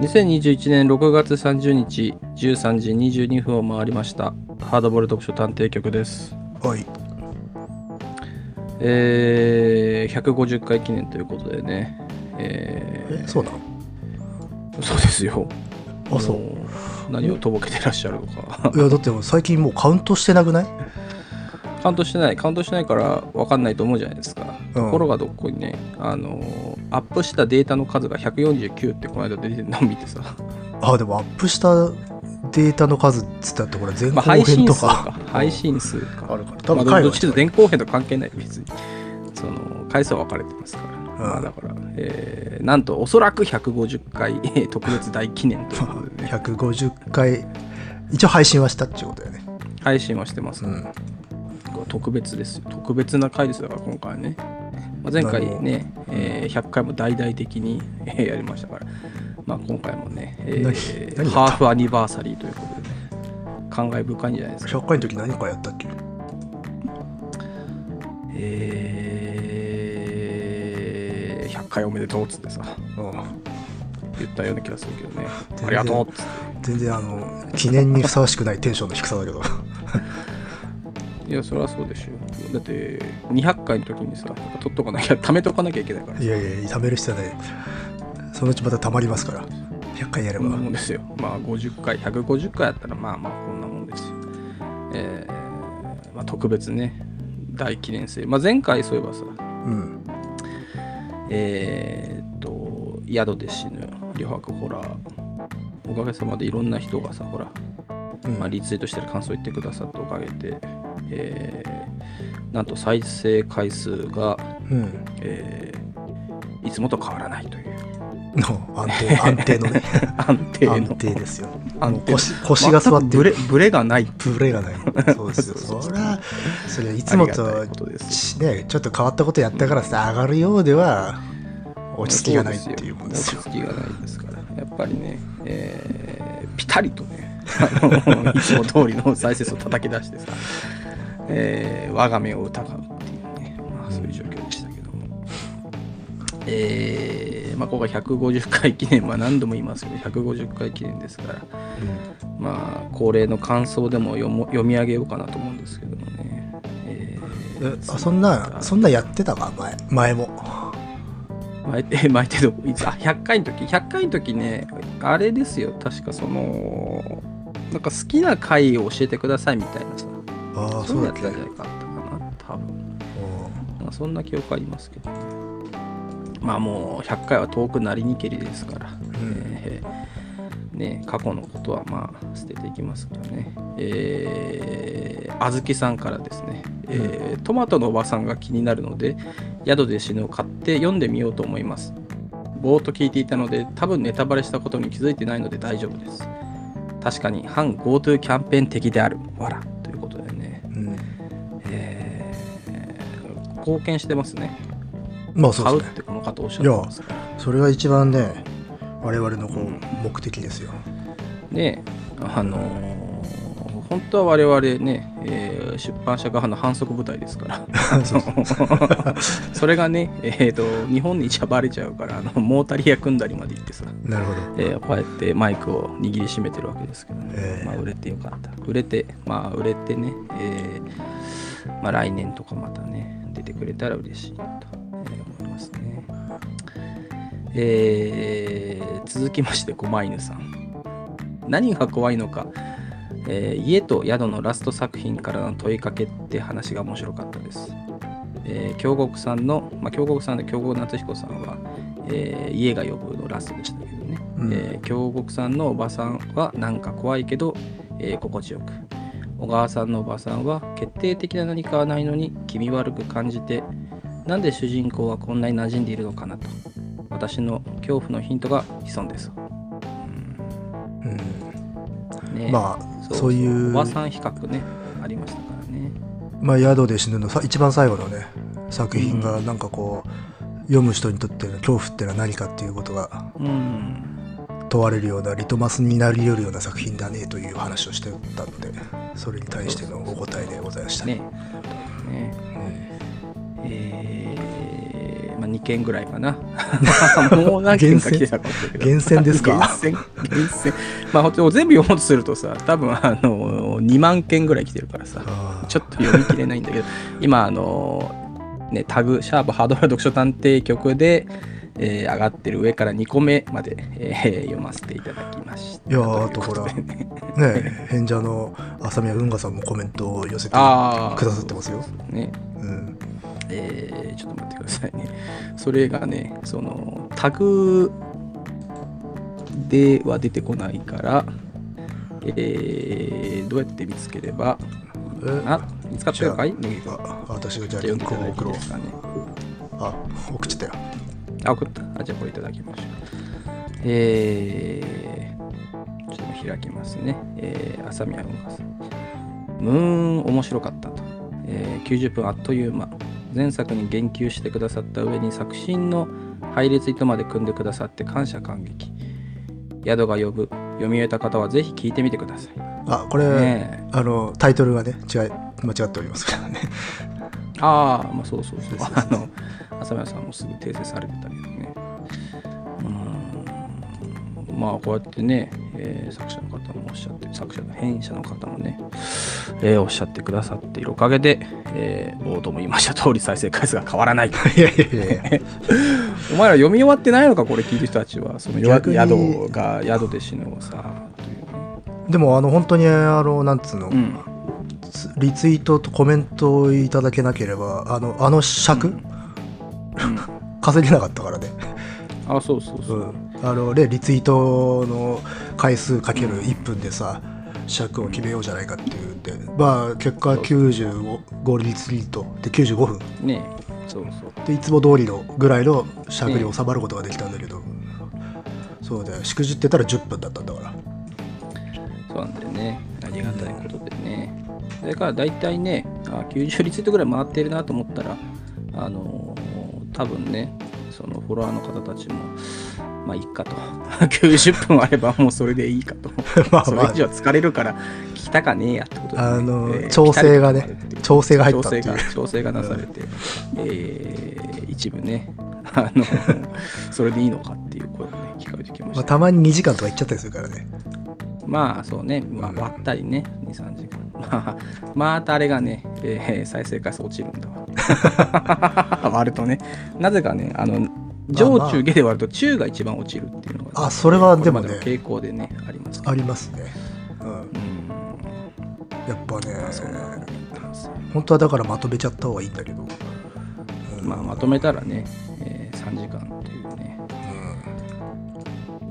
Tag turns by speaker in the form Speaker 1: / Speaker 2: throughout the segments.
Speaker 1: 2021年6月30日13時22分を回りましたハードボール特集探偵局です
Speaker 2: はい。
Speaker 1: えー、150回記念ということでねえ
Speaker 2: え、そうなの
Speaker 1: ーそうですよ
Speaker 2: あ、そ
Speaker 1: あ
Speaker 2: う。
Speaker 1: の何をとぼけてらっしゃるのか
Speaker 2: いや、だってもう最近もうカウントしてなくない
Speaker 1: カウントしてないカウントしてないから分かんないと思うじゃないですか、
Speaker 2: うん
Speaker 1: ところがどこにねあのーアップしたデータの数が149ってこの間出てるのを見てさ、
Speaker 2: あ、でもアップしたデータの数っつったってこれ前後
Speaker 1: まあ、配
Speaker 2: 編
Speaker 1: 信
Speaker 2: と
Speaker 1: 数か
Speaker 2: か。
Speaker 1: 配信数か
Speaker 2: あるから。多
Speaker 1: まあ、ど
Speaker 2: 分
Speaker 1: ど
Speaker 2: 海
Speaker 1: っち
Speaker 2: 外
Speaker 1: と
Speaker 2: の
Speaker 1: 前後編と関係ない別にその回数は分かれてますから、
Speaker 2: ん
Speaker 1: まあ、だから、えーなんとおそらく150回えー特別大記念ということでね
Speaker 2: 150回、一応配信はしたっていうことだよね。
Speaker 1: 配信はしてます、
Speaker 2: う
Speaker 1: ね
Speaker 2: ん。
Speaker 1: 特別ですよ特別な回ですよだから今回はね、まあ、前回ね、えー100回も大々的に、えーやりましたから、まあ、今回もね、えー
Speaker 2: 何何やった
Speaker 1: ハーフアニバーサリーということでね感慨深いんじゃないですか
Speaker 2: 100回の時何回やったっけ
Speaker 1: えー100回おめでとうっつってさ
Speaker 2: うん。
Speaker 1: 言ったような気がするけどね
Speaker 2: 全。然
Speaker 1: ありがとうっつっ
Speaker 2: 全然あの、記念にふさわしくないテンションの低さだけど。
Speaker 1: て。いや、そりゃそうでしょ。だって、200回の時にさ、やっぱ取っとかなきゃ、貯めとかなきゃいけないから。
Speaker 2: いやいや、炒める必要はない。そのうちまた溜まりますから。100回やれ
Speaker 1: こんな
Speaker 2: ば。
Speaker 1: もんですよ。まあ、50回、150回やったら、まあまあ、こんなもんですよ。えーまあ、特別ね、大記念性。まあ、前回、そういえばさ、
Speaker 2: うん。
Speaker 1: えーっと、宿弟子の旅白ホラー。おかげさまでいろんな人がさ、ほら、
Speaker 2: うん
Speaker 1: まあ、リツイートしたり感想言ってくださったおかげで、えーなんと再生回数が、
Speaker 2: うん。
Speaker 1: えーいつもと変わらないという
Speaker 2: の安定、安定のね。
Speaker 1: 安定の
Speaker 2: 安定ですよ。
Speaker 1: 安定
Speaker 2: もう腰腰が座っ
Speaker 1: 全
Speaker 2: て
Speaker 1: くブレ
Speaker 2: る。
Speaker 1: ブレがない
Speaker 2: ブレがない。 そうですよ。そりゃ、それはいつも
Speaker 1: ありがた
Speaker 2: と
Speaker 1: いことです
Speaker 2: ちね、ちょっと変わったことやったからさ、上がるようでは、落ち着きがないっていうもんですよ
Speaker 1: 落。ち着きがないですからやっぱりね、えーピタリと ねあのいつも通りの再生数を叩き出してさ、えー我が目を疑うっていうね、まあ、そういう状況でしたけども、えーまあ、ここが150回記念、まあ、何度も言いますけど150回記念ですからまあ恒例の感想でも読も読み上げようかなと思うんですけどもね、え
Speaker 2: え
Speaker 1: ー
Speaker 2: あそんな、そんなやってたか、前前も。
Speaker 1: 毎 え毎手どこいつあ100回の時100回の時ねあれですよ確かそのなんか好きな回を教えてくださいみたいなさ
Speaker 2: ああ、
Speaker 1: そ
Speaker 2: そう
Speaker 1: いうの
Speaker 2: う
Speaker 1: や
Speaker 2: だ
Speaker 1: っ
Speaker 2: ったけ
Speaker 1: んじゃないかあったかな多分まあそんな記憶ありますけどねまあもう100回は遠くなりにけりですから、えーね過去のことはまあ捨てていきますからねえーあずきさんからですね、えートマトのおばさんが気になるので宿で死ぬを買って読んでみようと思いますぼーっと聞いていたので多分ネタバレしたことに気づいてないので大丈夫です確かに反 GoTo キャンペーン的であるわらということでね
Speaker 2: うん。うん
Speaker 1: えー貢献してますね。
Speaker 2: まあそう
Speaker 1: 買うっ
Speaker 2: ですね。
Speaker 1: てこの方おっしゃってますから。
Speaker 2: それが一番ね、我々のこ
Speaker 1: うん
Speaker 2: う目的ですよ。
Speaker 1: ねあのー本当は我々ね、えー出版社側の反則部隊ですから、
Speaker 2: そう
Speaker 1: それがね、えーと、日本にじゃバレちゃうから、あのモータリア組んだりまで行ってさ、
Speaker 2: なるほど。
Speaker 1: えーこうやってマイクを握りしめてるわけですけどね、
Speaker 2: ええ
Speaker 1: まあ、売れてよかった売れてまあ売れてね、えーまあ、来年とかまたね出てくれたら嬉しいなとえー思いますねえー続きまして狛犬さん何が怖いのか、えー家と宿のラスト作品からの問いかけって話が面白かったですえー京極さんの、まあ、京極さんで京極夏彦さんは、えー家が呼ぶのラストでしたけどね、
Speaker 2: うん
Speaker 1: えー京極さんのおばさんはなんか怖いけど、えー心地よく小川さんのおばさんは決定的な何かはないのに気味悪く感じてなんで主人公はこんなに馴染んでいるのかなと私の恐怖のヒントが潜んです、
Speaker 2: うん
Speaker 1: ね
Speaker 2: まあそういう
Speaker 1: おばさん比較ねありましたからね
Speaker 2: まあ、宿で死ぬのさ一番最後のね作品がなんかこう、読む人にとっての恐怖ってのは何かっていうことが
Speaker 1: うん
Speaker 2: 問われるようなリトマスになり得るような作品だねという話をしてたのでそれに対してのお答えでございました
Speaker 1: ねね
Speaker 2: うん
Speaker 1: えーまあ、あ、2件ぐらいかな。もう何件か来てたかもしれないけど。
Speaker 2: 厳選ですか
Speaker 1: 厳選厳選まあ、ほんと全部読もうとするとさ、多分あの2万件ぐらい来てるからさ、
Speaker 2: あ
Speaker 1: ちょっと読み切れないんだけど、 今、あの、ね、タグ、シャープハードル読書探偵局で、えー上がってる上から2個目まで、えー読ませていただきました。
Speaker 2: いやーあとほら
Speaker 1: いうことでね
Speaker 2: ーねえ変者の浅宮運河さんもコメントを寄せてく
Speaker 1: あー
Speaker 2: ださってますよ。
Speaker 1: ね
Speaker 2: うん、
Speaker 1: えーちょっと待ってくださいね。それがね、そのタグでは出てこないから、えーどうやって見つければ、
Speaker 2: え
Speaker 1: あ見つかったよかい麦君
Speaker 2: あ私がじゃあ
Speaker 1: じゃ
Speaker 2: リ
Speaker 1: あ読ん
Speaker 2: ン
Speaker 1: でい
Speaker 2: ク
Speaker 1: ただいていい
Speaker 2: を送ろう
Speaker 1: で。すかね。
Speaker 2: あ送っちゃったよ。
Speaker 1: あ、送った。あ、じゃあこれいただきましょう。えー、ちょっと開きますね。えー、朝宮文化さん。うーん、面白かったと。えー90分あっという間。前作に言及してくださった上に作品の配列糸まで組んでくださって感謝感激。宿が呼ぶ。読み終えた方はぜひ聞いてみてください。
Speaker 2: あこれ、
Speaker 1: ねえ
Speaker 2: あのタイトルがね違い間違っておりますからね。
Speaker 1: ああ、まあそうそう
Speaker 2: そ
Speaker 1: そうう。
Speaker 2: そうそう
Speaker 1: あの、浅村さんもすぐ訂正されてたけどね。うーん。まあこうやってね、えー作者の方もおっしゃって、作者の編者の方もね、えーおっしゃってくださっているおかげで、えー冒頭も言いました通り再生回数が変わら ない。
Speaker 2: いやいやいやいや。
Speaker 1: お前ら読み終わってないのか、これ聞いてる人たちは。その宿
Speaker 2: 逆に
Speaker 1: 宿が宿で死ぬをさ、というね
Speaker 2: でもあの本当にあのなんつうの、
Speaker 1: うん。
Speaker 2: リツイートとコメントをいただけなければあのあの尺、
Speaker 1: うん
Speaker 2: 稼げなかったからね。
Speaker 1: あ、そうそうそうう。
Speaker 2: ん、あのでリツイートの回数かける1分でさ尺を決めようじゃないかっていうんで、まあ結果95リツイートで95分
Speaker 1: ねそうそう。
Speaker 2: でいつも通りのぐらいの尺に収まることができたんだけど、そうだよしくじってたら10分だったんだから
Speaker 1: そうなんだよね。ありがたいことでね。それから大体ね、あ90リツイートぐらい回ってるなと思ったら、あのー多分ね、そのフォロワーの方たちも、まあいいかと。90分あればもうそれでいいかと。
Speaker 2: まあ
Speaker 1: それ以上疲れるから、聞きたかねえやってことでね、
Speaker 2: あのー
Speaker 1: えー
Speaker 2: 調整がね
Speaker 1: 来たりとかもあるっていう
Speaker 2: 調整が入ったっていう
Speaker 1: 調整が調整がなされて、えー一部ね、あのー それでいいのかっていう声がね、聞かれてきまし
Speaker 2: ま
Speaker 1: た。
Speaker 2: あ、たまに2時間とかいっちゃったりするからね
Speaker 1: まあそうね、まあ、
Speaker 2: うん
Speaker 1: 割ったりね、2、3時間。 まあ、またあれがね、えー再生回数落ちるんだわ。 割るとね、なぜかね、あの、上中下で割ると中が一番落ちるっていうのが、
Speaker 2: あそれは
Speaker 1: こ
Speaker 2: でもね
Speaker 1: まの傾向でね、ありますけど
Speaker 2: ありますね、うん、
Speaker 1: うん、
Speaker 2: やっぱね
Speaker 1: そうなんですよ
Speaker 2: 本当はだからまとめちゃった方がいいんだけど、うん
Speaker 1: まあ、まとめたらね、えー3時間というね、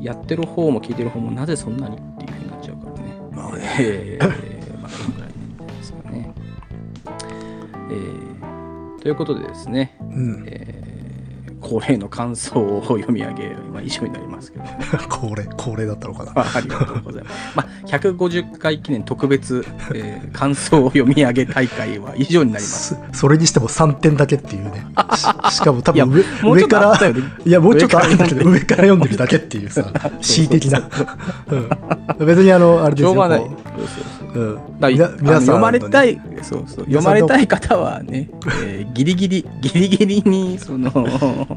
Speaker 1: やってる方も聞いてる方もなぜそんなにっていうふうになっちゃうからね。
Speaker 2: まあね
Speaker 1: えーまあ、そのぐらいですかね。えーということでですね、
Speaker 2: うん、うん、
Speaker 1: えー恒例の感想を読み上げ、まあ、以上になりますけど、 ね、
Speaker 2: 恒例恒例だったのかな
Speaker 1: まあありがとうございます。まあ、150回記念特別、えー感想を読み上げ大会は以上になります。
Speaker 2: そそれにしても3点だけっていうねししかも多分上
Speaker 1: もうち
Speaker 2: 上
Speaker 1: ょっと
Speaker 2: か
Speaker 1: あった
Speaker 2: ら
Speaker 1: よね
Speaker 2: いやもうちょっとあるんだけど上
Speaker 1: 上
Speaker 2: から読んでるだけってい うさ恣意的な、うん、別にあのあれです
Speaker 1: し
Speaker 2: よ
Speaker 1: ょうがない。そ
Speaker 2: こ
Speaker 1: うそうそう
Speaker 2: ううん、
Speaker 1: だ
Speaker 2: み
Speaker 1: から
Speaker 2: な
Speaker 1: あの
Speaker 2: 皆さん
Speaker 1: 読まれ
Speaker 2: のね
Speaker 1: たい、そうそう読まれたい方はね、えーギリギリギリギリにその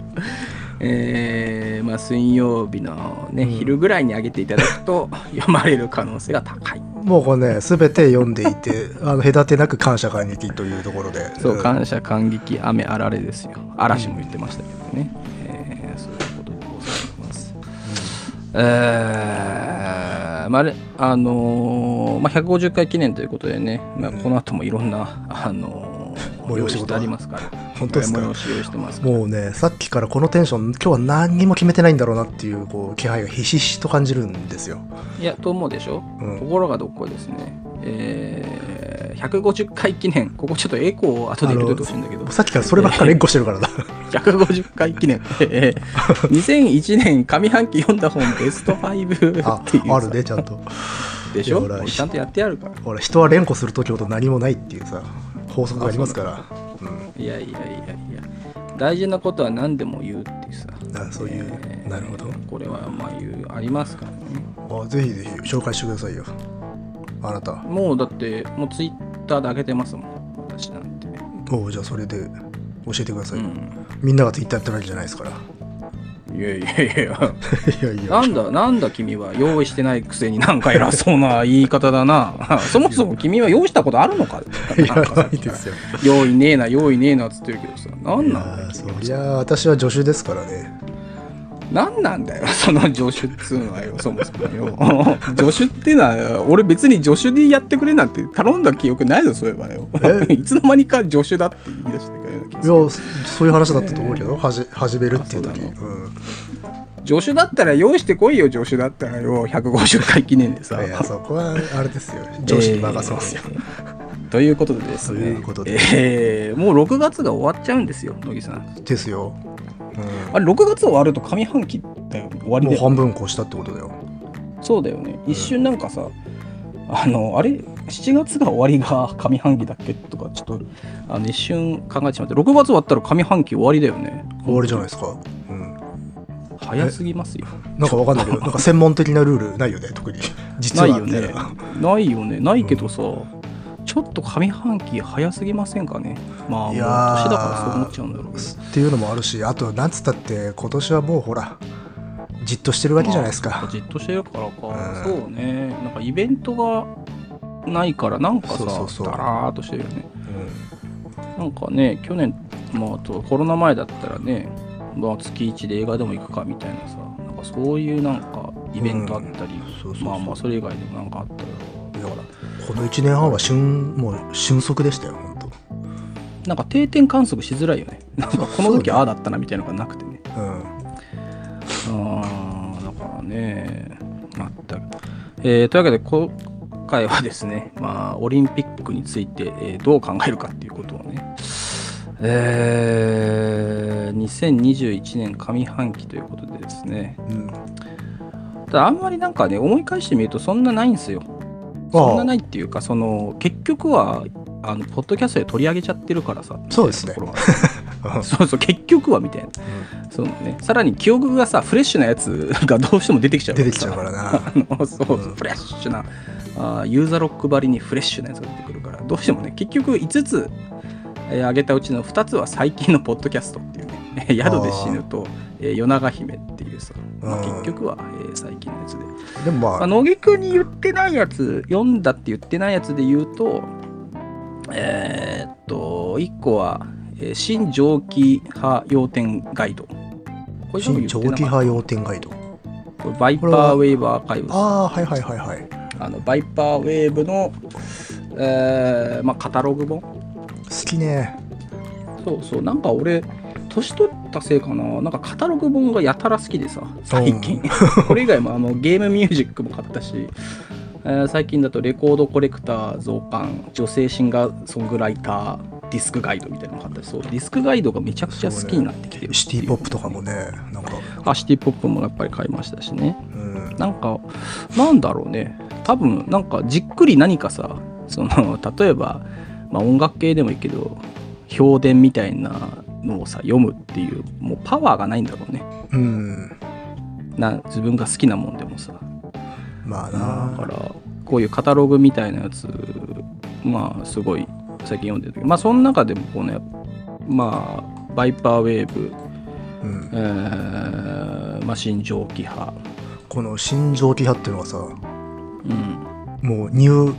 Speaker 1: えーまあ水曜日のね、
Speaker 2: うん
Speaker 1: 昼ぐらいに上げていただくと読まれる可能性が高い。
Speaker 2: もうこれね全て読んでいてあの隔てなく感謝感激というところで
Speaker 1: そう、
Speaker 2: ん
Speaker 1: 感謝感激雨あられですよ。嵐も言ってましたけどね。えーそういうことでございます。えーまああれあのーまあ、150回記念ということでね、まあ、この後もいろんな、あのー、
Speaker 2: 催し事が
Speaker 1: 用意してありますから
Speaker 2: 本当ですか
Speaker 1: 催し用意してますから
Speaker 2: もうねさっきからこのテンション今日は何にも決めてないんだろうなっていうこう気配がひしひしと感じるんですよ
Speaker 1: いやと思うでしょ、
Speaker 2: うん
Speaker 1: ところがどっこいですねえー、150回記念ここちょっとエコーを後で入れといてほしいんだけど
Speaker 2: もうさっきからそればっかり連呼してる からな
Speaker 1: 150回記 念、えー、2001年上半期読んだ本ベスト5っ
Speaker 2: あ
Speaker 1: ていうさ
Speaker 2: あるねちゃんと
Speaker 1: でしょ
Speaker 2: いやほら
Speaker 1: もうちゃんとやってやるから
Speaker 2: ほら人は連呼する時ほど何もないっていうさ法則がありますからうん
Speaker 1: いやいやいやいや大事なことは何でも言うっていうさ
Speaker 2: あそういう
Speaker 1: えー
Speaker 2: なるほど
Speaker 1: これはまあいうありますからね
Speaker 2: あぜひぜひ紹介してくださいよあなた
Speaker 1: もうだってもうツイッターで上げてますもん私なんて
Speaker 2: おうじゃあそれで教えてください、
Speaker 1: うん
Speaker 2: みんながツイッターやってるわけじゃないですから
Speaker 1: いやいやいや
Speaker 2: いやいや
Speaker 1: なんだなんだ君は用意してないくせになんか偉そうな言い方だ なそもそも君は用意したことあるのかって
Speaker 2: いらないですよ
Speaker 1: 用意ねえな用意ねえなっつってるけどさなん
Speaker 2: い
Speaker 1: なんだ
Speaker 2: や
Speaker 1: よ
Speaker 2: そりゃあ私は助手ですからね
Speaker 1: なんなんだよ、 その助手っつうのはよ、そもそもよ。 助手ってのは、俺別に助手でやってくれなんて頼んだ記憶ないぞ、そういえばよ。
Speaker 2: え
Speaker 1: いつの間にか助手だって言い出してたような気が
Speaker 2: いや
Speaker 1: する
Speaker 2: そそういう話だったと思うけど、はじ始めるっていう時
Speaker 1: あそう
Speaker 2: うん
Speaker 1: 助手だったら用意してこいよ、助手だったらよ、150回記念でさ。
Speaker 2: い やそこはあれですよ上司に任せますよ、
Speaker 1: ということでですね
Speaker 2: ということで
Speaker 1: えーもう6月が終わっちゃうんですよ、乃木さん。
Speaker 2: ですよ、うん
Speaker 1: あれ、6月終わると上半期だよ、終わり
Speaker 2: も
Speaker 1: だ
Speaker 2: う
Speaker 1: よ。
Speaker 2: 半分こうしたってことだよ
Speaker 1: そうだよね一瞬なんかさ、あのあれ7月が終わりが上半期だっけとかちょっとあの一瞬考えてしまって6月終わったら上半期終わりだよね
Speaker 2: 終わりじゃないですか、うん、
Speaker 1: 早すぎますよ
Speaker 2: なんかわかんない けどなんか専門的なルールないよね特に実
Speaker 1: な
Speaker 2: はい
Speaker 1: よ
Speaker 2: みたい
Speaker 1: ね
Speaker 2: な
Speaker 1: ないよねないけどさ、ちょっと上半期早すぎませんかねまあもう
Speaker 2: い
Speaker 1: 年
Speaker 2: や
Speaker 1: だ
Speaker 2: ー
Speaker 1: からそう思っちゃうんだろうけど
Speaker 2: っていうのもあるしあとなんつったって今年はもうほらじっとしてるわけじゃないです
Speaker 1: まあ
Speaker 2: か、
Speaker 1: じっとしてるからか、
Speaker 2: うん
Speaker 1: そうねなんかイベントがないからなんかさ
Speaker 2: そうそうそう
Speaker 1: だらーっとしてるよね
Speaker 2: うん
Speaker 1: なんかね、去年、まあ、あとコロナ前だったらね、まあ、月1で映画でも行くかみたいなさ、なんかそういうなんかイベントあったり、
Speaker 2: そうそうそう
Speaker 1: まあまあ、それ以外でもなんかあったりだから、
Speaker 2: この1年半は旬もう瞬足でしたよ本
Speaker 1: なんか定点観測しづらいよね。なんかこの
Speaker 2: そう
Speaker 1: 時
Speaker 2: ね
Speaker 1: ああだったなみたいなのがなくてね。
Speaker 2: 当うん
Speaker 1: あーだからね、まったく。えーというわけで、今回はですね、 まあ、オリンピックについて、えーどう考えるかっていうことをね、えー2021年上半期ということでですね、
Speaker 2: うん
Speaker 1: ただあんまりなんかね、思い返してみるとそんなないんですよ。そんなないっていうか、その、結局は、あのポッドキャストで取り上げちゃってるからさ、
Speaker 2: そうですね
Speaker 1: みたいなところが
Speaker 2: あ
Speaker 1: そうそう、結局はみたいな。そうね。さらに記憶がさ、フレッシュなやつ がどうしても出てきちゃう
Speaker 2: 出てきちゃうから
Speaker 1: さ
Speaker 2: な
Speaker 1: あのそうそう、フレッシュなあー、ユーザーロックばりにフレッシュなやつが出てくるから、どうしてもね、結局5つ、えー上げたうちの2つは最近のポッドキャストっていうね、 宿で死ぬと、えー夜長姫っていうさ、まあ、
Speaker 2: うん
Speaker 1: 結局は、えー最近のやつで。
Speaker 2: でも
Speaker 1: ま
Speaker 2: ま
Speaker 1: あ、
Speaker 2: あ
Speaker 1: 野木くんに言ってないやつ読んだって言ってないやつで言うとえーっと1個は、えー新蒸気派要点ガイドこれ多分言って
Speaker 2: 新長
Speaker 1: なかっ
Speaker 2: 期
Speaker 1: た
Speaker 2: 派要点ガイド
Speaker 1: これバイパ
Speaker 2: これ
Speaker 1: ー
Speaker 2: は
Speaker 1: ウェーブアーカイブスあ
Speaker 2: ああはいはいはいはい
Speaker 1: のバイパーウェーブの、えーまあ、カタログ本
Speaker 2: 好きね
Speaker 1: そうそうなんか俺年取ったせいかななんかカタログ本がやたら好きでさ最 近これ以外もあのゲームミュージックも買ったし、えー最近だとレコードコレクター増刊女性シンガーソングライターディスクガイドみたいなのも買ったしそうディスクガイドがめちゃくちゃ好きになってきてる
Speaker 2: シティポップとかもねなんか
Speaker 1: あシティポップもやっぱり買いましたしね
Speaker 2: うん
Speaker 1: なんかなんだろうね多分なんかじっくり何かさその 例えば、まあ、音楽系でもいいけど評伝みたいなのをさ読むっていうもうパワーがないんだろうね
Speaker 2: うん
Speaker 1: な自分が好きなもんでもさ
Speaker 2: まあ
Speaker 1: だか
Speaker 2: な
Speaker 1: らこういうカタログみたいなやつまあすごい最近読んでるけどまあその中でもこのやまあバイパーウェーブ、
Speaker 2: うん
Speaker 1: えーまあ、新蒸気派、
Speaker 2: この新長期派っていうのはさ
Speaker 1: うん
Speaker 2: もうニュー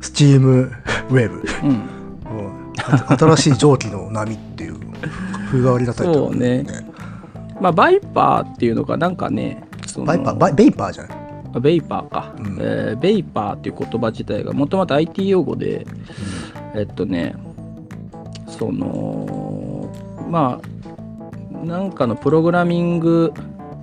Speaker 2: スチーム ウェーブ
Speaker 1: うん、
Speaker 2: うん新しい蒸気の波っていう風変わりなタイトル
Speaker 1: そうねまあバイパーっていうのがなんかねその
Speaker 2: バイパーバイベイパーじゃない
Speaker 1: ベイパーか、
Speaker 2: うん
Speaker 1: えーベイパーっていう言葉自体がもともと IT 用語で、えっとねそのまあなんかのプログラミング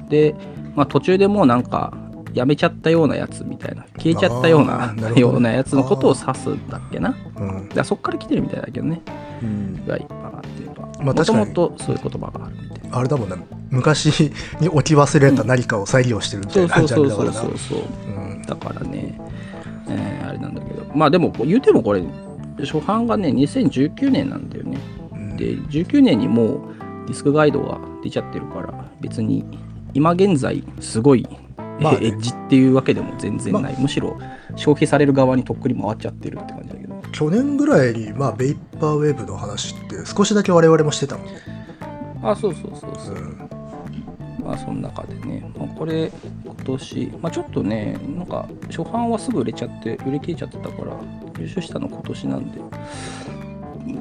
Speaker 1: で、まあ、途中でもうなんかやめちゃったようなやつみたいな消えちゃったよう
Speaker 2: あ
Speaker 1: な
Speaker 2: ーなるほどね
Speaker 1: ようなやつのことを指すんだっけなだか
Speaker 2: うん
Speaker 1: らそっから来てるみたいだけどね
Speaker 2: うん
Speaker 1: ベイパーっていうか
Speaker 2: まあ
Speaker 1: もと
Speaker 2: 確か
Speaker 1: も
Speaker 2: に
Speaker 1: とそういう言葉があるみたいな
Speaker 2: あれだもんね昔に置き忘れた何かを再利用してるみた
Speaker 1: そ
Speaker 2: いう
Speaker 1: そ
Speaker 2: な
Speaker 1: う
Speaker 2: ジ
Speaker 1: そ
Speaker 2: ャン
Speaker 1: う
Speaker 2: ルだか
Speaker 1: そう
Speaker 2: らな
Speaker 1: そうそう
Speaker 2: うん
Speaker 1: だからね、えーあれなんだけど、まあでも、言うてもこれ、初版がね、2019年なんだよね。
Speaker 2: うん
Speaker 1: で、19年にもうディスクガイドが出ちゃってるから、別に今現在、すごい、
Speaker 2: ま あね
Speaker 1: エッジっていうわけでも全然ない、
Speaker 2: ま
Speaker 1: むしろ消費される側にとっくり回っちゃってるって感じだけど、
Speaker 2: 去年ぐらいに、まあ、ベイパーウェーブの話って少しだけ我々もしてたもんね。
Speaker 1: あそうそうそうそうう、
Speaker 2: ん
Speaker 1: まあその中でね、まあ、これ今年、まあ、ちょっとねなんか初版はすぐ売れちゃって売り切れちゃってたから優勝したの今年なんで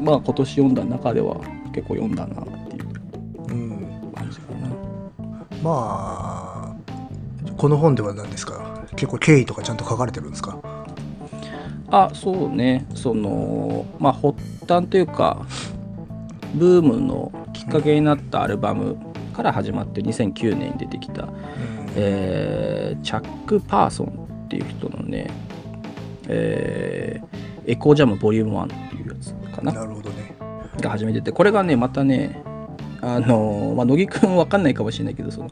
Speaker 1: まあ今年読んだ中では結構読んだなっていう
Speaker 2: うん、
Speaker 1: 感じかな
Speaker 2: まあこの本では何ですか結構経緯とかちゃんと書かれてるんですか
Speaker 1: あそうねそのまあ発端というかブームのきっかけになったアルバムから始まって2009年に出てきた
Speaker 2: うん
Speaker 1: えーチャック・パーソンっていう人のね、えーエコージャムボリューム1っていうやつかな
Speaker 2: なるほどね。
Speaker 1: が始めててこれがねまたねあのーまあ、乃木くんわかんないかもしれないけどその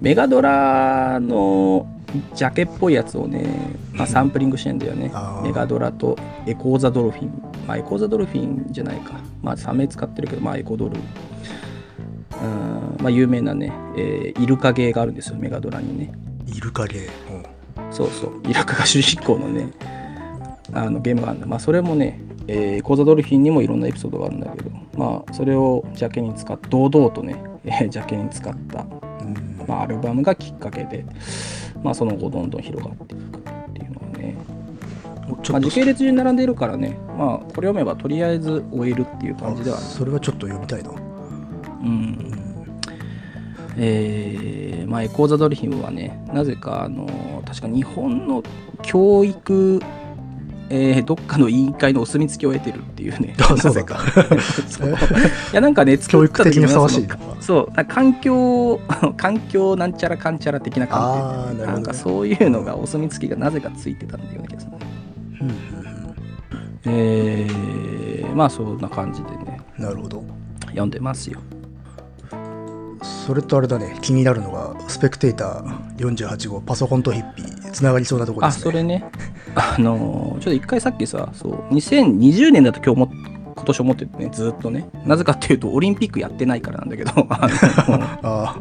Speaker 1: メガドラのジャケっぽいやつをね、まあ、サンプリングしてんだよね
Speaker 2: あー
Speaker 1: メガドラとエコーザドルフィンまあエコーザドルフィンじゃないかまあサメ使ってるけどまあエコドルうんまあ有名なね、えーイルカゲーがあるんですよメガドラにね
Speaker 2: イルカゲー。うん
Speaker 1: そうそう、イラクが主人公のね、あのゲームがあるんだ。まあ、それもね、えー、コーザドルフィンにもいろんなエピソードがあるんだけど、まあ、それをジャケに使っ堂々とね、えージャケに使った、
Speaker 2: うん
Speaker 1: まあ、アルバムがきっかけで、まあ、その後どんどん広がっていくっていうのがね、
Speaker 2: ち
Speaker 1: まあ、
Speaker 2: ょっと
Speaker 1: 時系列順に並んでいるからね、まあ、これ読めばとりあえず終えるっていう感じではある
Speaker 2: それはちょっと読みたいな。
Speaker 1: うんえーまあ、エコー・ザ・ドリヒムはねなぜかあの確か日本の教育、えーどっかの委員会のお墨付きを得てるっていうね
Speaker 2: あ
Speaker 1: な
Speaker 2: そうな
Speaker 1: ぜ
Speaker 2: んだ
Speaker 1: か そういやなんかね作
Speaker 2: 教
Speaker 1: っ
Speaker 2: 育
Speaker 1: た
Speaker 2: 的
Speaker 1: 時
Speaker 2: に
Speaker 1: に
Speaker 2: ふさわしい
Speaker 1: そ。のそうなんか環境 環境なんちゃらかんちゃら的な感
Speaker 2: ああ、
Speaker 1: じでな
Speaker 2: なるほ
Speaker 1: ん
Speaker 2: ど
Speaker 1: か
Speaker 2: ね。
Speaker 1: そういうのがお墨付きがなぜかついてたんだよねけどね
Speaker 2: うんうん
Speaker 1: えーまあそんな感じでね
Speaker 2: うんなるほど。
Speaker 1: 読んでますよ
Speaker 2: それとあれだね、気になるのが、スペクテーター48号、パソコンとヒッピー、つながりそうなとこで
Speaker 1: あ
Speaker 2: すね。
Speaker 1: それね あのーちょっと一回さっきさそう2020年だと今日も今年思っててねずーっとねなぜかっていうとオリンピックやってないからなんだけど あの
Speaker 2: ああ、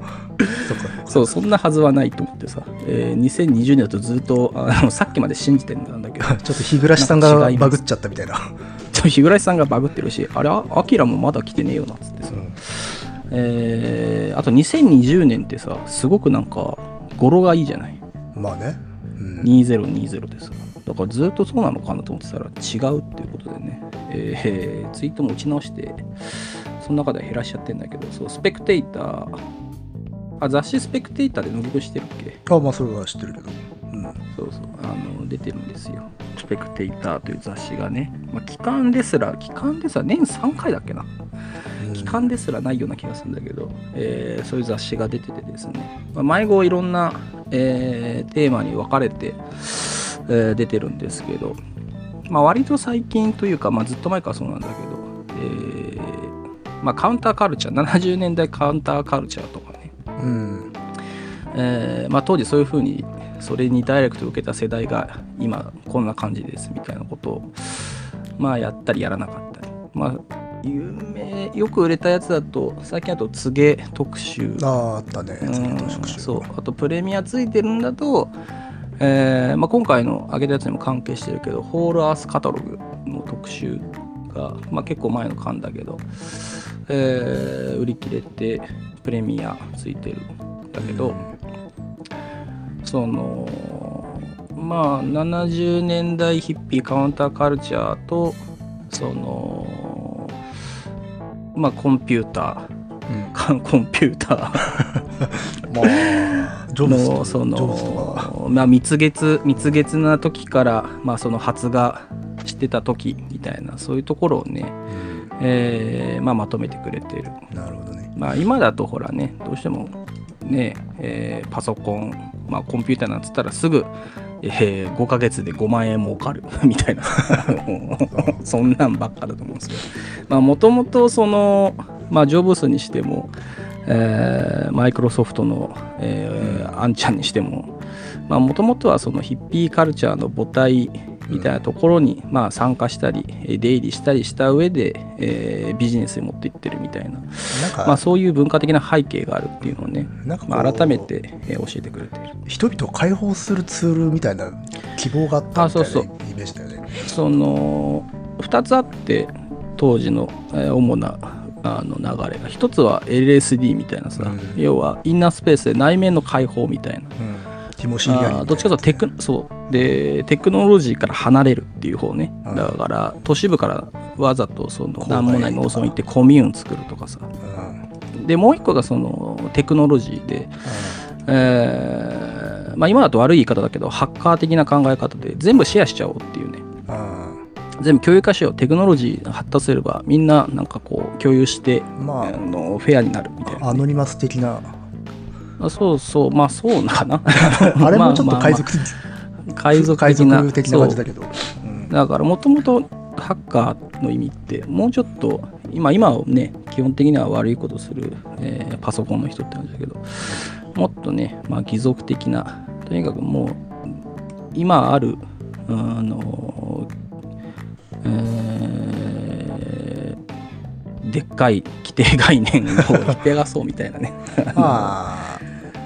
Speaker 2: そっか。
Speaker 1: そうそんなはずはないと思ってさ、えー2020年だとずーっとあのさっきまで信じてたんだけど
Speaker 2: ちょっと日暮さん
Speaker 1: なんか
Speaker 2: が
Speaker 1: 違い
Speaker 2: バ
Speaker 1: ます
Speaker 2: グっちゃったみたいな。
Speaker 1: ちょ日暮さんがバグってるしあれあアキラもまだ来てねえよなっつってさ、
Speaker 2: うん
Speaker 1: えーあと2020年ってさすごくなんか語呂がいいじゃない
Speaker 2: まあね。うん
Speaker 1: 2020でさだからずっとそうなのかなと思ってたら違うっていうことでね、えーツイートも打ち直してその中では減らしちゃってんだけどそうスペクテイターあ雑誌スペクテイターで伸び越してるっけ
Speaker 2: あまあ、それは知ってるけど。うん
Speaker 1: そうそうあの出てるんですよスペクテイターという雑誌がね、まあ、期間ですら期間ですら年3回だっけな
Speaker 2: うん
Speaker 1: 期間ですらないような気がするんだけど、えーそういう雑誌が出ててですね、まあ、毎号いろんな、えーテーマに分かれて、えー出てるんですけど、まあ、割と最近というか、まあ、ずっと前からそうなんだけど、えーまあ、カウンターカルチャー70年代カウンターカルチャーとかね、
Speaker 2: うん。
Speaker 1: えーまあ、当時そういうふうにそれにダイレクトを受けた世代が今こんな感じですみたいなことを、まあ、やったりやらなかったり、まあ、有名よく売れたやつだと最近だと「告げ」特集
Speaker 2: ああ、あったね。次の特
Speaker 1: う
Speaker 2: 集
Speaker 1: んそうあとプレミアついてるんだと、えーまあ、今回の上げたやつにも関係してるけど「ホールアースカタログ」の特集が、まあ、結構前の巻だけど、えー売り切れてプレミアついてるんだけど、そのまあ70年代ヒッピーカウンターカルチャーとそのまあコンピュータ
Speaker 2: うん
Speaker 1: ー かコンピューター
Speaker 2: まあ、ジョブズと
Speaker 1: の そ
Speaker 2: ジョブズとか、
Speaker 1: のまあ蜜月蜜月な時からまあその発芽してた時みたいなそういうところをね、
Speaker 2: うん
Speaker 1: えーまあ、まとめてくれてる
Speaker 2: なるほどね。
Speaker 1: まあ今だとほらねどうしてもね、えーパソコン、まあ、コンピューターなんつったらすぐ、え5ヶ月で5万円儲かる みたいなあのそんなんばっかだと思うんですけどもともとその、まあ、ジョブスにしても、えーマイクロソフトの、えーアンちゃんにしてももともとはそのヒッピーカルチャーの母体みたいなところに、まあ、参加したりえー出入りしたりした上で、えービジネスに持っていってるみたいな
Speaker 2: なんか、
Speaker 1: まあ、そういう文化的な背景があるっていうのをね、
Speaker 2: なんかこう
Speaker 1: まあ、改めて、えー教えてくれている
Speaker 2: 人々を解放するツールみたいな希望があったみたいな
Speaker 1: あそうそう
Speaker 2: イメージだよね。
Speaker 1: その2つあって当時の、えー主なあの流れが1つは LSD みたいなさ、
Speaker 2: うん
Speaker 1: 要はインナースペースで内面の解放みたいな
Speaker 2: うん、ティモシー・ヤニみたい
Speaker 1: あ
Speaker 2: な
Speaker 1: ーどっちかというとテクそうでテクノロジーから離れるっていう方ね、
Speaker 2: うん
Speaker 1: だから都市部からわざとその
Speaker 2: 郊外
Speaker 1: 何もない農村行ってコミューン作るとかさ
Speaker 2: うん
Speaker 1: でもう一個がそのテクノロジーで、えーまあ、今だと悪い言い方だけどハッカー的な考え方で全部シェアしちゃおうっていうね
Speaker 2: うん
Speaker 1: 全部共有化しようテクノロジー発達すればみんななんかこう共有して
Speaker 2: うんま
Speaker 1: あのフェアになるみたい
Speaker 2: あ
Speaker 1: な
Speaker 2: アノニマス的な
Speaker 1: あそうそうまあそうなのかな
Speaker 2: あれもちょっと
Speaker 1: まあまあまあ
Speaker 2: 海賊的
Speaker 1: 海賊的な
Speaker 2: 海賊的な感じだけど、うん
Speaker 1: だからもともとハッカーの意味ってもうちょっと今今はね基本的には悪いことする、えーパソコンの人って感じだけどもっとね、まあ、義賊的なとにかくもう今あるあの、えーでっかい規定概念を引っぺがそうみたいなね
Speaker 2: まあ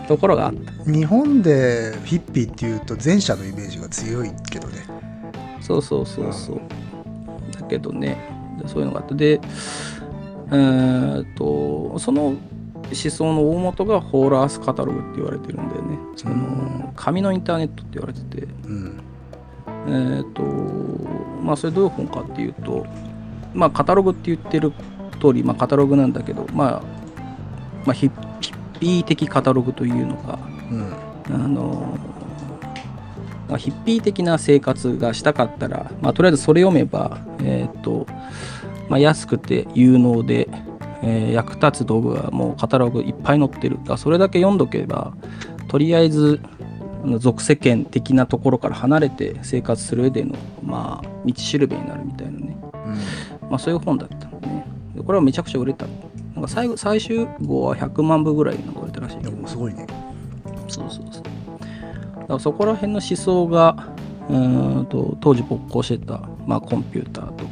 Speaker 1: ところがあった
Speaker 2: 日本でヒッピーっていうと前者のイメージが強いけどね
Speaker 1: そうそうそうそう。だけどね、そういうのがあって、で、えーっと、その思想の大元がホーラースカタログって言われてるんだよね。その紙のインターネットって言われてて、
Speaker 2: うん
Speaker 1: えーっと、まあ、それどういう本かっていうと、まあ、カタログって言ってる通り、まあ、カタログなんだけど、まあ、まあ、ヒッヒッピー的カタログというのか、あ
Speaker 2: うん
Speaker 1: のまあヒッピー的な生活がしたかったら、まあ、とりあえずそれ読めば、えーっとまあ、安くて有能で、えー役立つ道具がもうカタログいっぱい載ってるだからそれだけ読んどけばとりあえずあの俗世間的なところから離れて生活する上での、まあ、道しるべになるみたいなね、まあ、そういう本だったのねでこれはめちゃくちゃ売れたなんか最後最終号は100万部ぐらいなんか売れたらしいけ
Speaker 2: で
Speaker 1: ど
Speaker 2: もすごいね
Speaker 1: そうそうそう。だからそこら辺の思想が、うーんと当時勃興してた、まあ、コンピューターと、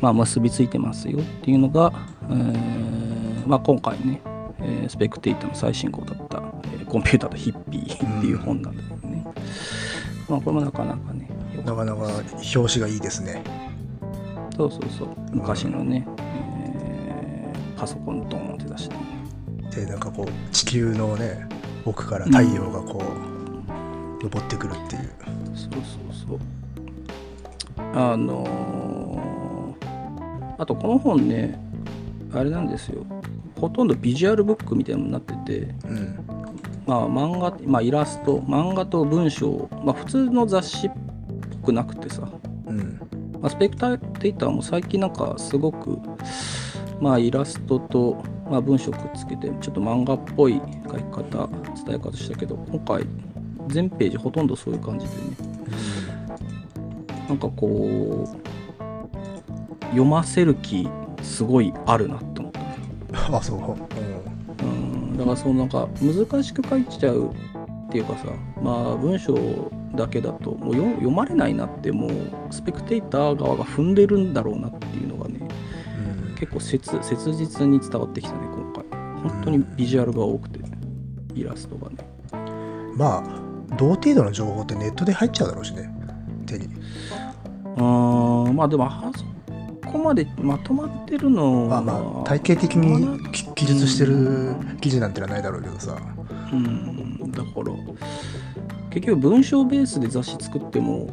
Speaker 1: まあ、結びついてますよっていうのが、えーまあ、今回ね、えースペクテイターの最新号だった、えーコンピューターとヒッピーっていう本なんだけどね。まあ、これもなかなかね、よか
Speaker 2: な
Speaker 1: っ
Speaker 2: かなか表紙がいいですね
Speaker 1: たそうそうそう、昔のね、えーパソコンドーンって出して、ね、
Speaker 2: でなんかこう地球のね奥から太陽がこう昇ってくるっていう
Speaker 1: そうそうそうあのーあとこの本ねあれなんですよほとんどビジュアルブックみたいなのになってて
Speaker 2: うん
Speaker 1: まあ漫画、まあ、イラスト漫画と文章を、まあ、普通の雑誌っぽくなくてさ、
Speaker 2: うん
Speaker 1: まあ、スペクターターも最近なんかすごくまあイラストと、まあ、文章くっつけてちょっと漫画っぽい書き方伝え方したけど今回全ページほとんどそういう感じでねなんかこう読ませる気すごいあるなと思った
Speaker 2: あそう、うん
Speaker 1: うんだからそのなんか難しく書いちゃうっていうかさまあ文章だけだともう読読まれないなってもうスペクテーター側が踏んでるんだろうなっていうのがね
Speaker 2: うん、
Speaker 1: 結構切切実に伝わってきたね今回本当にビジュアルが多くてイラストがね
Speaker 2: まあ同程度の情報ってネットで入っちゃうだろうしね手に
Speaker 1: あーまあでもあそこまでまとまってるの
Speaker 2: ま
Speaker 1: は
Speaker 2: あまあ体系的にき記述してる記事なんてのはないだろうけどさ
Speaker 1: うんだから結局文章ベースで雑誌作っても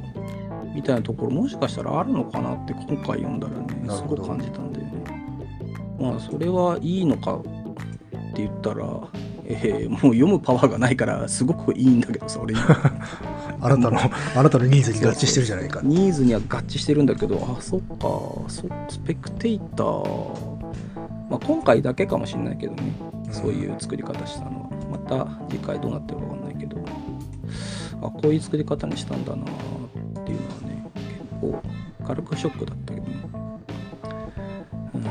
Speaker 1: みたいなところもしかしたらあるのかなって今回読んだらね
Speaker 2: な
Speaker 1: す
Speaker 2: る
Speaker 1: ご
Speaker 2: ほど
Speaker 1: く感じたんだよね。まあそれはいいのかって言ったら、えーもう読むパワーがないからすごくいいんだけどさ俺今
Speaker 2: あなたのあなたのニーズに合致してるじゃないか
Speaker 1: ニーズには合致してるんだけどあそっかそスペクテイター、まあ、今回だけかもしれないけどねそういう作り方したのは、また次回どうなってるかわかんないけど、あ、こういう作り方にしたんだなっていうのはね、結構軽くショックだったけどね。うん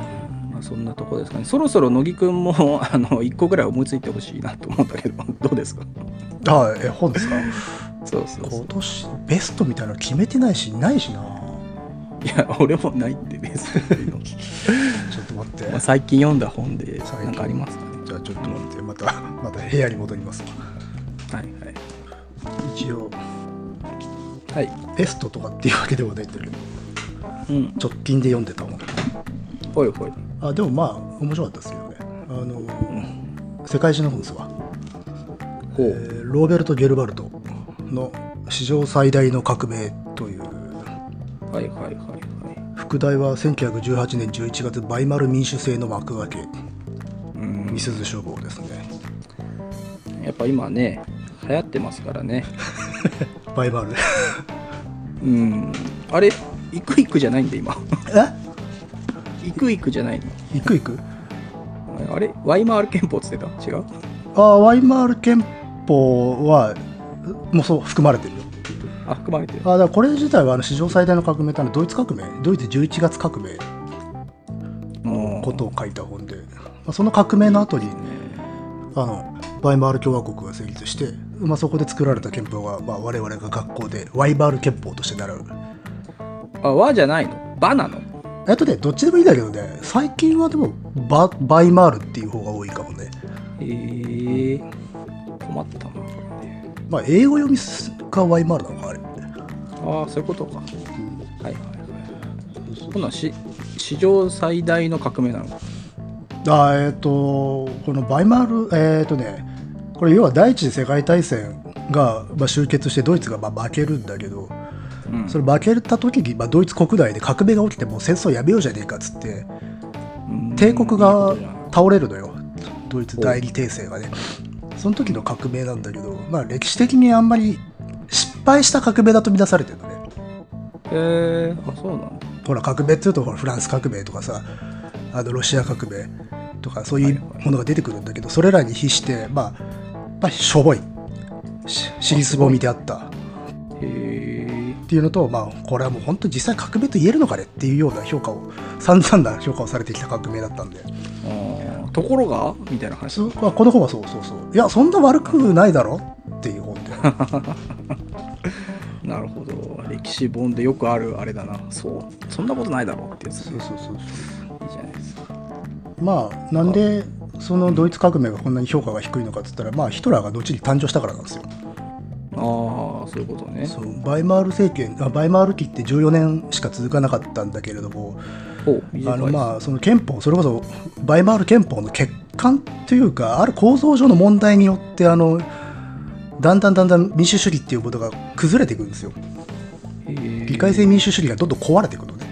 Speaker 1: まあ、そんなとこですかね。そろそろ乃木くんも あの1個ぐらい思いついてほしいなと思うんだけど、どうですか
Speaker 2: あえ本ですか
Speaker 1: そうそうそ
Speaker 2: 今
Speaker 1: う。
Speaker 2: 年ベストみたいなの決めてないしないしない
Speaker 1: や、俺もないって別に。
Speaker 2: ちょっと待って
Speaker 1: まあ最近読んだ本で
Speaker 2: 最近
Speaker 1: 何かありますかね。
Speaker 2: じゃあちょっと待ってまたまた部屋に戻ります
Speaker 1: はいはい。
Speaker 2: 一応
Speaker 1: はい、
Speaker 2: ベストとかっていうわけではないんだけど
Speaker 1: うん
Speaker 2: 直近で読んでた本
Speaker 1: ほいほい
Speaker 2: あでもまあ面白かったですけどねあのー世界史の本ですわ、
Speaker 1: ほ
Speaker 2: え
Speaker 1: う
Speaker 2: ーローベルト・ゲルバルトの史上最大の革命という
Speaker 1: はいはいはいは
Speaker 2: 副題は1918年11月バイマル民主制の幕開け
Speaker 1: いうん
Speaker 2: みすゞ書房ですね
Speaker 1: やっぱ今ね流行ってますからね
Speaker 2: バイ マル
Speaker 1: うんあれ行く行くじゃないんで 今
Speaker 2: え
Speaker 1: 行く行くじゃないの
Speaker 2: 行く行く
Speaker 1: あれワイマール憲法っつってた違う
Speaker 2: あワイマール憲法はもうそう含まれてるよ
Speaker 1: あ含まれてる
Speaker 2: あだからこれ自体はあの史上最大の革命ってあのドイツ革命ドイツ11月革命
Speaker 1: うん
Speaker 2: ことを書いた本で、まあ、その革命の後にあのワイマール共和国が成立して、まあ、そこで作られた憲法が、まあ、我々が学校でワイマール憲法として習う
Speaker 1: あ和じゃないのバなの
Speaker 2: えっとねどっちでもいいんだけどね最近はでもババイマールっていう方が多いかもね
Speaker 1: えー、困ったなこれね
Speaker 2: まあ英語読みすがワイマールなのかあれ
Speaker 1: ああそういうことかはいはいはいこんなんし史上最大の革命なのか
Speaker 2: あえっ、とこのバイマールえっ、とねこれ要は第一次世界大戦が、まあ、終結してドイツがまあ負けるんだけど
Speaker 1: うん
Speaker 2: それ負けた時に、まあ、ドイツ国内で革命が起きてもう戦争やめようじゃねえかっつって
Speaker 1: うんい
Speaker 2: 帝国
Speaker 1: いこ
Speaker 2: が
Speaker 1: とじゃん
Speaker 2: 倒れるのよドイツ代理帝政がねその時の革命なんだけど、まあ、歴史的にあんまり失敗した革命だと見なされてるのね
Speaker 1: へえー、あそうなんだ
Speaker 2: ほら革命っていうとほらフランス革命とかさあのロシア革命とかそういうものが出てくるんだけどそれらに比してまあ、まあ、しょぼいし尻すぼみであったっ
Speaker 1: へえ
Speaker 2: ていうのとまあこれはもう本当実際革命と言えるのかねっていうような評価を散々な評価をされてきた革命だったんで
Speaker 1: あーところがみたいな話
Speaker 2: そあこの本はそうそうそういやそんな悪くないだろっていう本で
Speaker 1: なるほど歴史本でよくあるあれだなそうそんなことないだろうってやつ
Speaker 2: そうそうそうそ
Speaker 1: いいじゃないですか
Speaker 2: う まあなんでそのドイツ革命がこんなに評価が低いのかっつったらまあヒトラーが後に誕生したからなんですよ
Speaker 1: ああそういうことね
Speaker 2: そうバイマール政権あバイマール期って14年しか続かなかったんだけれども
Speaker 1: ほう
Speaker 2: あ
Speaker 1: 短い
Speaker 2: のまあその憲法それこそバイマール憲法の欠陥というかある構造上の問題によってあのだんだんだんだん民主主義っていうことが崩れていくんですよ
Speaker 1: へー
Speaker 2: 議会制民主主義がどんどん壊れていくのね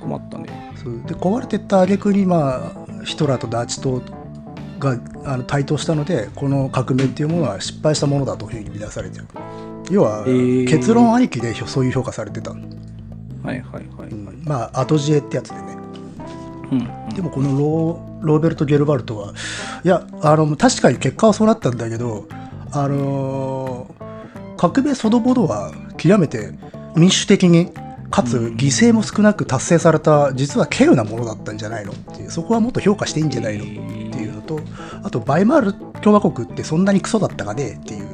Speaker 1: 困ったね
Speaker 2: そうで壊れてった挙句にまあヒトラーとナチ党があの台頭したのでこの革命っていうものは失敗したものだというふうに見なされてる要は、
Speaker 1: えー
Speaker 2: 結論ありきでひょそういう評価されてた、
Speaker 1: はいはいはいはい、
Speaker 2: うんまあ後知恵ってやつでね
Speaker 1: うん
Speaker 2: でもこのローローベルト・ゲルバルトはいやあの確かに結果はそうなったんだけどあのー革命そのものは極めて民主的にかつ
Speaker 1: うん
Speaker 2: 犠牲も少なく達成された実は稀有なものだったんじゃないのっていうそこはもっと評価していいんじゃないのっ
Speaker 1: の
Speaker 2: ていうのとあとバイマール共和国ってそんなにクソだったかねっていう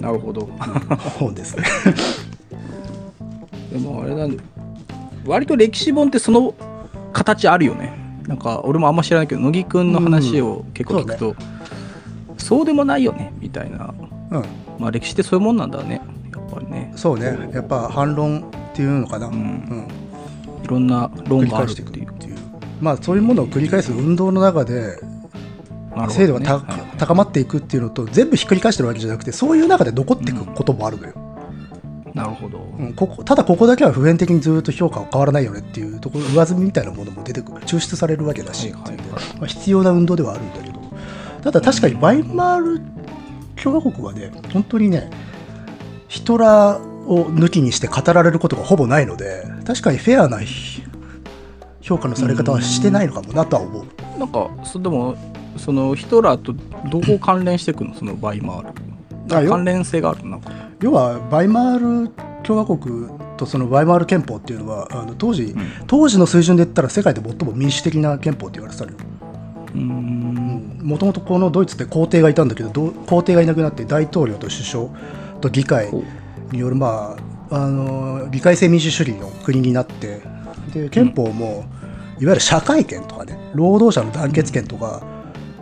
Speaker 1: なるほど
Speaker 2: 本で すね。
Speaker 1: でもあれなん割と歴史本ってその形あるよねなんか俺もあんま知らないけど乃木くんの話を結構聞くと、そうでもないよねみたいな
Speaker 2: うん
Speaker 1: まあ歴史ってそういうもんなんだねやっぱりね
Speaker 2: そうねやっぱ反論っていうのかな、
Speaker 1: ん
Speaker 2: うん、
Speaker 1: いろんな論
Speaker 2: 繰り
Speaker 1: があ
Speaker 2: 返
Speaker 1: るっ
Speaker 2: していくってて
Speaker 1: い
Speaker 2: いうう。まあ、そういうものを繰り返す運動の中で
Speaker 1: なるほどね
Speaker 2: 精度が高,、
Speaker 1: はい
Speaker 2: 高まっていくっていうのと全部ひっくり返してるわけじゃなくてそういう中で残っていくこともあるのよ、
Speaker 1: なるほど、
Speaker 2: うんここただここだけは普遍的にずっと評価は変わらないよねっていうところ上積みみたいなものも出てくる抽出されるわけだし、
Speaker 1: はいはいはい
Speaker 2: っていうんでまあ、必要な運動ではあるんだけどただ確かにバイマール共和国はね本当にねヒトラーを抜きにして語られることがほぼないので確かにフェアなひ評価のされ方はしてないのかもなとは思う。
Speaker 1: なんかそでもそのヒトラーとどこ関連していくのそのバイマー
Speaker 2: あ
Speaker 1: ル
Speaker 2: よ
Speaker 1: 関連性があるなんか
Speaker 2: 要はバイマール共和国とそのバイマール憲法っていうのはあの当時、
Speaker 1: ん
Speaker 2: 当時の水準で言ったら世界で最も民主的な憲法って言われてたのよ
Speaker 1: うーん
Speaker 2: もともとこのドイツって皇帝がいたんだけどどう皇帝がいなくなって大統領と首相と議会
Speaker 1: こ
Speaker 2: による、まあ、あの議会制民主主義の国になってで憲法も、いわゆる社会権とかね労働者の団結権とか、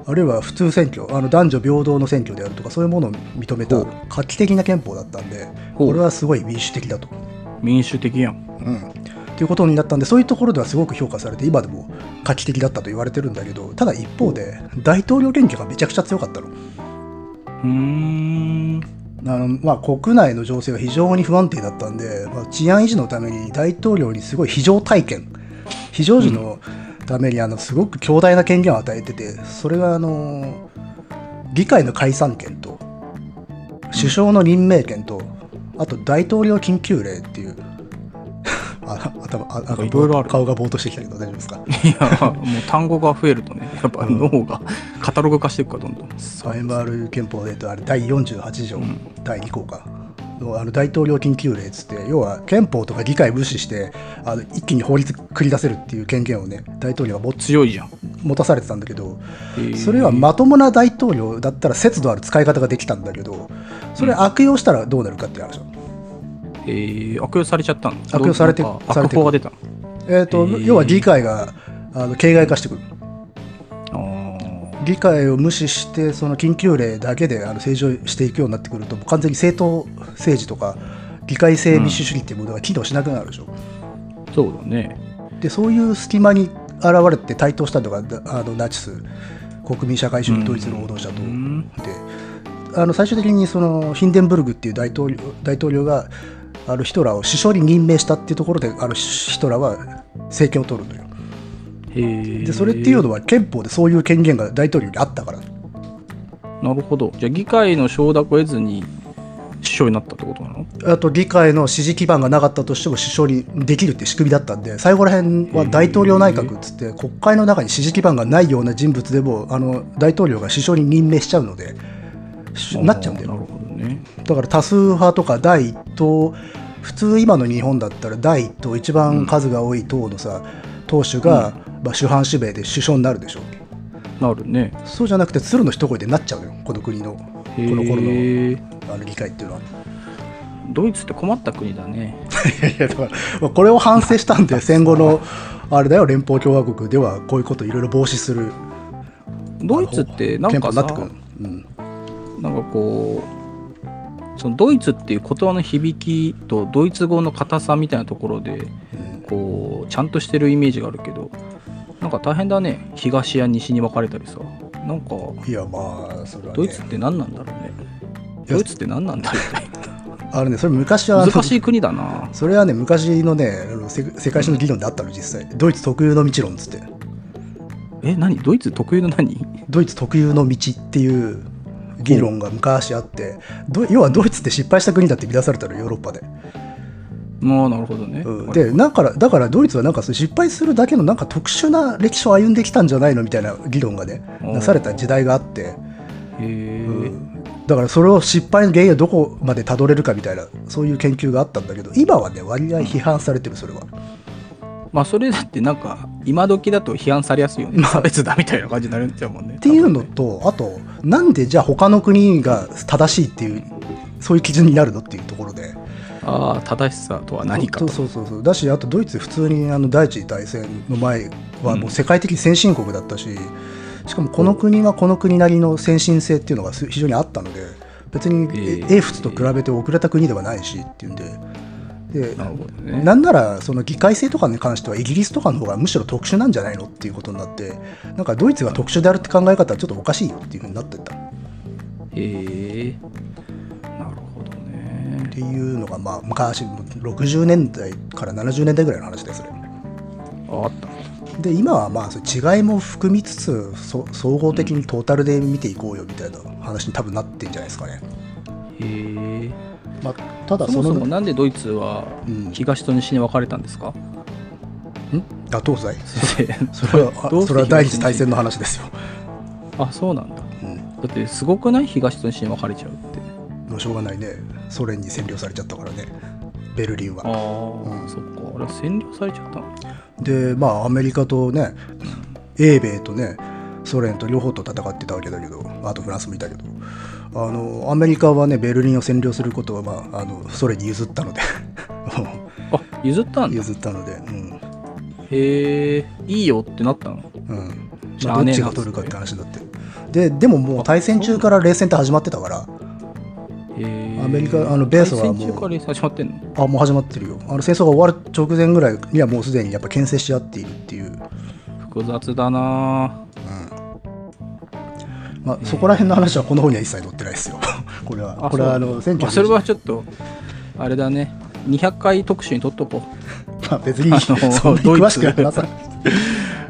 Speaker 2: あるいは普通選挙あの男女平等の選挙であるとかそういうものを認めた
Speaker 1: ほう
Speaker 2: 画期的な憲法だったんで
Speaker 1: ほう
Speaker 2: これはすごい民主的だと。
Speaker 1: う民主的やん
Speaker 2: うん、っていうことになったんでそういうところではすごく評価されて今でも画期的だったと言われてるんだけどただ一方で大統領選挙がめちゃくちゃ強かったの。
Speaker 1: うーん。
Speaker 2: あのまあ、国内の情勢は非常に不安定だったんで、まあ、治安維持のために大統領にすごい非常体験非常時のためにあのすごく強大な権限を与えててそれがあの議会の解散権と首相の任命権とあと大統領緊急令っていうあ頭あなんか
Speaker 1: いろいろある
Speaker 2: 顔がぼーっとしてきたけど大丈夫ですか
Speaker 1: いや、もう単語が増えるとね、やっぱ脳がカタログ化していくから、どんどん。
Speaker 2: サイバール憲法で言うとあれ第48条、
Speaker 1: ん
Speaker 2: 第2項かのあの大統領緊急令っつって要は憲法とか議会無視してあの一気に法律繰り出せるっていう権限をね大統領は持つ
Speaker 1: 強いじゃん。
Speaker 2: 持たされてたんだけど
Speaker 1: えー
Speaker 2: それはまともな大統領だったら節度ある使い方ができたんだけどそれ悪用したらどうなるかっていう話なの
Speaker 1: えー悪用されちゃったの
Speaker 2: 悪用されて
Speaker 1: どうなんか
Speaker 2: され
Speaker 1: 悪
Speaker 2: てる
Speaker 1: 法が出たの
Speaker 2: えーと
Speaker 1: へー
Speaker 2: 要は議会があの形骸化してくる
Speaker 1: あ
Speaker 2: 議会を無視してその緊急令だけであの政治をしていくようになってくるともう完全に政党政治とか議会制民主主義っていうものが機能しなくなるでしょ、
Speaker 1: ーそうだね。
Speaker 2: でそういう隙間に現れて台頭したのがだあのナチス国民社会主義ドイツ労働者と、
Speaker 1: うん
Speaker 2: であの最終的にそのヒンデンブルグっていう大統領大統領があのヒトラーを首相に任命したっていうところであのヒトラーは政権を取るのよ
Speaker 1: へー
Speaker 2: でそれっていうのは憲法でそういう権限が大統領にあったから
Speaker 1: なるほど。じゃあ、議会の承諾を得ずに首相になったってことなの
Speaker 2: あと議会の支持基盤がなかったとしても首相にできるって仕組みだったんで最後ら辺は大統領内閣っつって国会の中に支持基盤がないような人物でもあの大統領が首相に任命しちゃうのでしなっちゃうんだ
Speaker 1: な
Speaker 2: よ
Speaker 1: るほどね。
Speaker 2: だから多数派とか第一党普通今の日本だったら第一党一番数が多い党のさ党首が、まあ、主犯指名で首相になるでしょ
Speaker 1: なるね。
Speaker 2: そうじゃなくて鶴の一声でなっちゃうのよこの国のこ
Speaker 1: へー
Speaker 2: の頃のあの議会っていうのは。
Speaker 1: ドイツって困った国だね。
Speaker 2: いやいやだからまあこれを反省したんで戦後のあれだよ連邦共和国ではこういうこといろいろ防止する
Speaker 1: ドイツってなん
Speaker 2: 憲
Speaker 1: か
Speaker 2: 法に
Speaker 1: さ
Speaker 2: なってくる、うん、
Speaker 1: なんかこうそのドイツっていう言葉の響きとドイツ語の硬さみたいなところでこうちゃんとしてるイメージがあるけどなんか大変だね東や西に分かれたりさなんか
Speaker 2: いやまあそれは、ね、
Speaker 1: ドイツって何なんだろうね
Speaker 2: いや
Speaker 1: ドイツって何なんだろうね
Speaker 2: あれねそれ昔はあの
Speaker 1: 難しい国だな
Speaker 2: それはね昔のねあの世世界史の議論であったの実際ドイツ特有の道論っつって
Speaker 1: え何ドイツ特有の何
Speaker 2: ドイツ特有の道っていう議論が昔あってど要はドイツって失敗した国だって見出されたのヨーロッパで、
Speaker 1: まあなるほどね、
Speaker 2: うん
Speaker 1: あれ
Speaker 2: でなんかだからドイツはなんかそう失敗するだけのなんか特殊な歴史を歩んできたんじゃないのみたいな議論がね
Speaker 1: うん
Speaker 2: なされた時代があって、
Speaker 1: へえ、
Speaker 2: だからそれを失敗の原因をどこまでたどれるかみたいなそういう研究があったんだけど今はね割合批判されてるそれは、
Speaker 1: まあそれだってなんか今時だと批判されやすいよね、差別だみ たいな感じになるんちゃうもんねっ
Speaker 2: っていうのとあとなんでじゃあ他の国が正しいっていうそういう基準になるのっていうところで
Speaker 1: ああ正しさとは何か
Speaker 2: そ
Speaker 1: と
Speaker 2: うそうそうそうだしあとドイツ普通にあの第一次大戦の前はもう世界的先進国だったし、しかもこの国はこの国なりの先進性っていうのがす非常にあったので別に
Speaker 1: ええ
Speaker 2: 英仏と比べて遅れた国ではないしっていうんで。で
Speaker 1: なるほどね
Speaker 2: なんならその議会制とかに関してはイギリスとかの方がむしろ特殊なんじゃないのっていうことになってなんかドイツが特殊であるって考え方はちょっとおかしいよっていうふうになってったっ
Speaker 1: へえなるほどね
Speaker 2: ていうのがまあ昔60年代から70年代ぐらいの話ですそれ
Speaker 1: ああった
Speaker 2: で今はまあそれ違いも含みつつそ総合的にトータルで見ていこうよみたいな話に多分なってんじゃないですかね、
Speaker 1: へえ
Speaker 2: まあ、ただ
Speaker 1: そ
Speaker 2: そ
Speaker 1: も
Speaker 2: の
Speaker 1: そもなんでドイツは
Speaker 2: うん
Speaker 1: 東と西に分かれたんですか、
Speaker 2: んあ東西
Speaker 1: 先生
Speaker 2: それはあ
Speaker 1: どうして
Speaker 2: それは第二次大戦の話ですよ、
Speaker 1: あそうなんだ
Speaker 2: うん、
Speaker 1: だってすごくない東と西に分かれちゃうって
Speaker 2: もうしょうがないねソ連に占領されちゃったからねベルリン
Speaker 1: あ
Speaker 2: は
Speaker 1: あ、そっかあれは占領されちゃったの
Speaker 2: でまあアメリカとね英米とねソ連と両方と戦ってたわけだけどあとフランスもいたけどあのアメリカはねベルリンを占領することは、まあ、あのソ連に譲ったので
Speaker 1: あ譲ったんだ
Speaker 2: 譲ったので、うん、
Speaker 1: へえいいよってなったの
Speaker 2: うん
Speaker 1: じゃ
Speaker 2: ま
Speaker 1: あ
Speaker 2: あ、ど
Speaker 1: ね
Speaker 2: っちが取るかって話になってるででももう対戦中から冷戦って始まってたから
Speaker 1: へえ
Speaker 2: アメリカあの米ソは
Speaker 1: 大
Speaker 2: も
Speaker 1: 戦中か
Speaker 2: う
Speaker 1: ら始まってんの
Speaker 2: あもう始まってるよあの戦争が終わる直前ぐらいにはもうすでにやっぱ牽制し合っているっていう、
Speaker 1: 複雑だな
Speaker 2: まあ、そこら辺の話はこの本には一切載ってないですよ これは
Speaker 1: あ
Speaker 2: これはあ
Speaker 1: そう
Speaker 2: の選
Speaker 1: ぁ
Speaker 2: 挙
Speaker 1: あそれはちょっとあれだね200回特集にとっとこう
Speaker 2: まあ別に
Speaker 1: あの
Speaker 2: そんなに詳しくは話さない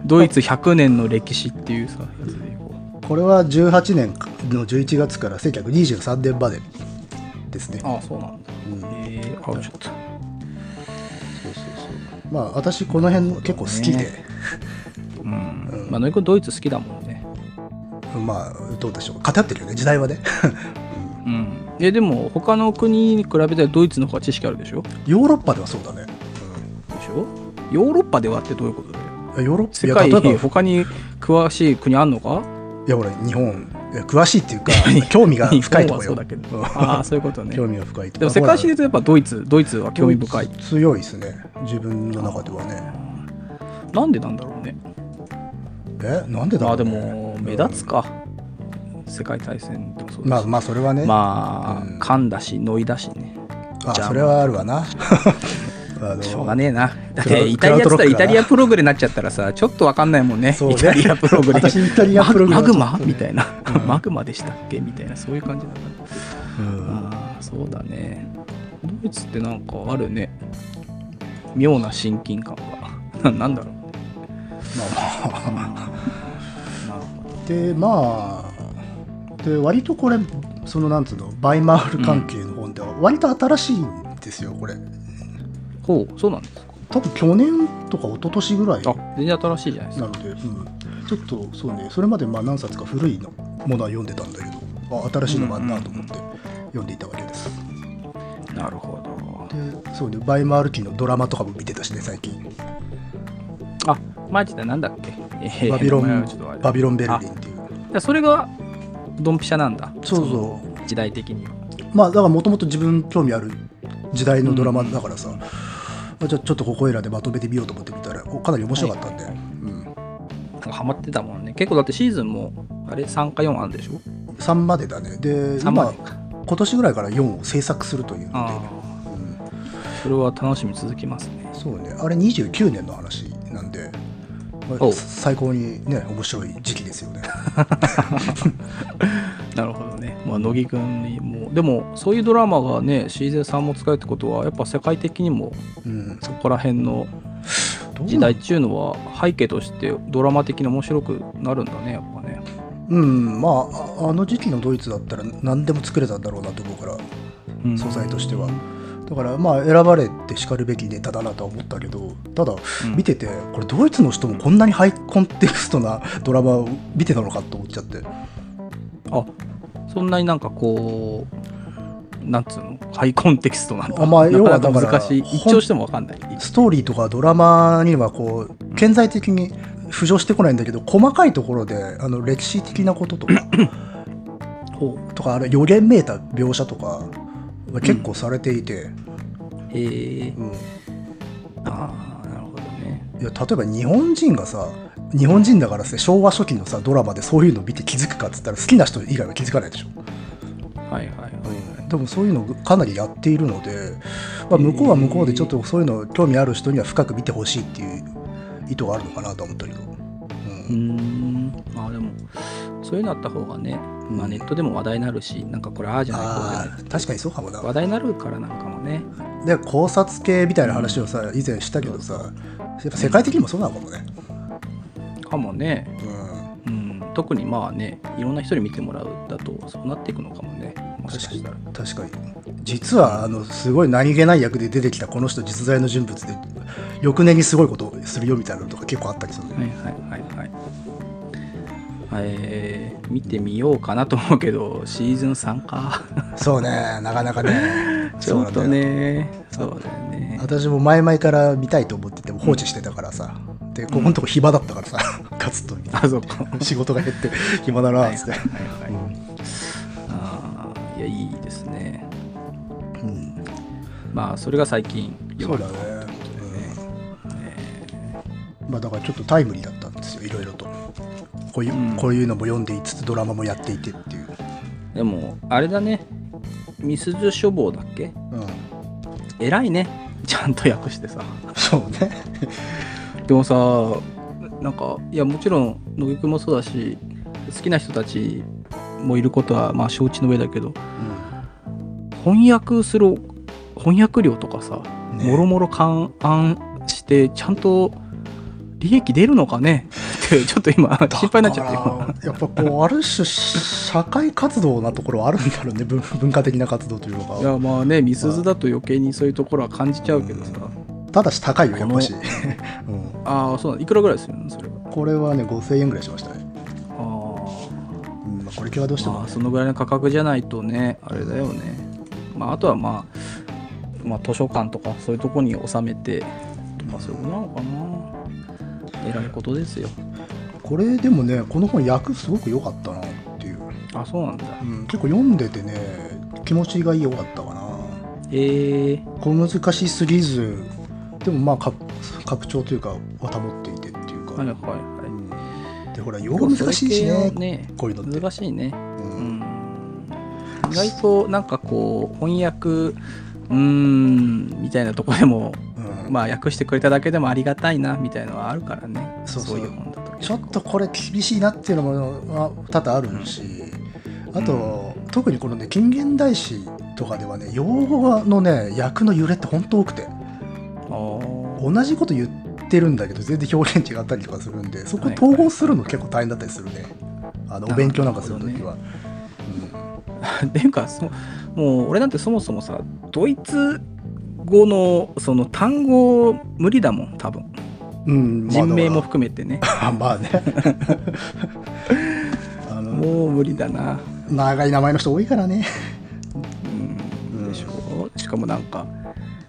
Speaker 1: ドイツ100年の歴史っていうさやつでいこう
Speaker 2: これは18年の11月から1923年までですね
Speaker 1: ああそうなんだ
Speaker 2: うん
Speaker 1: えー、あちょっとそうそう
Speaker 2: まあ私この辺の結構好きで、
Speaker 1: そううん、まあノイ君ドイツ好きだもんね
Speaker 2: まあどうでしょう偏ってるよね時代はね
Speaker 1: うんえでも他の国に比べたらドイツの方が知識あるでしょ
Speaker 2: ヨーロッパではそうだね、
Speaker 1: でしょヨーロッパではってどういうことだよ
Speaker 2: うん、ヨーロッ
Speaker 1: 世
Speaker 2: パ
Speaker 1: 界
Speaker 2: いや例え
Speaker 1: に
Speaker 2: ば
Speaker 1: 他に詳しい国あんのか
Speaker 2: いや俺日本いや詳しいっていうか興味が
Speaker 1: 日
Speaker 2: 深
Speaker 1: 本
Speaker 2: いと
Speaker 1: は
Speaker 2: こ
Speaker 1: そ
Speaker 2: よ
Speaker 1: うだけど
Speaker 2: うん
Speaker 1: ああそういうことね
Speaker 2: 興味が深いと
Speaker 1: でも世界史で言
Speaker 2: あ
Speaker 1: うとやっぱドイツドイツは興味深い
Speaker 2: ほら強いですね自分の中ではね
Speaker 1: なんでなんだろうね
Speaker 2: えなんでだ
Speaker 1: ま
Speaker 2: ろ
Speaker 1: あ
Speaker 2: う、
Speaker 1: で、
Speaker 2: ね
Speaker 1: も目立つか、世界大戦でもそう
Speaker 2: うんま
Speaker 1: だ
Speaker 2: あ
Speaker 1: し
Speaker 2: まあそれはね、
Speaker 1: まあ、
Speaker 2: うん
Speaker 1: 噛んだしノイだしね
Speaker 2: あ
Speaker 1: じゃあ
Speaker 2: それはあるわな あの
Speaker 1: しょうがねえなだっ
Speaker 2: クラウ
Speaker 1: てイタリアっ
Speaker 2: ク
Speaker 1: つっ
Speaker 2: ラウド
Speaker 1: た
Speaker 2: ロ
Speaker 1: ら
Speaker 2: ッ
Speaker 1: イ
Speaker 2: カー
Speaker 1: タリアプログレになっちゃったらさちょっとわかんないもんね
Speaker 2: そうね
Speaker 1: イタリアプログレ
Speaker 2: 私イタリアプログレ
Speaker 1: マ
Speaker 2: はち
Speaker 1: グ
Speaker 2: ょっと
Speaker 1: マみたいな、マグマでしたっけみたいなそういう感じだった
Speaker 2: うん
Speaker 1: ああそうだねドイツってなんかあるね妙な親近感がなんだろう
Speaker 2: まあまあ
Speaker 1: なるほど
Speaker 2: でまあで割とこれそのなんつうのバイマール関係の本では割と新しいんですよこれ
Speaker 1: ほうそうなんですか
Speaker 2: 多分去年とか一昨年ぐらいな
Speaker 1: あ全然新しいじゃないですか
Speaker 2: ので、うんちょっとそうねそれまでまあ何冊か古いのものは読んでたんだけどあ新しいのがあるなと思って読んでいたわけです、
Speaker 1: なるほど
Speaker 2: でそうねバイマール期のドラマとかも見てたしね最近
Speaker 1: あマジでなんだっけ、えー
Speaker 2: バビロ
Speaker 1: 名前
Speaker 2: ン
Speaker 1: はちょっとあれ
Speaker 2: バビロンベル
Speaker 1: あ
Speaker 2: リンっていう
Speaker 1: じゃあそれがドンピシャなんだ
Speaker 2: そうそう
Speaker 1: 時代的には
Speaker 2: まあだからもともと自分興味ある時代のドラマだからさ、あじゃあちょっとここいらでまとめてみようと思ってみたらおかなり面白かったんで、うん、
Speaker 1: なんかハマってたもんね結構だってシーズンもあれ3か4あるんでしょ
Speaker 2: 3までだねで
Speaker 1: 3ま
Speaker 2: 今
Speaker 1: でか
Speaker 2: 今年ぐらいから4を制作するというので
Speaker 1: あ、あそれは楽しみ続きますね
Speaker 2: うんそうねあれ29年の話なんで、まあ
Speaker 1: お
Speaker 2: 最高にね面白い時期ですよね
Speaker 1: なるほどね、まあ、乃木くんにもでもそういうドラマがねシーゼンさんも使えるってことはやっぱ世界的にも
Speaker 2: うん
Speaker 1: そこら辺の
Speaker 2: どう
Speaker 1: 時代っていうのは背景としてドラマ的に面白くなるんだねやっぱね
Speaker 2: うんまあああの時期のドイツだったら何でも作れたんだろうなと思うから
Speaker 1: うん
Speaker 2: 素材としては、だからまあ選ばれてしかるべきネタだなとは思ったけどただ
Speaker 1: うん
Speaker 2: 見ててこれドイツの人もこんなにハイコンテクストなドラマを見てたのかと思っちゃって
Speaker 1: あそんなになんかこうなんつうのハイコンテキストなんだ
Speaker 2: あまあ
Speaker 1: な
Speaker 2: 要は
Speaker 1: かなか
Speaker 2: だから
Speaker 1: 難しい一
Speaker 2: ほん
Speaker 1: 聴しても分かんない
Speaker 2: ストーリーとかドラマにはこう顕在的に浮上してこないんだけど細かいところであの歴史的なこととかとかあれ予言めいた描写とかは結構されていて、
Speaker 1: えー、
Speaker 2: うんい
Speaker 1: ああなるほどね
Speaker 2: や例えば日本人がさ日本人だからさ昭和初期のさドラマでそういうの見て気づくかっつったら好きな人以外は気づかないでしょ
Speaker 1: はいはいはい、
Speaker 2: でもそういうのかなりやっているので、まあ、向こうは向こうでちょっとそういうの興味ある人には深く見てほしいっていう意図があるのかなとは思ったけど、
Speaker 1: うーんまあでもそういうのあった方がね、まあ、ネットでも話題になるしなんかこれああじゃないこうじゃない
Speaker 2: ああ確かにそうかもな
Speaker 1: 話題になるからなんかもね
Speaker 2: で考察系みたいな話をさ以前したけどさやっぱ世界的にもそうなのかもね、
Speaker 1: かもね、
Speaker 2: うん、
Speaker 1: うん、特にまあねいろんな人に見てもらうだとそうなっていくのかもねもし
Speaker 2: 確
Speaker 1: か
Speaker 2: かに
Speaker 1: したら
Speaker 2: 確かに実はあのすごい何気ない役で出てきたこの人実在の人物で翌年にすごいことをするよみたいなのとか結構あったりするんだよ
Speaker 1: はいはいはいはいえー見てみようかなと思うけどシーズン3か
Speaker 2: そうねなかなかね
Speaker 1: ちょっとねそうだよね
Speaker 2: 私も前々から見たいと思ってても放置してたからさ、でここのとこ暇だったからさ、 ガツッと見た
Speaker 1: あそっか
Speaker 2: 仕事が減って暇だなっつって、
Speaker 1: はいはい、ああいやいいですね
Speaker 2: うん、
Speaker 1: まあそれが最近
Speaker 2: そうだ
Speaker 1: よ
Speaker 2: ね、うんまあ、だからちょっとタイムリーだったんですよいろいろとこういう、
Speaker 1: うん
Speaker 2: こういうのも読んでいつつドラマもやっていてっていう
Speaker 1: でもあれだねみすゞ書房だっけ
Speaker 2: うん、
Speaker 1: 偉いねちゃんと訳してさ
Speaker 2: そうね。
Speaker 1: でもさなんかいやもちろん野木くんもそうだし好きな人たちもいることはまあ承知の上だけど翻訳する翻訳料とかさ
Speaker 2: うんね
Speaker 1: もろもろ勘案してちゃんと利益出るのかねってちょっと今心配になっちゃって今
Speaker 2: だからやっぱこう、ある種、社会活動なところはあるんだろうね、文文化的な活動というの
Speaker 1: い
Speaker 2: が。
Speaker 1: やまあねみすずだと余計にそういうところは感じちゃうけどさ、
Speaker 2: ただし高いよ、やっぱし。
Speaker 1: こ
Speaker 2: うん
Speaker 1: ああそうなのいくらぐらいするのそれは
Speaker 2: これはね、5000円ぐらいしましたね。
Speaker 1: あー
Speaker 2: うんまあこれ系はどうして
Speaker 1: ま
Speaker 2: も
Speaker 1: あ。そのぐらいの価格じゃないとねあれだよねまああとはまあまあ図書館とかそういうとこに収めてとかそういうことなのかな偉いことですよ
Speaker 2: これでもね、この本、訳すごく良かったなっていう。
Speaker 1: あそうなんだ
Speaker 2: うん結構読んでてね、気持ちが良かったかな。
Speaker 1: ええ
Speaker 2: 小難しすぎず、でもまあ、か拡張というか、は保っていてっていうか。
Speaker 1: はいはいは
Speaker 2: う
Speaker 1: い
Speaker 2: んで、ほら、用語難しいし
Speaker 1: それ
Speaker 2: ね
Speaker 1: 系。の
Speaker 2: こういうのって
Speaker 1: ね難しいね
Speaker 2: うん
Speaker 1: うん意外となんかこう翻訳うーんみたいなとこでも、
Speaker 2: うん
Speaker 1: まあ訳してくれただけでもありがたいなみたいのはあるからね
Speaker 2: そうそう
Speaker 1: いう本だと
Speaker 2: ちょっとこれ厳しいなっていうのもまあ多々あるし、
Speaker 1: ん
Speaker 2: あと、特にこのね近現代史とかではね用語のね役の揺れって本当多くて
Speaker 1: あ
Speaker 2: 同じこと言ってるんだけど全然表現違ったりとかするんでそこ統合するの結構大変だったりするね、あのお勉強なんかするときは、
Speaker 1: あ っていうかそもう俺なんてそもそもさドイツ語のその単語無理だもん多分
Speaker 2: うん、うんまあ
Speaker 1: 人名も含めてね
Speaker 2: だから まあねあの
Speaker 1: もう無理だな
Speaker 2: 長い名前の人多いからね
Speaker 1: うんでしょしかもなんか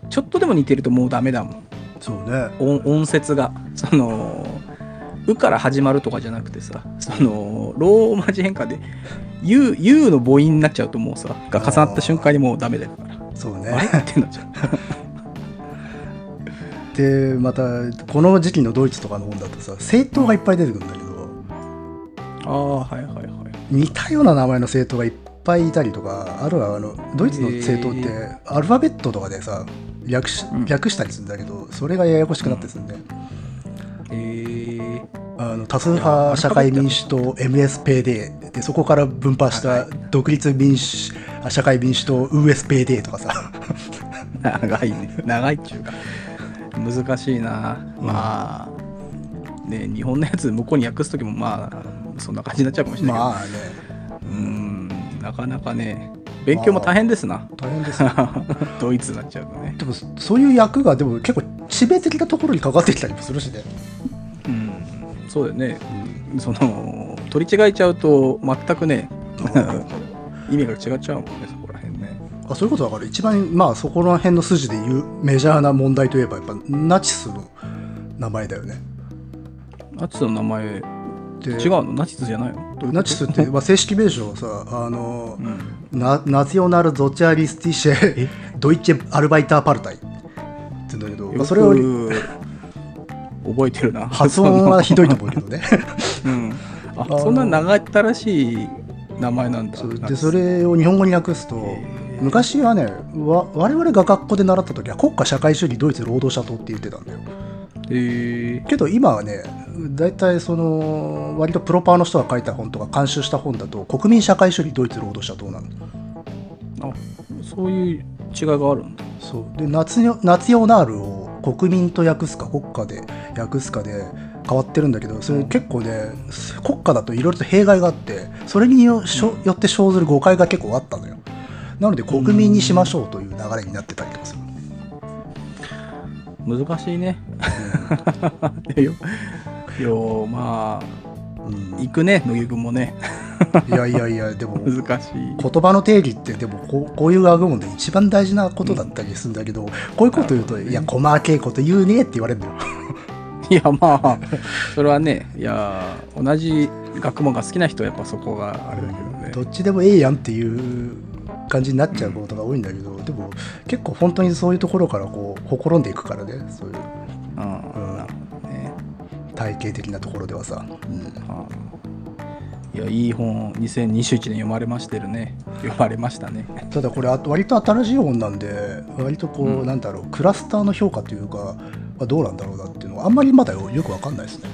Speaker 1: ちょっとでも似てるともうダメだもん
Speaker 2: そうね
Speaker 1: 音音節がその「う」から始まるとかじゃなくてさそのローマ字変化で「u」u の母音になっちゃうともうさが重なった瞬間にもうダメだから
Speaker 2: そうね
Speaker 1: あれ ってなっちゃう
Speaker 2: でまたこの時期のドイツとかの本だとさ政党がいっぱい出てくるんだけど
Speaker 1: ああはいはいはい
Speaker 2: 似たような名前の政党がいっぱいいたりとかあるいはあのドイツの政党っ
Speaker 1: へ
Speaker 2: てアルファベットとかでさ略し
Speaker 1: うん
Speaker 2: 略したりするんだけどそれがややこしくなってするんで、
Speaker 1: えー、
Speaker 2: あの多数
Speaker 1: いやア
Speaker 2: 派
Speaker 1: ルフ
Speaker 2: 社
Speaker 1: ァベッ
Speaker 2: 会
Speaker 1: ト
Speaker 2: 民主党 MSPD でそこから分派し
Speaker 1: はい
Speaker 2: た独立民主あ社会民主党 USPD とかさ
Speaker 1: 長いね長いっちゅうか難しいなまあね日本のやつ向こうに訳す時もまあそんな感じになっちゃうかもしれないけど、
Speaker 2: まあね
Speaker 1: うんなかなかね勉強も大変ですな、
Speaker 2: 大変ですよ
Speaker 1: ドイツになっちゃうとね
Speaker 2: でもそういう役がでも結構致命的なところにかかってきたりもするしね
Speaker 1: うん、そうだよね、その取り違えちゃうと全くね 意味が違っちゃうもんねそこら辺ね
Speaker 2: あそういうことだから一番まあそこら辺の筋で言うメジャーな問題といえばやっぱナチスの名前だよね。
Speaker 1: ナチスの名前違う
Speaker 2: で
Speaker 1: のナチスじゃないのどういうこと
Speaker 2: ナチ スって、まあ、正式名称はさあの、
Speaker 1: うん
Speaker 2: ナナショナル・ゾチャリスティシェ・ドイツェ・アルバイター・パルタイって言うんだけど、まあ、それ
Speaker 1: よ
Speaker 2: を
Speaker 1: く覚えてるな
Speaker 2: 発音はひどいと思うけどね。
Speaker 1: その うんあ
Speaker 2: の
Speaker 1: そんな長ったらしい名前なんだ
Speaker 2: そう
Speaker 1: ナ
Speaker 2: で
Speaker 1: チス
Speaker 2: それを日本語に訳すと
Speaker 1: へー
Speaker 2: 昔はねわ我々が学校で習った時は国家社会主義ドイツ労働者党って言ってたんだよ。
Speaker 1: へー
Speaker 2: けど今はね大体その割とプロパーの人が書いた本とか監修した本だと国民社会主義ドイツ労働者党なの
Speaker 1: あそういう違いがあるんだ
Speaker 2: そうでナツヨナツヨナールを国民と訳すか国家で訳すかで変わってるんだけどそれ結構ね国家だといろいろと弊害があってそれによしょよって生ずる誤解が結構あったのよなので国民にしましょうという流れになってたりとかする
Speaker 1: 難しいね よよまあ
Speaker 2: うん、
Speaker 1: 行くね乃木君もね
Speaker 2: いやいやいやで も
Speaker 1: 難しい
Speaker 2: 言葉の定義ってでもこうこういう学問で一番大事なことだったりするんだけど、こういうこと言うと「いや細けいこと言うね」って言われるのよ。
Speaker 1: いやまあそれはねいや同じ学問が好きな人はやっぱそこがあれだけどね
Speaker 2: どっちでもええやんっていう感じになっちゃうことが多いんだけど、でも結構本当にそういうところからこうほころんでいくからねそういう
Speaker 1: うんなるほどね
Speaker 2: 体系的なところではさ、うん
Speaker 1: はいやいい本2021年読まれましてるね読まれましたね
Speaker 2: ただこれあと割と新しい本なんで割とこう、
Speaker 1: うん
Speaker 2: なんだろうクラスターの評価というか、まあ、どうなんだろうなっていうのはあんまりまだよよくわかんないですね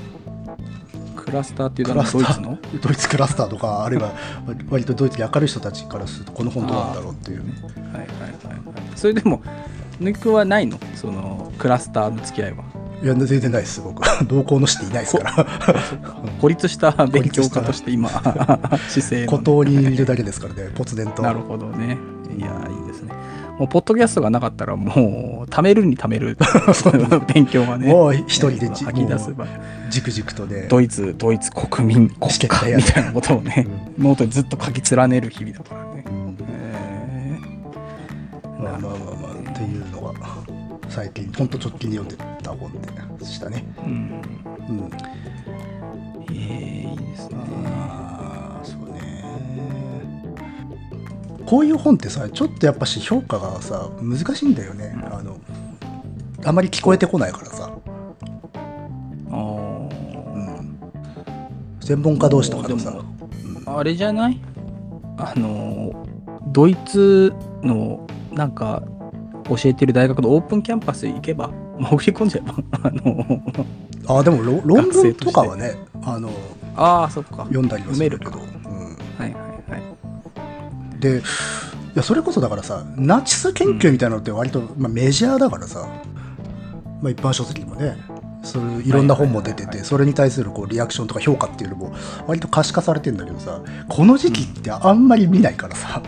Speaker 1: クラスターっていう
Speaker 2: ク
Speaker 1: のは
Speaker 2: ラスタ
Speaker 1: ドイツ
Speaker 2: ー
Speaker 1: の
Speaker 2: ドイツクラスター とかあるいは割とドイツに明るい人たちからするとこの本どうなんだろうっていう
Speaker 1: はいはいはいはいそれでもぬくはないのそのクラスターの付き合いはい
Speaker 2: や全然ないです僕 同行のしていないですから
Speaker 1: 孤立した勉強家として今 姿勢をね
Speaker 2: 孤島にいるだけですからねポツデンと
Speaker 1: なるほどねいやいいですねもうポッドキャストがなかったらもう貯めるに貯める 勉強がね
Speaker 2: もう一人でじ
Speaker 1: 吐き出せば
Speaker 2: じくじくとで、
Speaker 1: ドイツドイツ国民国
Speaker 2: 試験だ
Speaker 1: 家
Speaker 2: よ
Speaker 1: みたいなことをね、ノートにずっと書き連ねる日々だからね、えー
Speaker 2: まあまあまあまあっていうのが最近ほんと直近に読んでた本でしたね
Speaker 1: うん
Speaker 2: うん
Speaker 1: えーいいですね
Speaker 2: あーそうねこういう本ってさちょっとやっぱし評価がさ難しいんだよねあのあまり聞こえてこないからさ、
Speaker 1: あー
Speaker 2: うん、専門家同士とかでもさ
Speaker 1: でもあれじゃないあのドイツのなんか教えてる大学のオープンキャンパス行けば潜り込んじゃえばあの
Speaker 2: あでもろ論
Speaker 1: 学生
Speaker 2: 文
Speaker 1: として
Speaker 2: とかはねあの
Speaker 1: ああそっか
Speaker 2: 読んだりはするけど、
Speaker 1: 読
Speaker 2: うん、
Speaker 1: はいはいはい
Speaker 2: でいやそれこそだからさナチス研究みたいなのって割と、まあ、メジャーだからさ、まあ、一般書籍にもねそれいろんな本も出て
Speaker 1: はいはいはいはい
Speaker 2: てそれに対するこうリアクションとか評価っていうのも割と可視化されてんだけどさこの時期ってあんまり見ないからさ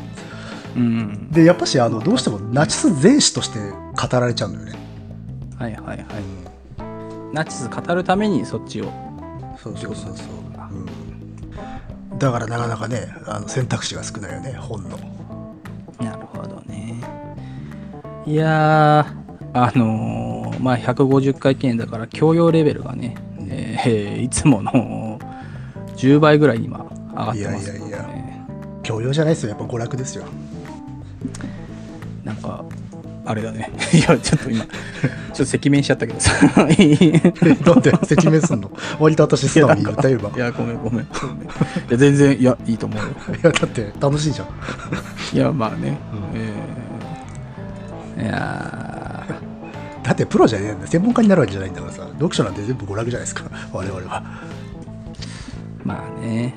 Speaker 1: うん
Speaker 2: でやっぱしあのどうしてもナチス全史として語られちゃうんだよね、
Speaker 1: はいはいはいナチス語るためにそっちを
Speaker 2: そうそうそうそう、うん、だからなかなかねあの選択肢が少ないよね本の
Speaker 1: なるほどね。いやー、あのーまあ、150回記念だから、教養レベルがね、えーいつもの10倍ぐらいに今、上がってますけどね。
Speaker 2: いやいやい教養じゃないですよやっぱ娯楽ですよ
Speaker 1: なんか、あれだね。 いや、ちょっと今、ちょっと赤面しちゃったけどさ。 い
Speaker 2: えだって説明すんの 割と私素
Speaker 1: や、
Speaker 2: 直
Speaker 1: な
Speaker 2: に
Speaker 1: ん
Speaker 2: 言った
Speaker 1: か、い
Speaker 2: よ今いや
Speaker 1: や、ごめん、ごめん。ごめんいや、全然、いや、いいと思うよ。
Speaker 2: だって楽しいじゃん
Speaker 1: いや、まあね。え
Speaker 2: う
Speaker 1: ーいやー
Speaker 2: だってプロじゃねえんだ専門家になるわけじゃないんだからさ読書なんて全部娯楽じゃないですか 我々は
Speaker 1: まあね。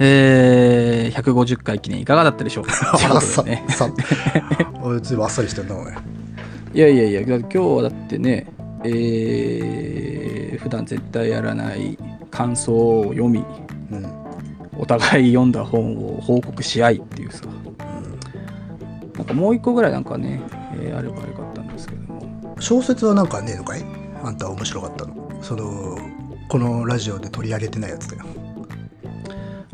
Speaker 1: えー、150回記念いかがだったでしょうかというこ
Speaker 2: あっ
Speaker 1: と
Speaker 2: さ
Speaker 1: でね
Speaker 2: さ俺ずいぶんあっさりしてんなお前
Speaker 1: いやいやいや、だって今日はだってね、えー、普段絶対やらない感想を読み、
Speaker 2: うん
Speaker 1: お互い読んだ本を報告し合いっていうさ、なんかもう一個ぐらいなんかね、えーあればよかったんですけども、
Speaker 2: 小説はなんかねえのかいあんた面白かったのそのこのラジオで取り上げてないやつだよ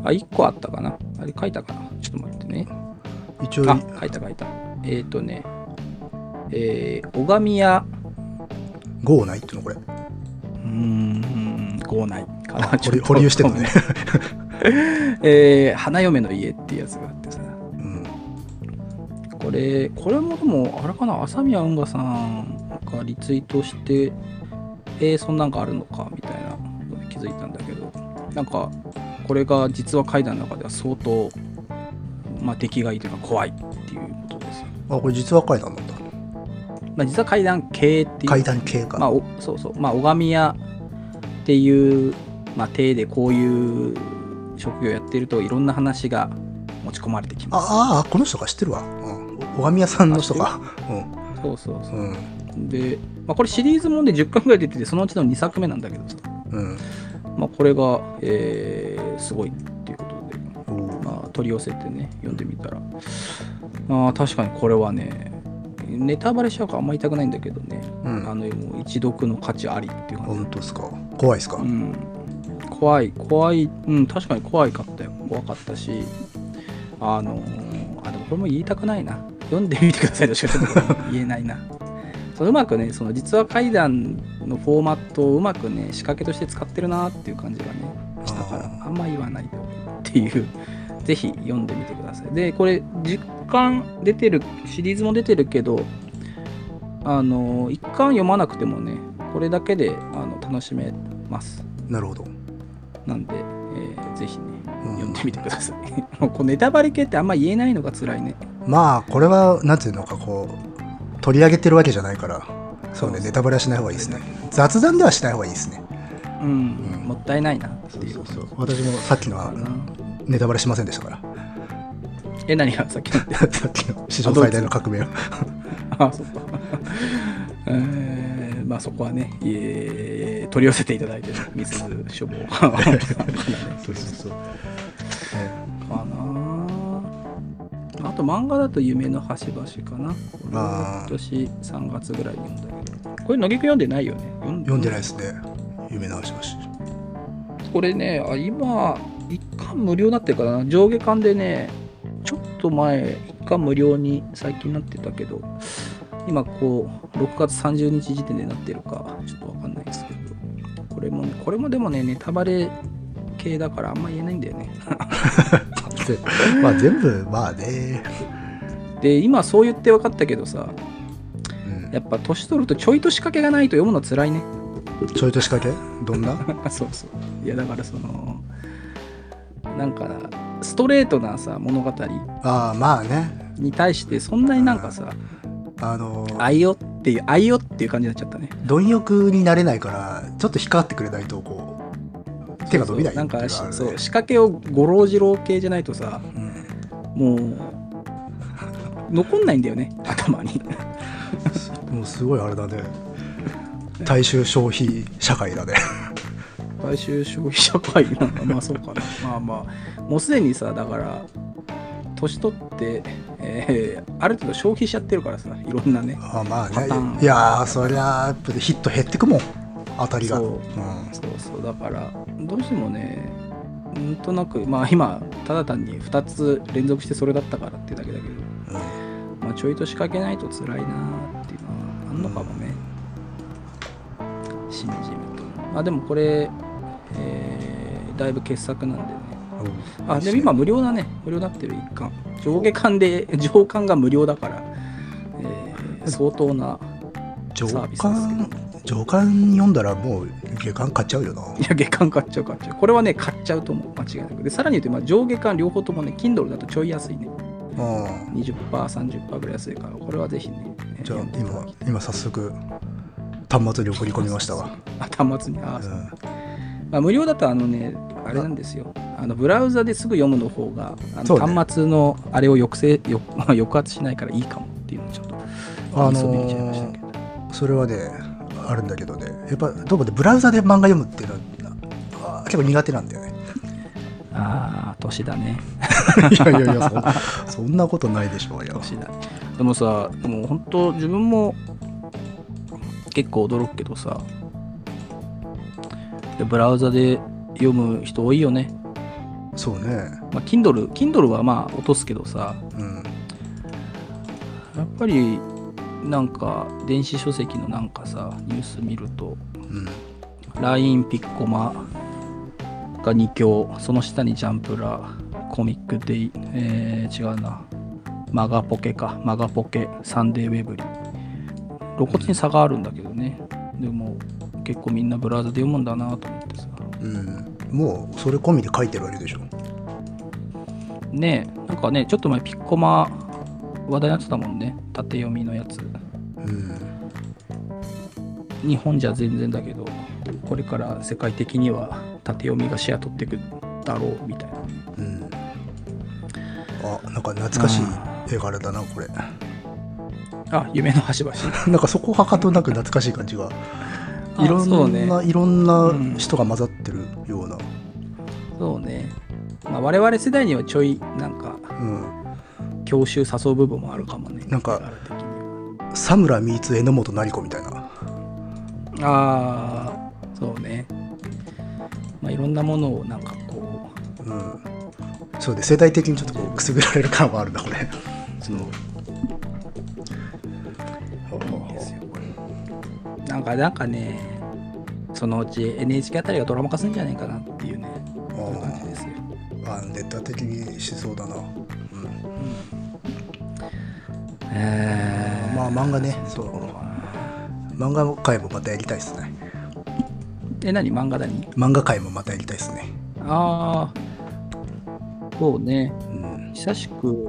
Speaker 1: あ、一個あったかなあれ書いたかなちょっと待ってね。
Speaker 2: 一応
Speaker 1: あ、書いた書いた。えっ、ー、とね、えー、小神屋
Speaker 2: 号ないっていうのこれ
Speaker 1: うーん、校内かな。
Speaker 2: あ
Speaker 1: ちょ
Speaker 2: 保
Speaker 1: っ
Speaker 2: 留
Speaker 1: と
Speaker 2: 保留してんのね。
Speaker 1: えー花嫁の家っていうやつがあってさ、
Speaker 2: うん
Speaker 1: これ、これもでも、あれかな、朝宮運河さんがリツイートして、えー、そんなんがあるのかみたいなのに気づいたんだけど、なんか、これが実は階段の中では相当、まあ、出来がいいというか、怖いっていうことですよ。
Speaker 2: あこれ実は書いたんだ
Speaker 1: まあ、実は階段系っていう
Speaker 2: 階段系か、
Speaker 1: まあ、おそうそう、まあ、拝み屋っていう、まあ、体でこういう職業やってるといろんな話が持ち込まれてきます。
Speaker 2: ああーこの人か知ってるわ、うん、お拝み屋さんの人か
Speaker 1: そうそうそうう。
Speaker 2: ん
Speaker 1: で、まあ、これシリーズもんで10巻ぐらい出てて、そのうちの2作目なんだけどさ、
Speaker 2: うんうん
Speaker 1: まあ、これが、えーすごいっていうことで、
Speaker 2: おー
Speaker 1: まあ、取り寄せてね、読んでみたら、まあ、確かにこれはね、ネタバレしちゃうからあんまり言いたくないんだけどね、
Speaker 2: うん
Speaker 1: あのもう一読の価値ありっていう感じ
Speaker 2: 本当ですか怖いですか、
Speaker 1: うん、怖い怖いうん確かに怖いかったよ怖かったしあのーあでもこれも言いたくないな読んでみてくださいとしかちょっと言えないなそううまくねその実は怪談のフォーマットをうまくね仕掛けとして使ってるなっていう感じがねしたから
Speaker 2: あ
Speaker 1: あんま言わないっていう ぜひ読んでみてくださいでこれ実巻出てるシリーズも出てるけどあの一巻読まなくてもねこれだけであの楽しめます
Speaker 2: なるほど
Speaker 1: なんで、えーぜひね、読んでみてください。 もうこうネタバレ系ってあんま言えないのが辛いね。
Speaker 2: まあこれはなんていうのかこう取り上げてるわけじゃないからそうねネタバレはしない方がいいですね雑談ではしない方がいいですね
Speaker 1: うん、もったいないなっていう。
Speaker 2: 私もさっきのはネタバレしませんでしたから
Speaker 1: え、何がさっきのって。
Speaker 2: さっきの史上最大の革命を
Speaker 1: あ、そっか。えーまあそこはね、えー取り寄せていただいてる水書房かな。
Speaker 2: そうそうそう、
Speaker 1: あと漫画だと夢の端々かな。
Speaker 2: まあ
Speaker 1: 今年3月ぐらいに読んだけど。これ、野菊読んでないよね。
Speaker 2: 読んでない
Speaker 1: い。
Speaker 2: ですね夢の話だし
Speaker 1: これね、あ今、一巻無料になってるからな。上下巻でね、ちょっと前、一巻無料に最近なってたけど、今こう、6月30日時点でなってるか、ちょっとわかんないですけど、これもね、これもでもね、ネタバレ系だからあんま言えないんだよね。
Speaker 2: まあ全部まあね、
Speaker 1: で、今そう言って分かったけどさ、
Speaker 2: うん
Speaker 1: やっぱ年取るとちょいと仕掛けがないと読むの辛いね。
Speaker 2: ちょいと仕掛けどんな
Speaker 1: あそうそういやだからそのなんかストレートなさ物語
Speaker 2: ああまあね
Speaker 1: に対してそんなになんかさ
Speaker 2: あのー
Speaker 1: 愛よっていう愛よっていう感じになっちゃったね
Speaker 2: 貪欲になれないからちょっと引っかかってくれないとこう手が伸びない
Speaker 1: そうそうなんか
Speaker 2: っていうの
Speaker 1: し
Speaker 2: があるね
Speaker 1: そう仕掛けを五郎次郎系じゃないとさ
Speaker 2: う、う
Speaker 1: も
Speaker 2: ん、
Speaker 1: う残んないんだよね 頭に
Speaker 2: もうすごいあれだね大衆消費社会だね
Speaker 1: 大衆消費社会なんだまあそうかな まあまあもうすでにさだから年取って、えーある程度消費しちゃってるからさいろんなね
Speaker 2: あまあ
Speaker 1: パター
Speaker 2: ね
Speaker 1: ン
Speaker 2: いやーそりゃやっぱりヒット減ってくもん当たりが
Speaker 1: そう
Speaker 2: うん
Speaker 1: そうそうだからどうしてもねなんとなくまあ今ただ単に2つ連続してそれだったからってだけだけど、
Speaker 2: うん
Speaker 1: まあ、ちょいと仕掛けないと辛いなっていうのはあんのかもね、しみじみとまあでもこれ、えーだいぶ傑作なんでねあでも今無料だね無料になってる一巻上下巻で上巻が無料だから、えー相当な
Speaker 2: 上
Speaker 1: サービスですけど
Speaker 2: 巻上巻読んだらもう下巻買っちゃうよない
Speaker 1: や、下巻買っちゃう、買っちゃう。これはね、買っちゃうと思う。間違いなく。で、さらに言うと、まあ、上下巻両方ともね、Kindle だとちょい安いね。
Speaker 2: うん
Speaker 1: 20%、30%ぐらい安いから、これはぜひね。えー
Speaker 2: じゃあ
Speaker 1: 読んでいただ
Speaker 2: 今
Speaker 1: きたい
Speaker 2: 今早速端末に送り込みましたわ、
Speaker 1: あ、端末に。あ
Speaker 2: う
Speaker 1: ー、
Speaker 2: ん、
Speaker 1: まあ、無料だと、あのね、あれなんですよ。あのブラウザですぐ読むの方が、あ
Speaker 2: そ
Speaker 1: の
Speaker 2: うね
Speaker 1: 端末のあれを抑制、よ 抑圧しないからいいかもっていうのをちょっと、
Speaker 2: あの
Speaker 1: 言い
Speaker 2: ー
Speaker 1: そびれちゃいましたけど。
Speaker 2: それはねあるんだけどねやっぱどうもねブラウザで漫画読むっていうのはあ結構苦手なんだよね
Speaker 1: ああ、年だね。
Speaker 2: いやいやいや そそんなことないでしょうよ
Speaker 1: 年だ。でもさ、もう本当、自分も結構驚くけどさ、でブラウザで読む人多いよね。
Speaker 2: そうね
Speaker 1: まあ、Kindle、Kindle はまあ落とすけどさ、
Speaker 2: うん
Speaker 1: やっぱりなんか電子書籍のなんかさ、ニュース見ると、
Speaker 2: うん、
Speaker 1: LINE ピッコマが2強、その下にジャンプラ、コミックデイ、えー違うな、マガポケか、マガポケ、サンデーウェブリー。露骨に差があるんだけどね。でも結構みんなブラウザで読むんだなと思ってさ。
Speaker 2: うん、もうそれ込みで書いてるわけでしょ
Speaker 1: ねえ、なんかね、ちょっと前ピッコマ話題になってたもんね。縦読みのやつ。
Speaker 2: うん
Speaker 1: 日本じゃ全然だけど、これから世界的には縦読みがシェア取っていくだろうみたいな。
Speaker 2: うんあなんか懐かしい
Speaker 1: あ
Speaker 2: 絵柄だなこれな
Speaker 1: あ、夢の端々。
Speaker 2: んかそこはか となく懐かしい感じが
Speaker 1: あ
Speaker 2: いろん
Speaker 1: そ
Speaker 2: な、
Speaker 1: うね
Speaker 2: いろんな人が混ざってるような、
Speaker 1: そうね。まあ、我々世代にはちょい、なんか、
Speaker 2: うん、
Speaker 1: 教習誘う部分もあるかもね。
Speaker 2: なんか
Speaker 1: ある時に
Speaker 2: サムラミーツ榎本成子みたいな
Speaker 1: はあー、そうね。まあ、いろんなものを、なんかこ
Speaker 2: うん、そうで世代的にちょっとこうくすぐられる感はあるなこれ
Speaker 1: う、その、いいですよ。なんか、なんかね、そのうち NHK あたりがドラマ化するんじゃないかなっていうね、そういう感じですよ。
Speaker 2: あネタ的にしそうだな、うん
Speaker 1: えー
Speaker 2: まあ漫画ねそう漫画界もまたやりたいですね
Speaker 1: え、何漫画だに
Speaker 2: 漫画界もまたやりたいですね。
Speaker 1: ああ、そうね。
Speaker 2: うん、
Speaker 1: 久しく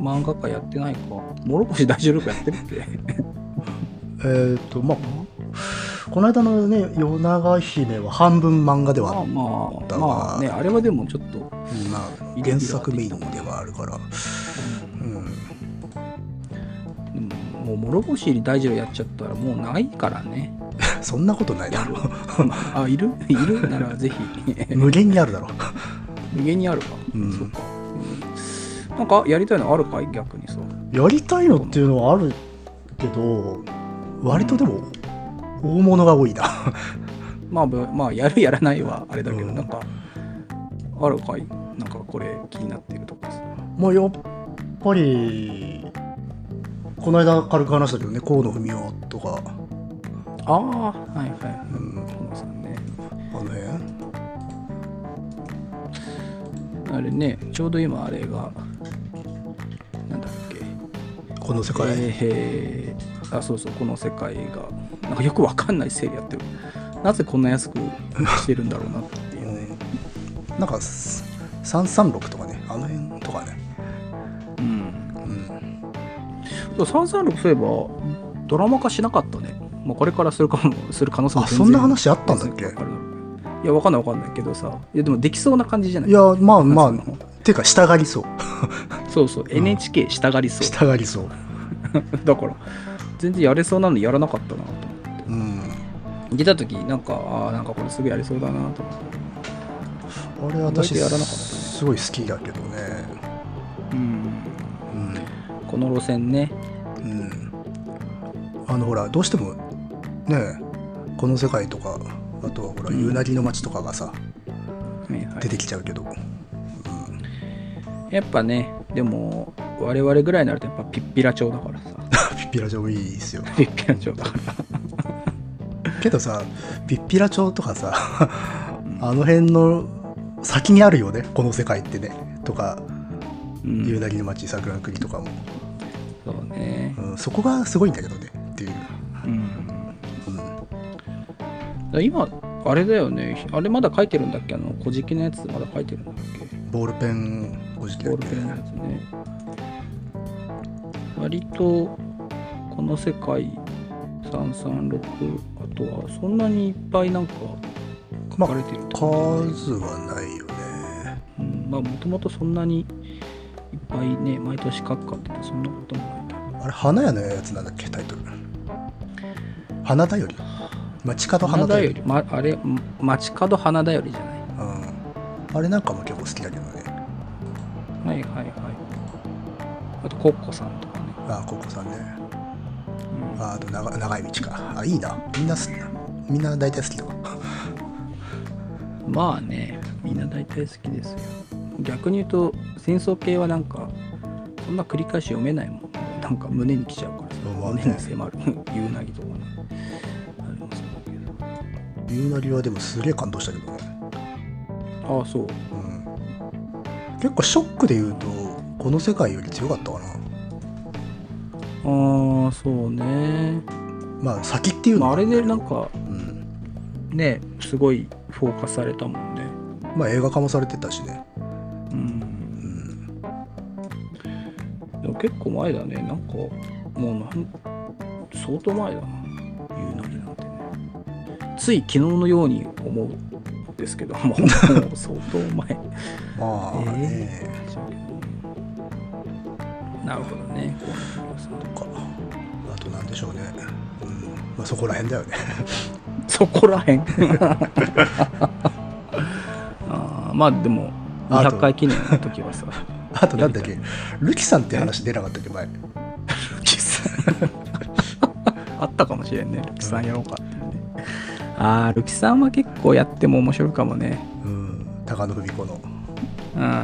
Speaker 1: 漫画家やってないか。諸星大二郎やってるって。
Speaker 2: えっ、と、まあ、この間のね、夜長姫は半分漫画では
Speaker 1: ま
Speaker 2: あ
Speaker 1: あ
Speaker 2: っ
Speaker 1: ま
Speaker 2: だ
Speaker 1: あ、
Speaker 2: が
Speaker 1: まあね、あれはでもちょっと、
Speaker 2: た、まあ
Speaker 1: イレギュラー
Speaker 2: 原作メインではあるから。うん
Speaker 1: うんもう諸星大二郎やっちゃったらもうないからね。
Speaker 2: そんなことないだろ
Speaker 1: あ、いるいるならぜひ。
Speaker 2: 無限にあるだろ
Speaker 1: 無限にあるか。
Speaker 2: うん
Speaker 1: そうか、うんなんかやりたいのあるかい逆にそう。
Speaker 2: やりたいのっていうのはあるけど割とでも大物が多いな
Speaker 1: まあ、ぶまあ、やるやらないはあれだけど、
Speaker 2: うん
Speaker 1: なんか、あるかいなんかこれ気になってるとかさ。
Speaker 2: もうやっぱりこの間軽く話したけどね河野文夫とか、
Speaker 1: ああ、はいはい。
Speaker 2: うん、
Speaker 1: 小野さんね。
Speaker 2: あの辺
Speaker 1: あれね、ちょうど今あれが、なんだっけ。
Speaker 2: この世界、
Speaker 1: えーあ、そうそう、この世界が、なんかよくわかんないセールやってる。なぜこんな安くしてるんだろうなっていうね。
Speaker 2: うんなんかす336とかねあの辺とかね、
Speaker 1: うん。
Speaker 2: うん、
Speaker 1: 336そういえば、ドラマ化しなかったね。まあ、これからするかも、する可能性も
Speaker 2: あ
Speaker 1: 全然
Speaker 2: そんな話あったんだっけ
Speaker 1: いや、わかんないわかんないけどさ。いや、でもできそうな感じじゃない
Speaker 2: いやまあま
Speaker 1: なんかそ
Speaker 2: あていうか従り そう
Speaker 1: のそうそう、NHK したがりそう。
Speaker 2: 従りそう、
Speaker 1: だから、全然やれそうなのにやらなかったなと思って。
Speaker 2: うん、
Speaker 1: 出た時なんか、ああ、なんかこれすぐやれそうだなと思って。
Speaker 2: あれ私
Speaker 1: 意外とやらなかったね
Speaker 2: すごい好きだけどね
Speaker 1: うん。
Speaker 2: うん
Speaker 1: この路線ね。
Speaker 2: うん、あのほらどうしてもねこの世界とかあとはほら
Speaker 1: うん
Speaker 2: 夕凪の街とかがさ、
Speaker 1: はいはい
Speaker 2: 出てきちゃうけど、
Speaker 1: やっぱね、でも、我々ぐらいになるとやっぱピッピラ調だから さ。
Speaker 2: ピッピラ町もいいですよ
Speaker 1: ピッピラ調だから。
Speaker 2: けどさピッピラ町とかさあの辺の先にあるよねこの世界ってねとか
Speaker 1: うん
Speaker 2: 夕凪の街桜の国とかも、
Speaker 1: そうね。
Speaker 2: うん、そこがすごいんだけどねっていう、
Speaker 1: うん。
Speaker 2: うん、
Speaker 1: 今、あれだよね。あれまだ書いてるんだっけあの、小じきのやつまだ書いてるんだっけ
Speaker 2: ボールペンご時期だ
Speaker 1: ボ
Speaker 2: っ
Speaker 1: ール
Speaker 2: け
Speaker 1: ペンのやつね。割と、この世界336、あとはそんなにいっぱいなんか書かれてるって
Speaker 2: 数
Speaker 1: ことね
Speaker 2: はないよね
Speaker 1: うんまあもともとそんなにいっぱいね、毎年書くかって言ったらそんなこともない。
Speaker 2: あれ花屋のやつなんだっけタイトル花だより街角花
Speaker 1: 花
Speaker 2: だ
Speaker 1: だ
Speaker 2: よ
Speaker 1: よ
Speaker 2: り
Speaker 1: り、ま、あれ、ん街角花だよりじゃない。
Speaker 2: うん、あれなんかも結構好きだけどね
Speaker 1: はいはいはい。あと、コッコさんとかね。
Speaker 2: ああココさんね
Speaker 1: うん
Speaker 2: ああと長長い道かあいいなみんな好きみんな大体好きだわ
Speaker 1: まあね、みんな大体好きですよ。逆に言うと、戦争系はなんか、そんな繰り返し読めないもん、ね。なんか胸に来ちゃうからさ、
Speaker 2: まあね
Speaker 1: 胸に迫る。 夕凪とかね。あれもそうだけ
Speaker 2: 夕なりはでもすげえ感動したけどね、
Speaker 1: ど。ああ、そう。
Speaker 2: うん、結構ショックで言うとこの世界より強かったかな
Speaker 1: ああ、そうね。
Speaker 2: まあ先っていう
Speaker 1: ま
Speaker 2: の
Speaker 1: あ、
Speaker 2: は
Speaker 1: あれでなんか、
Speaker 2: うん、
Speaker 1: ね、すごいフォーカスされたもんね。
Speaker 2: まあ映画化もされてたしね、
Speaker 1: うん
Speaker 2: う。ん、
Speaker 1: でも結構前だねなんかもうなん相当前だな言うなりなんてねつい昨日のように思うんですけど もうもう相当前
Speaker 2: まあね、
Speaker 1: なるほどねこう
Speaker 2: かあとなんでしょうね、うんまあ、そこら辺だよね
Speaker 1: そこら へんあーまあでも
Speaker 2: あと
Speaker 1: 200回記念の時はさ
Speaker 2: あとなんだっけルキさんって話出なかったっけ前
Speaker 1: あったかもしれんね ルキさんやろうかってねああルキさんは結構やっても面白いかもね
Speaker 2: うん高野文子の
Speaker 1: うん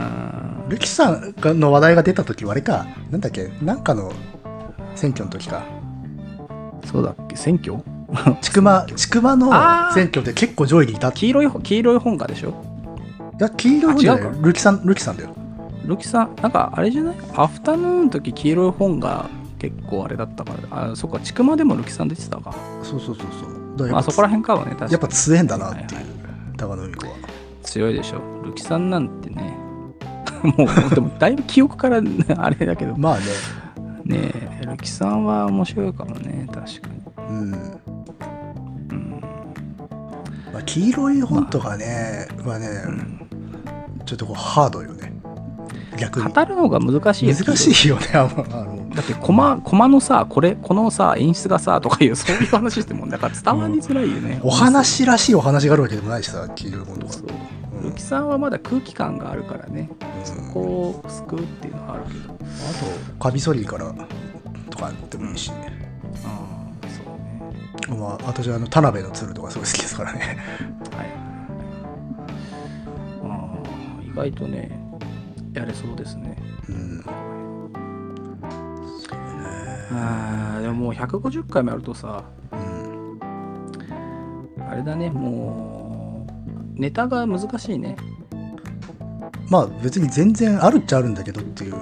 Speaker 2: ルキさんがの話題が出た時はあれかなんだっけなんかの選挙の時か
Speaker 1: そうだっけ選挙
Speaker 2: ちくまちくまの
Speaker 1: あー
Speaker 2: 選挙で結構上位にいたってい
Speaker 1: 黄色いほ黄色い本がでしょ
Speaker 2: や黄色い方じゃない
Speaker 1: あ違う
Speaker 2: ルキさんルキさんだよ
Speaker 1: ルキさんなんかあれじゃないアフタヌーンの時黄色い本が結構あれだったからあそっかちくまでもルキさん出てたか
Speaker 2: そうそうそうそうだからやっぱ
Speaker 1: まあそこら辺かはね、確かに。
Speaker 2: やっぱ強えんだなっていう、
Speaker 1: はいは
Speaker 2: 高野由美子は。
Speaker 1: 強いでしょ。ルキさんなんてね、 もう、でもだいぶ記憶からあれだけど、
Speaker 2: まあね、
Speaker 1: ねえ、ルキさんは面白いかもね、確かに。
Speaker 2: うん
Speaker 1: うん。
Speaker 2: まあ、黄色い本とかね、はね、ちょっとこうハードよね。逆に。
Speaker 1: 語るのが難しいよ
Speaker 2: 難しいよね、あのあの
Speaker 1: だってコマコマのさこれこのさ演出がさとかいうそういう話してもだから伝わりづらいよね、
Speaker 2: お話らしいお話があるわけでもないしさ、黄色い本とか。
Speaker 1: そう
Speaker 2: うん
Speaker 1: ルキさんはまだ空気感があるからねそこを救うっていうのはあるけど
Speaker 2: あと、カビソリーからとかでもいいし、
Speaker 1: ああそうね
Speaker 2: まあ、私はあの田辺の鶴とかすごい好きですからね。
Speaker 1: はいああ意外とねやれそうですね
Speaker 2: うん、
Speaker 1: ああでももう150回もやるとさ
Speaker 2: うん、
Speaker 1: あれだねもうネタが難しいね
Speaker 2: まあ別に全然あるっちゃあるんだけどっていう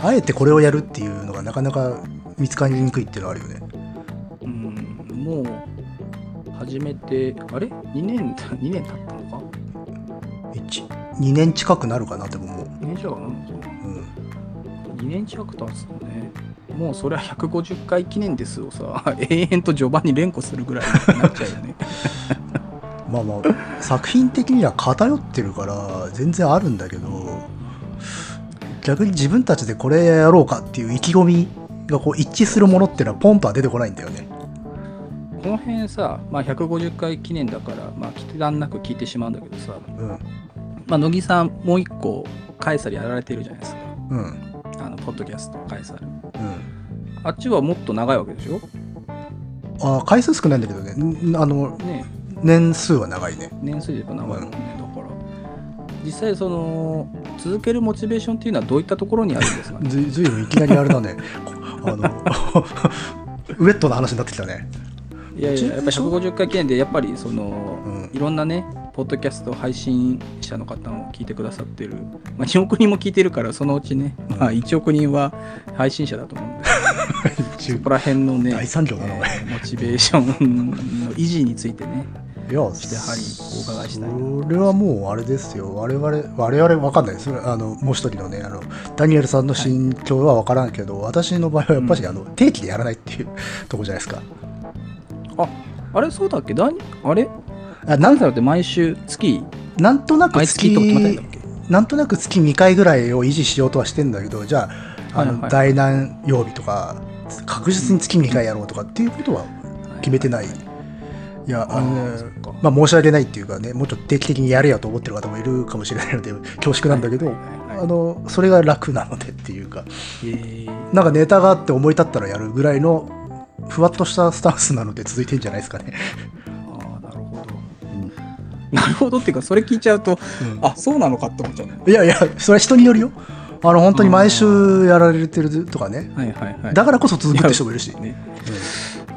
Speaker 2: あえてこれをやるっていうのがなかなか見つかりにくいっていうのはあるよね
Speaker 1: うんもう始めてあれ2年二年経ったのか
Speaker 2: 2年近くなるかなって思う、
Speaker 1: 2年以上はなんのかな
Speaker 2: うん、
Speaker 1: 2年近く経つのねもうそれは150回記念ですをさ 永遠と序盤に連呼するぐらいになっちゃうよね
Speaker 2: まあまあ作品的には偏ってるから全然あるんだけど逆に自分たちでこれやろうかっていう意気込みがこう一致するものっていうのはポンとは出てこないんだよね
Speaker 1: この辺さ、まあ、150回記念だからまあ忌憚なく聞いてしまうんだけどさ、
Speaker 2: うん
Speaker 1: まあ、乃木さんもう一個カエサルやられてるじゃないですか
Speaker 2: うん
Speaker 1: あのポッドキャストカエサル
Speaker 2: うん
Speaker 1: あっちはもっと長いわけでしょ
Speaker 2: あー回数少ないんだけどねんあの
Speaker 1: ね
Speaker 2: 年数は長いね
Speaker 1: 年数で言えば長いもんね、だから実際その続けるモチベーションっていうのはどういったところにあるんですかね
Speaker 2: ずずいぶんいきなりあれだねこあの ウェットな話になってきたね
Speaker 1: いやいややっぱり
Speaker 2: モチベーション
Speaker 1: 150回記念でやっぱりその、
Speaker 2: うん
Speaker 1: いろんなねポッドキャスト配信者の方も聞いてくださってる、まあ、2億人も聞いてるからそのうちね、まあ、1億人は配信者だと思 うんでそこら辺のね
Speaker 2: 大産業だなおい
Speaker 1: えーモチベーションの維持についてね
Speaker 2: いや
Speaker 1: してやはりお伺いしたい
Speaker 2: それはもうあれですよ我々我々わかんないそれあのもう一人のねあのダニエルさんの心境はわからんけど、私の場合はやっぱり、あの定期でやらないっていうとこじゃないですか
Speaker 1: ああれそうだっけだあれ
Speaker 2: あな
Speaker 1: 何
Speaker 2: ん
Speaker 1: だろうって毎週月
Speaker 2: なんとなく
Speaker 1: 毎
Speaker 2: 月
Speaker 1: 月と決まってんだっけ
Speaker 2: なんとなく月2回ぐらいを維持しようとはしてんだけどじゃああの、
Speaker 1: はいはい
Speaker 2: 第何曜日とか確実に月2回やろうとかっていうことは決めてない、いやあのね
Speaker 1: あーそっか
Speaker 2: まあ、申し訳ないっていうかねもうちょっと定期的にやれよと思ってる方もいるかもしれないので恐縮なんだけど、
Speaker 1: はいはいはいはい
Speaker 2: あのそれが楽なのでっていうか
Speaker 1: えー
Speaker 2: なんかネタがあって思い立ったらやるぐらいのふわっとしたスタンスなので続いてんじゃないですかね。
Speaker 1: ああなるほど、なるほどっていうかそれ聞いちゃうと、
Speaker 2: うん
Speaker 1: あそうなのかって思っちゃうね
Speaker 2: いやいやそれは人によるよあの本当に毎週やられてるとかね
Speaker 1: はいはいはい
Speaker 2: だからこそ続くって人もいるし、
Speaker 1: ね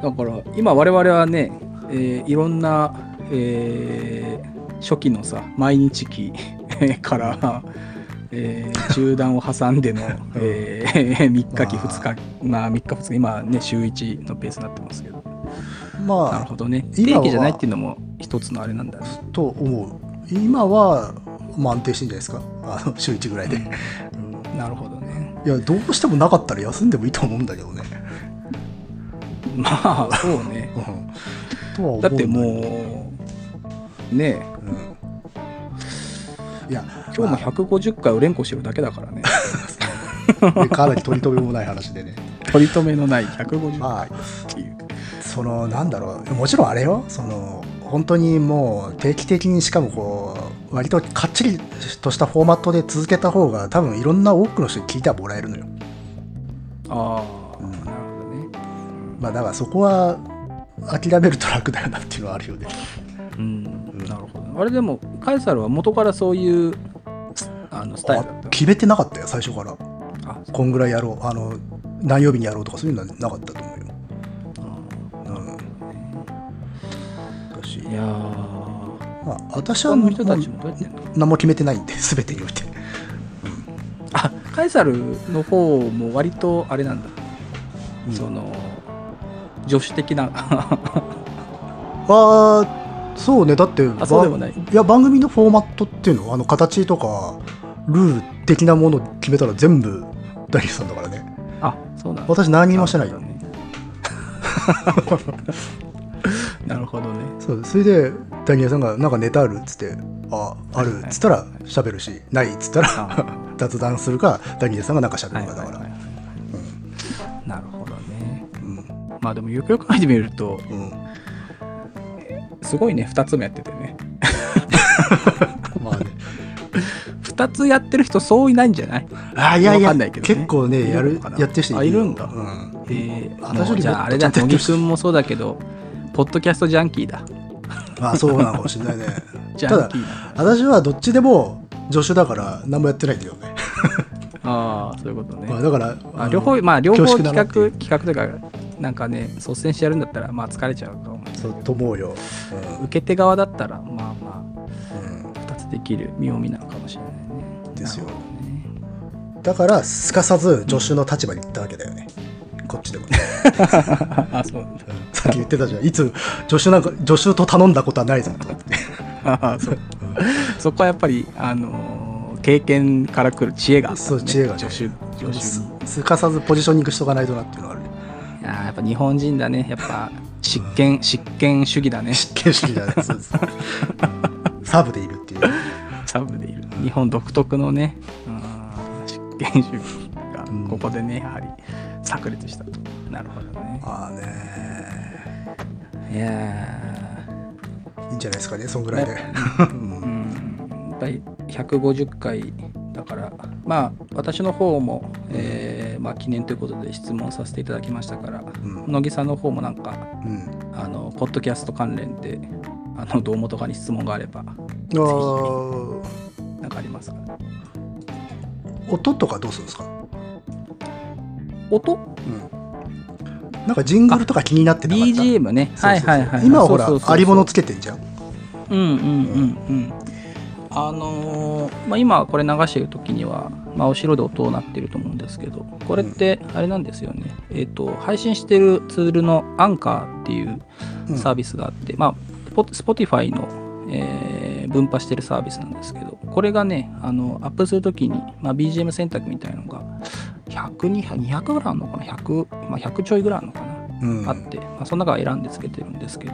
Speaker 1: だから今我々はね、えーいろんな、えー初期のさ毎日期 から、えー中断を挟んでの、え3日 期
Speaker 2: ま
Speaker 1: 2日まあ3
Speaker 2: あ
Speaker 1: 日2日今ね週1のペースになってますけど
Speaker 2: うん
Speaker 1: なる
Speaker 2: ま
Speaker 1: ほどね定
Speaker 2: 今は
Speaker 1: 期じゃないっていうのも一つのあれなんだね
Speaker 2: あと思う今は、まあ、安定してんじゃないですかあの週1ぐらいで、
Speaker 1: なるほどね
Speaker 2: いやどうしてもなかったら休んでもいいと思うんだけどね、
Speaker 1: まあそう ね
Speaker 2: うん、とは思うん
Speaker 1: だ
Speaker 2: だ
Speaker 1: って
Speaker 2: う、
Speaker 1: もうねえ
Speaker 2: うんいや
Speaker 1: 今日も150回を連呼してるだけだから ね
Speaker 2: まあかなり取り留めもない話 でね
Speaker 1: 取り留めのない150
Speaker 2: ま
Speaker 1: 回
Speaker 2: あ
Speaker 1: っていう、
Speaker 2: そのなんだろうもちろんあれよその本当にもう定期的にしかもこう割とかっちりとしたフォーマットで続けた方が多分いろんな多くの人に聞いてはもらえるのよ
Speaker 1: ああ、
Speaker 2: うん
Speaker 1: なるほどね
Speaker 2: まあだからそこは諦めると楽だよなっていうのはあるよね
Speaker 1: うん、なるほどあれでもカエサルは元からそういうあのスタイルだっ
Speaker 2: あ
Speaker 1: た
Speaker 2: 決めてなかったよ最初から
Speaker 1: あ
Speaker 2: こんぐらいやろうあの何曜日にやろうとかそういうのはなかったと思うようんだし
Speaker 1: いやー
Speaker 2: まあ私は
Speaker 1: 他
Speaker 2: も
Speaker 1: の
Speaker 2: う
Speaker 1: 人たちもどうやってんの
Speaker 2: 何も決めてないんで全てにおいて
Speaker 1: あカエサルの方も割とあれなんだ、その助手的な
Speaker 2: ああそうねだって
Speaker 1: あそうでもない
Speaker 2: や番組のフォーマットっていうのあの形とかルール的なものを決めたら全部大吉さんだからね
Speaker 1: あ そうなんだ
Speaker 2: 私何にもしてないよ
Speaker 1: ね なるほどね
Speaker 2: そうそれで大吉さんが「なんかネタある?」っつって「あある」っつったら喋るし「ない」っつったら
Speaker 1: あ
Speaker 2: 雑談するか大吉さんがなんか喋
Speaker 1: はい
Speaker 2: る
Speaker 1: は
Speaker 2: か
Speaker 1: い
Speaker 2: だ
Speaker 1: はい
Speaker 2: から、
Speaker 1: はいなるほどね
Speaker 2: うん
Speaker 1: まあでもよくよく考えてみると
Speaker 2: うん
Speaker 1: すごいね2つもやっててね
Speaker 2: まあね
Speaker 1: 2つやってる人そういないんじゃない
Speaker 2: あいやい
Speaker 1: わ
Speaker 2: や
Speaker 1: かんないけどね
Speaker 2: 結構ねや
Speaker 1: いる
Speaker 2: る
Speaker 1: のかな
Speaker 2: やってる人
Speaker 1: あいるんだ
Speaker 2: うん
Speaker 1: えー、
Speaker 2: 私
Speaker 1: も
Speaker 2: よ
Speaker 1: う
Speaker 2: り
Speaker 1: じゃああれ
Speaker 2: も
Speaker 1: だ
Speaker 2: っとちゃ
Speaker 1: 乃
Speaker 2: んとやってる
Speaker 1: 木くんもそうだけどポッドキャストジャンキーだ
Speaker 2: まあそうなのかもしれな いね
Speaker 1: ジ
Speaker 2: た
Speaker 1: ャン
Speaker 2: だ
Speaker 1: キーだ
Speaker 2: 私はどっちでも助手だから何もやってないけどね、
Speaker 1: ああそういうことね、
Speaker 2: まあ、だから
Speaker 1: まあ、
Speaker 2: の
Speaker 1: 両方まあ両方
Speaker 2: 恐縮
Speaker 1: 企
Speaker 2: だ
Speaker 1: 画
Speaker 2: なっていう
Speaker 1: 企画というかなんかね率先してやるんだったらまあ疲れちゃうかも
Speaker 2: そうと思うよ、
Speaker 1: 受け手側だったらまあま
Speaker 2: うん
Speaker 1: あ2つできる妙味なのかもしれないね
Speaker 2: ですよ
Speaker 1: なるほどね
Speaker 2: うんだからすかさず助手の立場に行ったわけだよねこっちでもね
Speaker 1: あそうなんだ
Speaker 2: さっき言ってたじゃんいつ助手なんか助手と頼んだことはないぞとかって
Speaker 1: あそうそこはやっぱりあのー経験からくる知恵があった
Speaker 2: そ
Speaker 1: ん
Speaker 2: う
Speaker 1: だね、
Speaker 2: 知恵がね
Speaker 1: 助手助手
Speaker 2: すすかさずポジショニングしとかないとなっていうの がある
Speaker 1: いやーやっぱ日本人だねやっぱ執権執権主義だね
Speaker 2: 失敬式じゃないそうですサブでいるっていう
Speaker 1: サブでいる日本独特のねうん執権主義が
Speaker 2: うん
Speaker 1: ここでねやはり炸裂したとなるほどね
Speaker 2: ああね
Speaker 1: いや
Speaker 2: いいんじゃないですかねそんぐらいで、うん
Speaker 1: ーうん第150回だからまあ私の方も、えーまあ、記念ということで質問させていただきましたから
Speaker 2: うん
Speaker 1: 乃木さんの方もなんか
Speaker 2: うん
Speaker 1: あのポッドキャスト関連であのどうもとかに質問があれば
Speaker 2: あー
Speaker 1: なんかありますか
Speaker 2: 音とかどうするんですか、
Speaker 1: 音
Speaker 2: うん、なんかジングルとか気になってなかった
Speaker 1: BGM ね。
Speaker 2: そう
Speaker 1: は
Speaker 2: そう
Speaker 1: い
Speaker 2: そう
Speaker 1: はいはい。
Speaker 2: 今はほら
Speaker 1: そうそうそう
Speaker 2: ありものつけてんじゃん
Speaker 1: うんうんうんうん。あのーまあ、今これ流してる時には、まあ、後ろで音を鳴ってると思うんですけどこれってあれなんですよね、えっと配信してるツールのアンカーっていう
Speaker 2: うん
Speaker 1: サービスがあって、まあ、ポ Spotify の、えー分派してるサービスなんですけどこれがねあのアップするときに、まあ、BGM 選択みたいのが100200ぐらいあるのかな100、まあ、100ちょいぐらいあるのかな
Speaker 2: うん
Speaker 1: あって、まあ、その中を選んでつけてるんですけど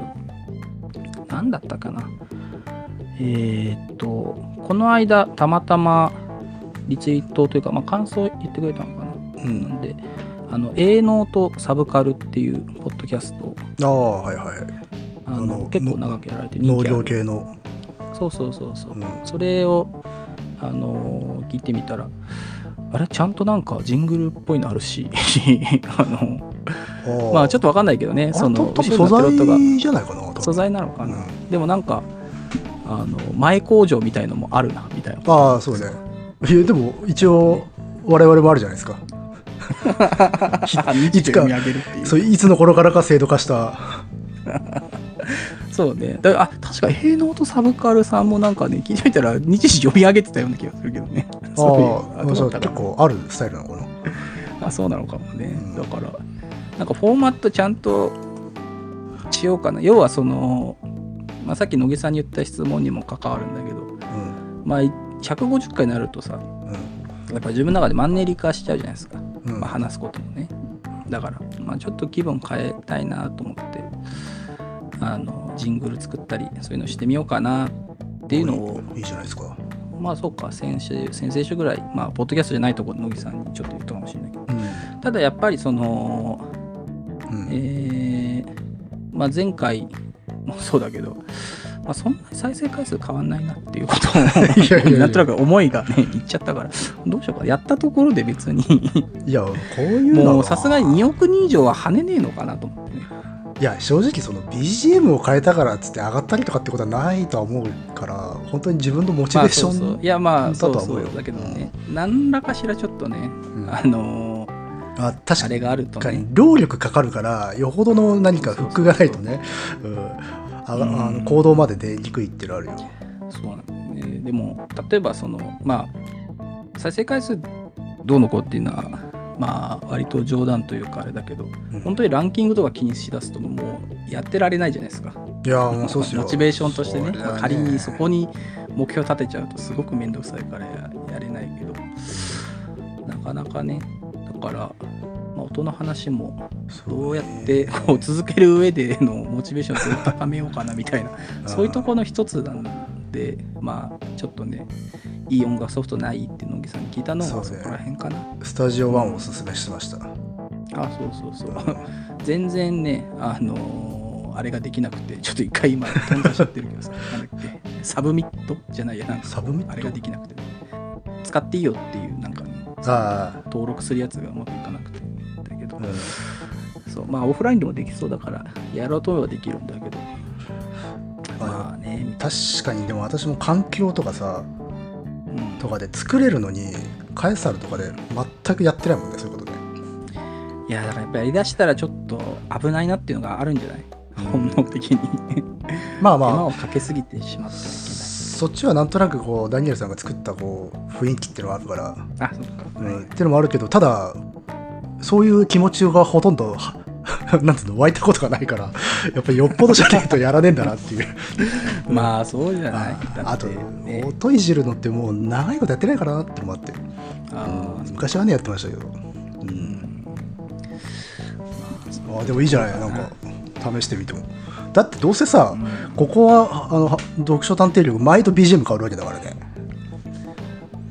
Speaker 1: 何だったかなえーっとこの間たまたまリツイートというか、まあ、感想言ってくれたのかな
Speaker 2: うん
Speaker 1: なんであの「営農とサブカル」っていうポッドキャストを
Speaker 2: ああはいはい
Speaker 1: あの
Speaker 2: あの
Speaker 1: 結構長くやられて人
Speaker 2: 農
Speaker 1: 気あ
Speaker 2: 業
Speaker 1: る
Speaker 2: 系の、
Speaker 1: そうそうそうそう、
Speaker 2: うん
Speaker 1: それをあのー聞いてみたらあれちゃんとなんかジングルっぽいのあるし あのまあちょっ
Speaker 2: っ
Speaker 1: とわかんないけどね
Speaker 2: と
Speaker 1: その
Speaker 2: 多
Speaker 1: 後ろ
Speaker 2: 分
Speaker 1: の
Speaker 2: 素
Speaker 1: テロットが
Speaker 2: 材じゃないかな多分
Speaker 1: 素材なのかな、
Speaker 2: うん
Speaker 1: でもなんかあの前工場みたいのもあるなみ たいな
Speaker 2: ああそうねいやでも一応我々もあるじゃないですか
Speaker 1: い
Speaker 2: いつか
Speaker 1: 見上げるっていう
Speaker 2: そ
Speaker 1: そう
Speaker 2: ういつの頃からか制度化した
Speaker 1: ねだからあ確か営農とサブカルさんもなんかね聞いてみたら日時読み上げてたような気がするけどねそういう
Speaker 2: ああまあ
Speaker 1: ど
Speaker 2: そうう
Speaker 1: だっ
Speaker 2: 結
Speaker 1: たか
Speaker 2: 構あるスタイルなのかな
Speaker 1: なあそうなのかもね、
Speaker 2: うん
Speaker 1: だからなんかフォーマットちゃんとしようかな要はその、まあ、さっき野木さんに言った質問にも関わるんだけど、
Speaker 2: うん
Speaker 1: まあ、150回になるとさやっぱ自分の中でマンネリ化しちゃうじゃないですか
Speaker 2: うんうん
Speaker 1: まあ、話すこともねだから、まあ、ちょっと気分変えたいなと思ってあのジングル作ったりそういうのしてみようかなっていうのを
Speaker 2: いいじゃないですか
Speaker 1: まあそうか先週先々週ぐらいまあポッドキャストじゃないところ乃木さんにちょっと言ったかもしれないけど
Speaker 2: うん
Speaker 1: ただやっぱりその
Speaker 2: うん
Speaker 1: えーまあ、前回もそうだけど、まあ、そんなに再生回数変わんないなっていうことを
Speaker 2: いやいやいや
Speaker 1: なんとなく思いがねいっちゃったからどうしようかやったところで別に
Speaker 2: いやこういうのは
Speaker 1: もうさすがに2億人以上は跳ねねえのかなと思ってね
Speaker 2: いや正直その BGM を変えたからっつって上がったりとかってことはないとは思うから本当に自分のモチベーション、
Speaker 1: まあそうそういやまあ
Speaker 2: だと
Speaker 1: そ
Speaker 2: は
Speaker 1: う
Speaker 2: 思
Speaker 1: そう
Speaker 2: よ
Speaker 1: うだけどね何らかしらちょっとね
Speaker 2: うん
Speaker 1: あのー
Speaker 2: あ確
Speaker 1: あ
Speaker 2: か
Speaker 1: れ
Speaker 2: に
Speaker 1: があるとね
Speaker 2: 労力かかるからよほどの何かフックがないとねうんあがあの行動まで出にくいっていうのあるよ
Speaker 1: そうなんだよねでも例えばそのまあ再生回数どうのこうっていうのはまあ割と冗談というかあれだけど
Speaker 2: うん
Speaker 1: 本当にランキングとか気にしだすともうやってられないじゃないですか
Speaker 2: いやーもうそうっすよ
Speaker 1: モチベーションとしてね
Speaker 2: そりゃ
Speaker 1: まあ仮にそこに目標立てちゃうとすごく面倒くさいからややれないけどなかなかねだから、まあ、音の話もどうやってこう続ける上でのモチベーションをどう高めようかなみたいなそういうところの一つなんでまあちょっとねいい音楽ソフトないって野木さんに聞いたの
Speaker 2: そう
Speaker 1: は
Speaker 2: ね
Speaker 1: そこら辺かな。
Speaker 2: スタジオワンをおすすめし ました
Speaker 1: あそうそうそう全然ねあのーあれができなくてちょっと一回今頓挫しちゃってるけど さなんだっけサブミットじゃないやなんか
Speaker 2: サブミ
Speaker 1: あ
Speaker 2: ッ
Speaker 1: れ
Speaker 2: ト
Speaker 1: ができなくて使っていいよっていうなんかね、
Speaker 2: あ
Speaker 1: 登録するやつがうまくいかなくてだけど
Speaker 2: あ、、うん、
Speaker 1: そうまあオフラインでもできそうだからやろうと思えばできるんだけど
Speaker 2: あの
Speaker 1: まあね
Speaker 2: 確かにでも私も環境とかさ
Speaker 1: うん
Speaker 2: とかで作れるのにカエサルとかで全くやってないもんねそういうことね
Speaker 1: いやだからやっぱやりだしたらちょっと危ないなっていうのがあるんじゃない本能的 に
Speaker 2: まあ
Speaker 1: 手間
Speaker 2: ま
Speaker 1: をかけすぎてしまっ
Speaker 2: あ
Speaker 1: てはい
Speaker 2: そっちはなんとなくこうダニエルさんが作ったこう雰囲気っていうのはあるから
Speaker 1: けないあそっか、
Speaker 2: うん、ってのもあるけどただそういう気持ちがほとんど はなんつうの湧いたことがないからやっぱりよっぽどじゃないとやらねえんだなっていう
Speaker 1: まあそうじゃない
Speaker 2: あ
Speaker 1: だ
Speaker 2: あ
Speaker 1: って
Speaker 2: と
Speaker 1: ね
Speaker 2: 音いじるのってもう長いことやってないからなってのもあって
Speaker 1: あー
Speaker 2: 昔はねやってましたけど、う、
Speaker 1: うんん
Speaker 2: あでもいいじゃないなんか試してみてもだってどうせさ、
Speaker 1: うん
Speaker 2: ここはあのは読書探偵力毎度 BGM 変わるわけだからね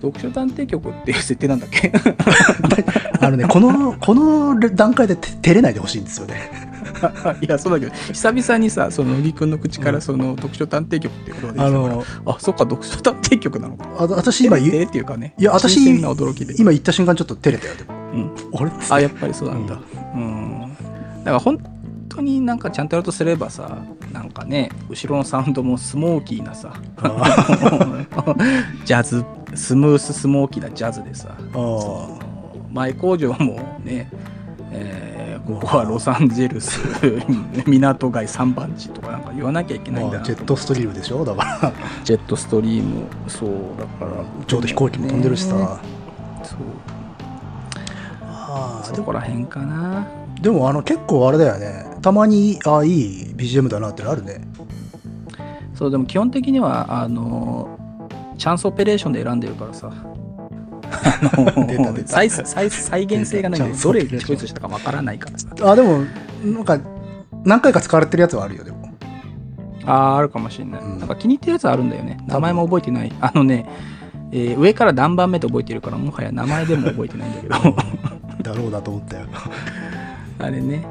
Speaker 1: 読書探偵局っていう設定なんだっけ
Speaker 2: あのねこのこの段階でて照れないでほしいんですよね
Speaker 1: いやそうだけど久々にさその乃木くんの口からその読書探偵局って言葉で
Speaker 2: あ
Speaker 1: あの
Speaker 2: の
Speaker 1: あそっか読書探偵局なのか
Speaker 2: あ私今言
Speaker 1: えっていうかね
Speaker 2: いや私
Speaker 1: 新鮮な驚きで、
Speaker 2: 今言った瞬間ちょっと照れたよでも
Speaker 1: うん、
Speaker 2: あれ
Speaker 1: あやっぱりそうなんだうん、だから本当になんかちゃんとやるとすればさなんかね後ろのサウンドもスモーキーなさ ジャズスムーススモーキーなジャズでさ
Speaker 2: あー
Speaker 1: 前工場もね、えーここはロサンゼルス 港街3番地とかなんか言わなきゃいけ ないんだ
Speaker 2: まあ
Speaker 1: な
Speaker 2: ジ
Speaker 1: と
Speaker 2: ェットストリームでしょだから
Speaker 1: ジェットストリームそうだから
Speaker 2: ちょうど飛行機も飛んでるしさ、
Speaker 1: ねそう
Speaker 2: あーで
Speaker 1: そ
Speaker 2: も
Speaker 1: こら辺かな
Speaker 2: でもあの結構あれだよねたまにあいい BGM だなってのあるね
Speaker 1: そうでも基本的にはあのチャンスオペレーションで選んでるからさ あの
Speaker 2: 出た出た
Speaker 1: 再再再現性がないん
Speaker 2: 出
Speaker 1: で
Speaker 2: た
Speaker 1: どれチョイスしたかわからないからさ
Speaker 2: あでもなんか何回か使われてるやつはあるよでも
Speaker 1: あーあるかもしれない、
Speaker 2: うん
Speaker 1: なんか気に入ってるやつあるんだよね名前も覚えてない あのね、えー上から何番目と覚えてるからもはや名前でも覚えてないんだけ ど
Speaker 2: だろうなと思ったよ
Speaker 1: あれね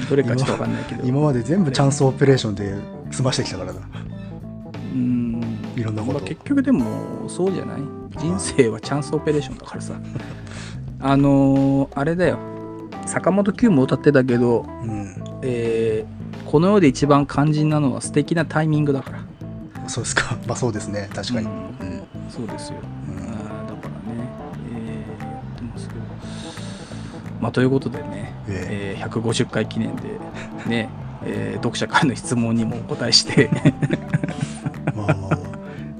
Speaker 1: うんどれかちょっとわかんないけど
Speaker 2: 今まで全部チャンスオペレーションで済ましてきたからな
Speaker 1: うん
Speaker 2: いろんなこと
Speaker 1: まあ結局でもそうじゃない人生はチャンスオペレーションだ からさあのーあれだよ坂本九も歌ってたけど、
Speaker 2: うん
Speaker 1: えーこの世で一番肝心なのは素敵なタイミングだから
Speaker 2: そうですか まあそうですね確かに
Speaker 1: う
Speaker 2: うんん
Speaker 1: そうですよ
Speaker 2: うん
Speaker 1: あーだからね、えーやってますけど。まあ、ということでね、
Speaker 2: え
Speaker 1: えー150回記念で、 ねえー読者からの質問にもお答えして、
Speaker 2: まあまあまあも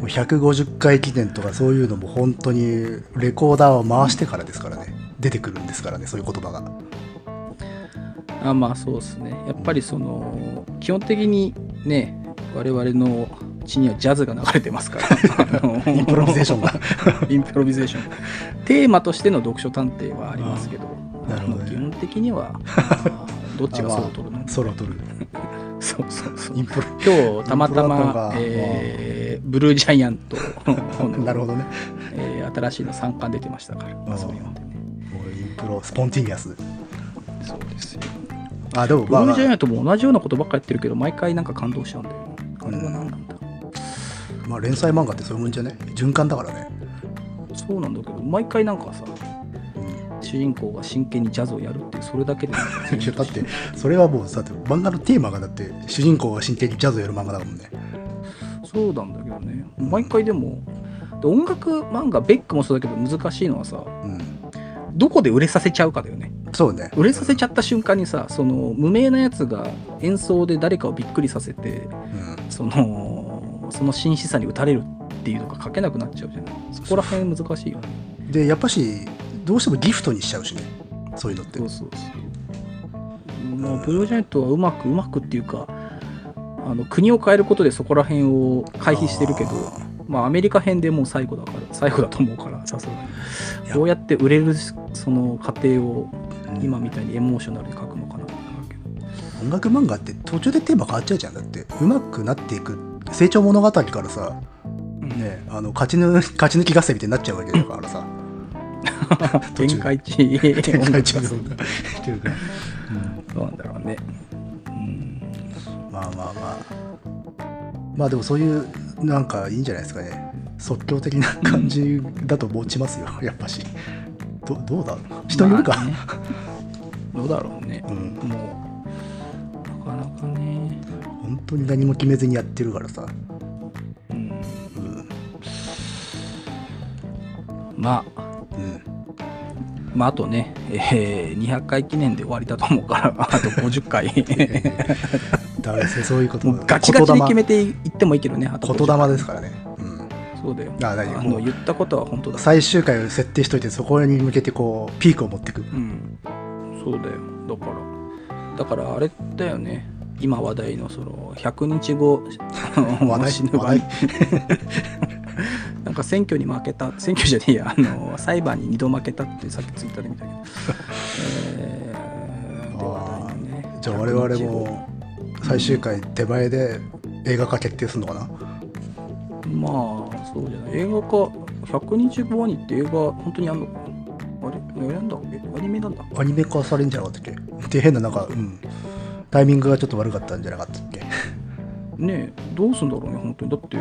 Speaker 2: う150回記念とかそういうのも本当にレコーダーを回してからですからね出てくるんですからねそういう言葉が
Speaker 1: あまあそうですね、やっぱりその基本的にね、我々の血にはジャズが流れてます から、
Speaker 2: インプロビゼーションが
Speaker 1: インプロビゼーション。テーマとしての読書探偵はありますけど、
Speaker 2: あなるほ
Speaker 1: あ
Speaker 2: どね
Speaker 1: の基本的に は、あーどっちがそう取るの、
Speaker 2: ソロを取る
Speaker 1: そうそうそう
Speaker 2: インプロ
Speaker 1: 今日たまた
Speaker 2: インプロだったの
Speaker 1: ま
Speaker 2: か、
Speaker 1: えーブルージャイアント
Speaker 2: なるほどね
Speaker 1: えー新しいの3巻出てましたから、まあ、そういうのでね
Speaker 2: もうインプロスポンティニアス
Speaker 1: そうですよ
Speaker 2: あでも
Speaker 1: ブ
Speaker 2: まあ、
Speaker 1: ル
Speaker 2: ま
Speaker 1: ージャイ
Speaker 2: あ
Speaker 1: アントも同じようなことばっかやってるけど毎回なんか感動しちゃうんだよねあれは何なんだ、
Speaker 2: まあ、連載漫画ってそういうもんじゃね循環だからね、
Speaker 1: そうなんだけど毎回なんかさ
Speaker 2: うん
Speaker 1: 主人公が真剣にジャズをやるっていうそれだけでなんか
Speaker 2: だってそれはもうだって漫画のテーマがだって主人公が真剣にジャズをやる漫画だもんね
Speaker 1: そうなんだけどね毎回でもで音楽漫画ベックもそうだけど難しいのはさ
Speaker 2: うん
Speaker 1: どこで売れさせちゃうかだよね
Speaker 2: そうね
Speaker 1: 売れさせちゃった瞬間にさその無名なやつが演奏で誰かをびっくりさせて
Speaker 2: うん
Speaker 1: そのその真摯さに打たれるっていうのが書けなくなっちゃうじゃないそこら辺難しいよね
Speaker 2: でやっぱしどうしてもギフトにしちゃうしねそういうのって
Speaker 1: そうそうそうもうブルージャイアントはうまくうまくっていうかあの国を変えることでそこら辺を回避してるけどまあアメリカ編でもう最後だから最後だと思うからさすが
Speaker 2: い
Speaker 1: に
Speaker 2: や
Speaker 1: どうやって売れるその過程を
Speaker 2: うん
Speaker 1: 今みたいにエモーショナルに書くのかなってなるけど
Speaker 2: 音楽漫画って途中でテーマ変わっちゃうじゃんだって上手くなっていく成長物語からさ、ね、あの勝ちぬ 勝ち抜き合戦みたいになっちゃうわけだか らさ途中
Speaker 1: 展開地
Speaker 2: 展 開中
Speaker 1: 音楽
Speaker 2: そんなっていうか
Speaker 1: どうなんだろうねうん
Speaker 2: まあまあまあまあでもそういうなんかいいんじゃないですかね即興的な感じだと持ちますよやっぱしどどうだ人によるか、
Speaker 1: まあねどうだろうね
Speaker 2: うん
Speaker 1: もうなかなかね
Speaker 2: 本当に何も決めずにやってるからさ、
Speaker 1: うん
Speaker 2: うん
Speaker 1: まあ
Speaker 2: うん、
Speaker 1: まあ、あとね、えー200回記念で終わりだと思うから、あと50回、
Speaker 2: だからそういうこと
Speaker 1: もうガチガチに決めていってもいいけどね、あと
Speaker 2: 言
Speaker 1: 50
Speaker 2: 霊言霊ですからね、うん、
Speaker 1: そうだよ。
Speaker 2: あ大丈夫
Speaker 1: あ
Speaker 2: も
Speaker 1: の
Speaker 2: う
Speaker 1: 言ったことは本当だ。
Speaker 2: 最終回を設定しといてそこに向けてこうピークを持ってく
Speaker 1: うん、そうだよ。だから、だからあれだよね、今話題のその100日 後、
Speaker 2: 話題
Speaker 1: 死ぬ場合
Speaker 2: 話。
Speaker 1: なんか選挙に負けた、選挙じゃねえや、あの裁判に2度負けたってさっきツイッターで見たけど、えー、で話題のね。
Speaker 2: じゃあ我々
Speaker 1: 100日後
Speaker 2: も最終回手前で映画化決定するのかな、
Speaker 1: まあそうじゃない映画化100日後にって映画本当にあんのあれやるんだっけアニメなんだ
Speaker 2: アニメ化されるんじゃなかったっけって変ななんか、うん、タイミングがちょっと悪かったんじゃなかったっけ
Speaker 1: ねえどうすんだろうね本当にだって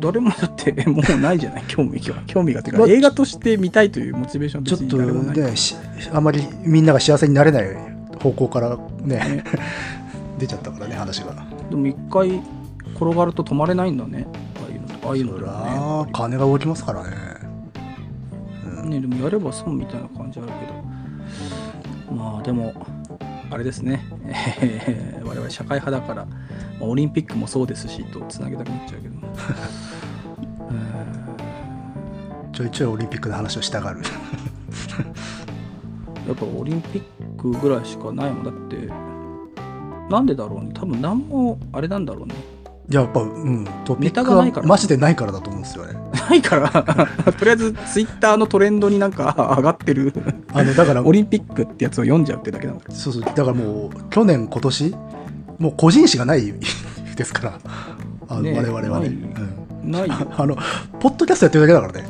Speaker 1: 誰もだってもうないじゃ ない興味が興味がっていう
Speaker 2: ま
Speaker 1: か
Speaker 2: あ
Speaker 1: 映画として見たいというモチベーション
Speaker 2: ちょ
Speaker 1: 別
Speaker 2: っ
Speaker 1: に
Speaker 2: と
Speaker 1: 誰もない
Speaker 2: ねしあまりみんなが幸せになれない方向からね
Speaker 1: ね
Speaker 2: 出ちゃったからね話が
Speaker 1: でも一回転がると止まれないんだねああいうのとかああいうの
Speaker 2: そ
Speaker 1: と
Speaker 2: り
Speaker 1: か
Speaker 2: ゃ
Speaker 1: ねやっ
Speaker 2: あ
Speaker 1: ぱり
Speaker 2: 金が動きますからね、うん
Speaker 1: ねでもやれば損みたいな感じあるけどまあでもあれですね、 えー我々社会派だから、まあオリンピックもそうですしとつなげたくなっちゃうけど
Speaker 2: ちょいちょいオリンピックの話をしたがる
Speaker 1: えーやっぱオリンピックぐらいしかないもんだってなんでだろうね多分何もあれなんだろうね
Speaker 2: いややっぱうんトピ
Speaker 1: ネ
Speaker 2: ック
Speaker 1: タが
Speaker 2: は
Speaker 1: ないから
Speaker 2: マジでないからだと思うんですよね
Speaker 1: ないから とりあえずツイッターのトレンドになんか 上がってる
Speaker 2: あの だから
Speaker 1: オリンピックってやつを読んじゃうってだけなんだけど
Speaker 2: そうそうだからもう去年今年もう個人誌がない ですからあの、
Speaker 1: ねえ
Speaker 2: 我々はね、
Speaker 1: ないな
Speaker 2: うん、
Speaker 1: いよ
Speaker 2: あのポッドキャストやってるだけだからね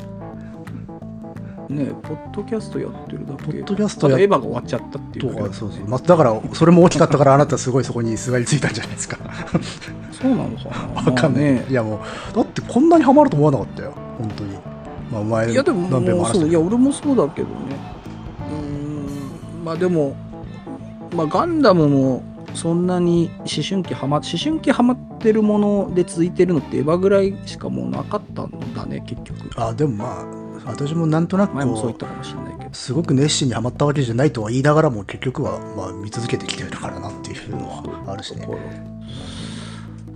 Speaker 1: ねポッドキャストやってるだけ
Speaker 2: ポッドキャストや
Speaker 1: ただエヴァが終わっちゃったってい
Speaker 2: と
Speaker 1: うだけだ
Speaker 2: かそうそう、まあ、だからそれも大きかったからあなたすごいそこにすがりついたんじゃないですか
Speaker 1: そうなのか な
Speaker 2: わかんない、
Speaker 1: まあ
Speaker 2: いやもうだってこんなにハマると思わなかったよ本当にまあお前
Speaker 1: いやでも
Speaker 2: 何遍も
Speaker 1: もう
Speaker 2: 話し
Speaker 1: そ
Speaker 2: た
Speaker 1: う
Speaker 2: け
Speaker 1: いや
Speaker 2: ど
Speaker 1: 俺もそうだけどねうーんまあでも、まあ、ガンダムもそんなに思春期はま思春期はまってるもので続いてるのってエヴァぐらいしかもうなかったんだね結局
Speaker 2: あでもまあ私もなんとなく
Speaker 1: 前もそう言っ
Speaker 2: こ
Speaker 1: たかもしれないけど
Speaker 2: うすごく熱心にハマったわけじゃないとは言いながらも結局はまあ見続けてきてるからなっていうのはあるしね
Speaker 1: とこ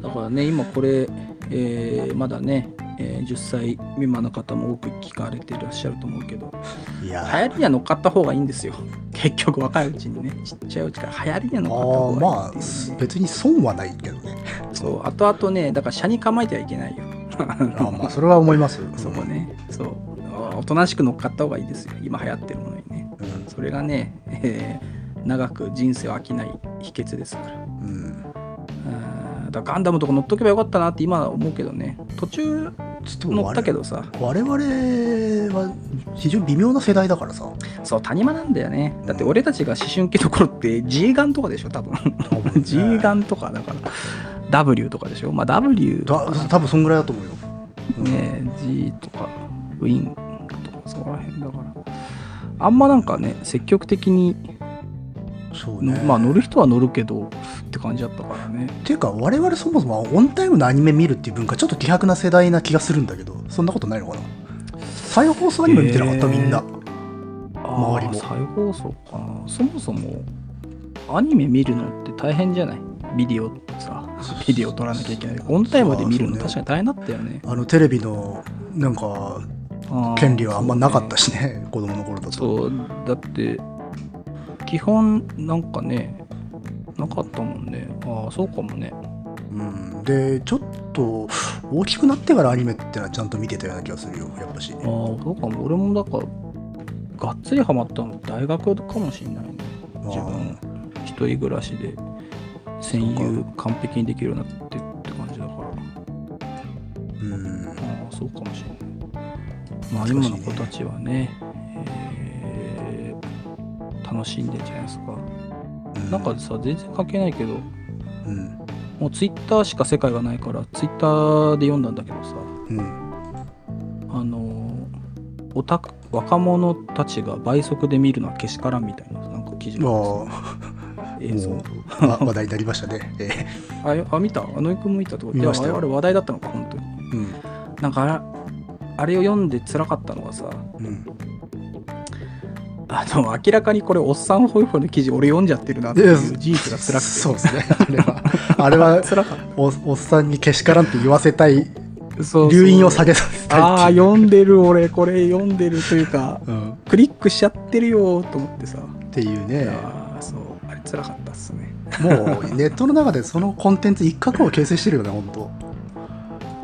Speaker 1: ろだからね今これ、えーまだね、えー10歳未満の方も多く聞かれていらっしゃると思うけど
Speaker 2: いや
Speaker 1: 流行りには乗っかった方がいいんですよ結局若いうちにねちっちゃいうちから流行りには乗っかった
Speaker 2: ああ
Speaker 1: 方がいい
Speaker 2: ま
Speaker 1: っていうね、
Speaker 2: あ別に損はないけどね
Speaker 1: そう後々ねだから車に構えてはいけないよ
Speaker 2: あまあそれは思います
Speaker 1: そこ、ねそうあおとなしく乗っかった方がいいですよ今流行ってるものにね
Speaker 2: うん
Speaker 1: それがね、えー長く人生を飽きない秘訣ですから
Speaker 2: うん、
Speaker 1: あーだからガンダムとか乗っとけばよかったなって今は思うけどね途中
Speaker 2: ちょっと
Speaker 1: 乗ったけどさ
Speaker 2: 我々は非常に微妙な世代だからさ
Speaker 1: そう谷間なんだよねだって俺たちが思春期の頃って G ガンとかでしょ多分 G ガ
Speaker 2: ン
Speaker 1: ンとかだから W とかでしょまあ W とか
Speaker 2: だ多分そんぐらいだと思うよ、うん
Speaker 1: ね G とかウィンとかそこら辺だからあんまなんかね積極的に、
Speaker 2: そうね
Speaker 1: まあ乗る人は乗るけどって感じだったからね
Speaker 2: っていうか我々そもそもオンタイムのアニメ見るっていう文化ちょっと希薄な世代な気がするんだけどそんなことないのかな再放送アニメ見てなかった、
Speaker 1: えー
Speaker 2: みんな
Speaker 1: あ
Speaker 2: 周り
Speaker 1: ー
Speaker 2: も
Speaker 1: 再放送かなそもそもアニメ見るのって大変じゃないビデオさビデオ撮らなきゃいけないオンタイムで見るの
Speaker 2: そう
Speaker 1: 確
Speaker 2: そ
Speaker 1: かに大変だったよね
Speaker 2: あのテレビのなんか
Speaker 1: あー
Speaker 2: 権利はあんまなかったしね 子供の頃だと
Speaker 1: そうだって基本なんかねなかったもんねああそうかもね
Speaker 2: うん、でちょっと大きくなってからアニメってのはちゃんと見てたような気がするよやっぱし
Speaker 1: ああそうかも俺もだからがっつりハマったの大学かもしんないね自分一人暮らしで戦友完璧にできるようになってって感じだから
Speaker 2: うん
Speaker 1: ああそうかもしれない。まあ、
Speaker 2: 懐
Speaker 1: 今
Speaker 2: かしいね
Speaker 1: の子たちはね、えー楽しんでんじゃないですか。なんかさ、全然関係ないけど、
Speaker 2: うん
Speaker 1: もうツイッターしか世界がないから、ツイッターで読んだんだけどさ、
Speaker 2: うん
Speaker 1: あのーオタク、若者たちが倍速で見るのはけしからんみたいな、なんか記事が
Speaker 2: あ
Speaker 1: あってさ映像
Speaker 2: もあ、わ話題になりましたね。え
Speaker 1: あよあ、見たあのいくんも見たってこと
Speaker 2: 見ましたよ
Speaker 1: いやあれあれ話題だったのか、本当に。
Speaker 2: えうん
Speaker 1: なんかあらあれを読んで辛かったのがさ、
Speaker 2: うん、
Speaker 1: あの明らかにこれおっさんホイホイの記事俺読んじゃってるなっていう事実が辛くて
Speaker 2: そうですね。あれは、あれ は
Speaker 1: 辛かっ
Speaker 2: おおっさんにけしからんって言わせたい、
Speaker 1: たそう
Speaker 2: 留飲を下げさせたい
Speaker 1: ああ
Speaker 2: っていう
Speaker 1: 読んでる俺これ読んでるというか
Speaker 2: うん、っ
Speaker 1: クリックしちゃってるよと思ってさ
Speaker 2: ていうね、
Speaker 1: ああそうあれ辛かったっすね
Speaker 2: もうネットの中でそのコンテンツ一角を形成してるよね、本当。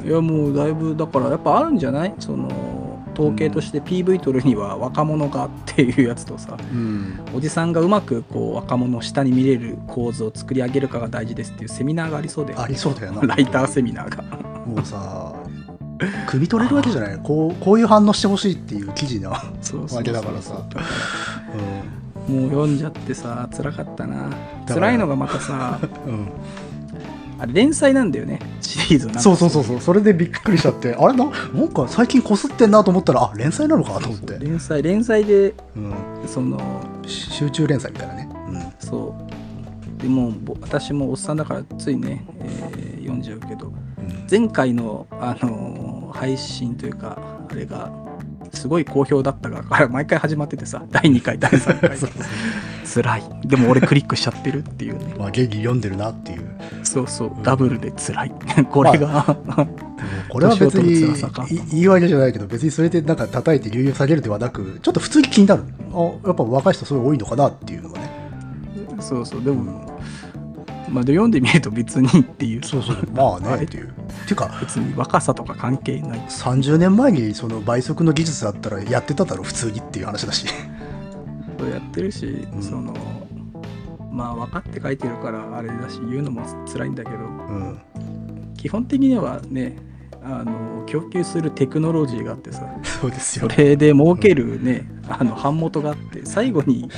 Speaker 1: いやもうだいぶだからやっぱあるんじゃないその統計として PV 撮るには若者がっていうやつとさ
Speaker 2: うん、
Speaker 1: おじさんがうまくこう若者を下に見れる構図を作り上げるかが大事ですっていうセミナーがありそうで
Speaker 2: ありそうだよな。
Speaker 1: ライターセミナーが
Speaker 2: もうさ、首取れるわけじゃないこうこういう反応してほしいっていう記事の、
Speaker 1: そう
Speaker 2: わけだからさ
Speaker 1: もう読んじゃってさ辛かったな
Speaker 2: から
Speaker 1: 辛いのがまた さ
Speaker 2: うん
Speaker 1: あれ連載なんだよねシリーズなんか
Speaker 2: そうそうそうそうそれでびっくりしちゃってあれななんか最近こすってんなと思ったらあ連載なのかと思って、
Speaker 1: 連載連載で
Speaker 2: うん、
Speaker 1: その
Speaker 2: し集中連載みたいなね、
Speaker 1: そうでもぼ私もおっさんだからついね、えー読んじゃうけど
Speaker 2: うんうん
Speaker 1: 前回の、あのー配信というかあれがすごい好評だったから毎回始まっててさ第2回第3回 辛いでも俺クリックしちゃってるっていうね
Speaker 2: まあ、元気に読んでるなっていうも
Speaker 1: そうそう
Speaker 2: うん
Speaker 1: ダブルで辛い これが、
Speaker 2: うこれは別
Speaker 1: 年を取
Speaker 2: に
Speaker 1: る辛さか
Speaker 2: い言い訳じゃないけど別にそれでなんか叩いて流入下げるではなくちょっと普通に気になるあやっぱ若い人すごい多いのかなっていうのがね
Speaker 1: そうそうでも、まあ、で読んでみると別にっていう
Speaker 2: そうそうまあ
Speaker 1: あ
Speaker 2: ね
Speaker 1: れ
Speaker 2: っていうっていうか
Speaker 1: 別に若さとか関係ない
Speaker 2: 30年前にその倍速の技術だったらやってただろ普通にっていう話 だし
Speaker 1: そうやってるし、
Speaker 2: ん
Speaker 1: そのまあ分かって書いてるからあれだし言うのも辛いんだけど
Speaker 2: うん
Speaker 1: 基本的にはねあの供給するテクノロジーがあってさ
Speaker 2: そうですよ
Speaker 1: そ れで儲けるね、あの版元があって最後に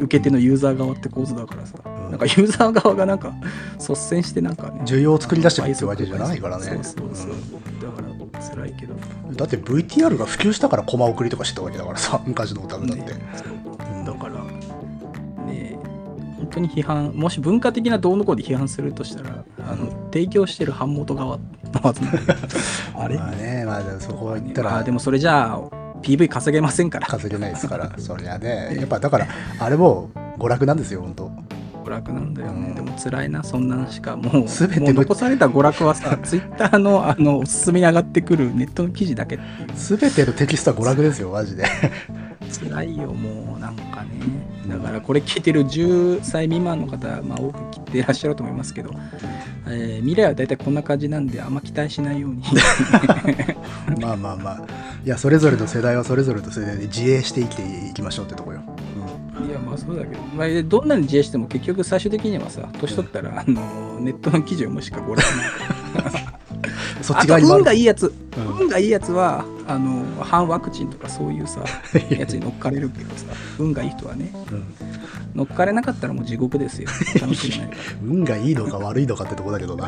Speaker 1: 受け手のユーザー側って構図だからさ、
Speaker 2: ん
Speaker 1: なんかユーザー側がなんか率先してなんかね
Speaker 2: 需要を作り出してるってわけじゃないからね
Speaker 1: そうそうそう、だから辛いけど
Speaker 2: うんだって VTR が普及したからコマ送りとかしてたわけだからさ 昔のオタクだって、
Speaker 1: ねそう
Speaker 2: うん
Speaker 1: だからね本当に批判もし文化的などうのこうで批判するとしたらあの提供してる版元側のはずなんだけどあれ、
Speaker 2: まあねまあでもそこは言った
Speaker 1: あ
Speaker 2: ら
Speaker 1: ーでもそれじゃあ PV 稼げませんから
Speaker 2: 稼げないですからそり ゃねやっぱだからあれも娯楽なんですよ本当
Speaker 1: 娯楽なんだよね、
Speaker 2: うん
Speaker 1: でも辛いなそんなんしかもう
Speaker 2: 全ての
Speaker 1: もう残された娯楽はさ Twitter のあのおすすめに上がってくるネットの記事だけ
Speaker 2: 全てのテキストは娯楽ですよマ ジで
Speaker 1: 辛いよもうなんかねだからこれ聞いてる10歳未満の方、まあ、多く聞いていらっしゃると思いますけど、えー未来は大体こんな感じなんであんま期待し ないように
Speaker 2: まあまあまあいやそれぞれの世代はそれぞれの世代で自衛して生きていきましょうってとこよ、
Speaker 1: いやまあそうだけど、まあ、どんなに自衛しても結局最終的にはさ年取ったら、あのネットの記事をもしかご覧に なる
Speaker 2: うんそっ
Speaker 1: あ
Speaker 2: ち
Speaker 1: と
Speaker 2: 側にもあ
Speaker 1: 運
Speaker 2: る
Speaker 1: がいいやつ、
Speaker 2: うん
Speaker 1: 運がいいやつはあの反ワクチンとかそういうさやつに乗っかれるけどさ運がいい人はね
Speaker 2: うん
Speaker 1: 乗っかれなかったらもう地獄ですよかもしれないから。
Speaker 2: 運がいいのか悪いのかってとこだけどな、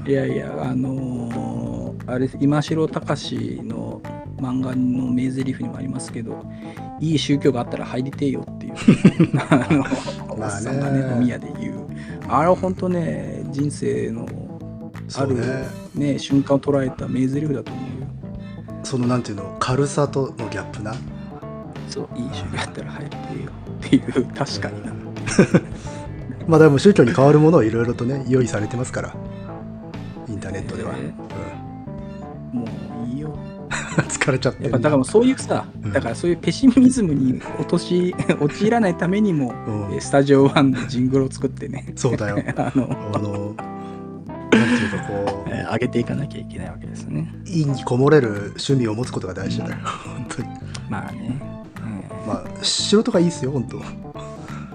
Speaker 2: うん
Speaker 1: いやいや、あのーあれ、今城隆の漫画の名台詞にもありますけど、いい宗教があったら入りてえよ っていう、あの、お
Speaker 2: ま
Speaker 1: っ
Speaker 2: あね
Speaker 1: さんがね、飲み屋で言う。あれは本当ね、人生のあ
Speaker 2: そう
Speaker 1: る、
Speaker 2: ね
Speaker 1: ね、瞬間を捉えた名台詞だと思うよ。
Speaker 2: そのなんていうの軽さとのギャップな
Speaker 1: そう、いい宗教だったら入りてえよっていう、確かにな。
Speaker 2: まあでも宗教に変わるものをいろいろとね用意されてますからインターネットでは、
Speaker 1: えもういいよ。
Speaker 2: うん 疲れちゃって
Speaker 1: やっ
Speaker 2: る
Speaker 1: ぱだからそういうさ、
Speaker 2: うん
Speaker 1: だからそういうペシミズムに落とし陥らないためにも、
Speaker 2: うん
Speaker 1: えースタジオワンでジングルを作ってね
Speaker 2: そうだよ
Speaker 1: あの
Speaker 2: あの
Speaker 1: 上げていかなきゃいけないわけですね。
Speaker 2: 陰にこもれる趣味を持つことが大事だよ、本当に。
Speaker 1: まあね。うん
Speaker 2: まあ、城とかいいっすよ、本当。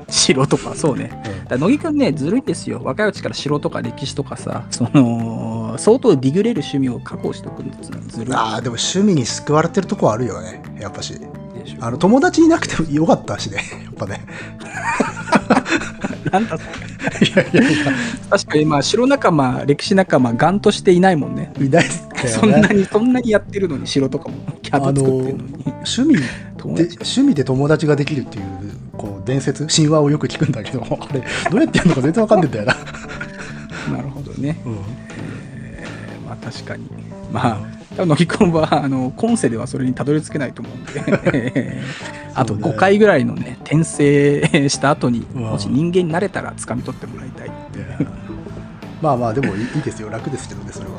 Speaker 1: 城とか、そうね。
Speaker 2: え
Speaker 1: だから乃木くんね、ずるいですよ。若いうちから城とか歴史とかさ、その、相当ディグれる趣味を確保しておくのってのはずる
Speaker 2: えああ、でも趣味に救われてるとこあるよね、やっぱし。
Speaker 1: いでしょ。
Speaker 2: あの友達いなくてもよかったしね、 やっぱね。
Speaker 1: なんだ
Speaker 2: いやいやいや、
Speaker 1: 確かに、まあ、城仲間、歴史仲間、ガンとしていないもんね。
Speaker 2: いないっすよね
Speaker 1: そんなに、そんなにやってるのに、城とかも、キャド作ってるのに。
Speaker 2: 趣味
Speaker 1: 友
Speaker 2: で
Speaker 1: 達
Speaker 2: 趣味で友達ができるっていうこう伝説神話をよく聞くんだけど あれどうやってやるのか全然わかんないんだよな、
Speaker 1: なるほどね。
Speaker 2: うん、
Speaker 1: えーまあ、確かに。まあ、多分乃木くんは、あの、今世ではそれにたどり着けないと思うんで、 えーあと
Speaker 2: そうね
Speaker 1: 5回ぐらいのね、転生した後に、
Speaker 2: うん
Speaker 1: もし人間になれたら、掴み取ってもらいたい。
Speaker 2: まあまあでもいいいいですよ楽ですけどねそれは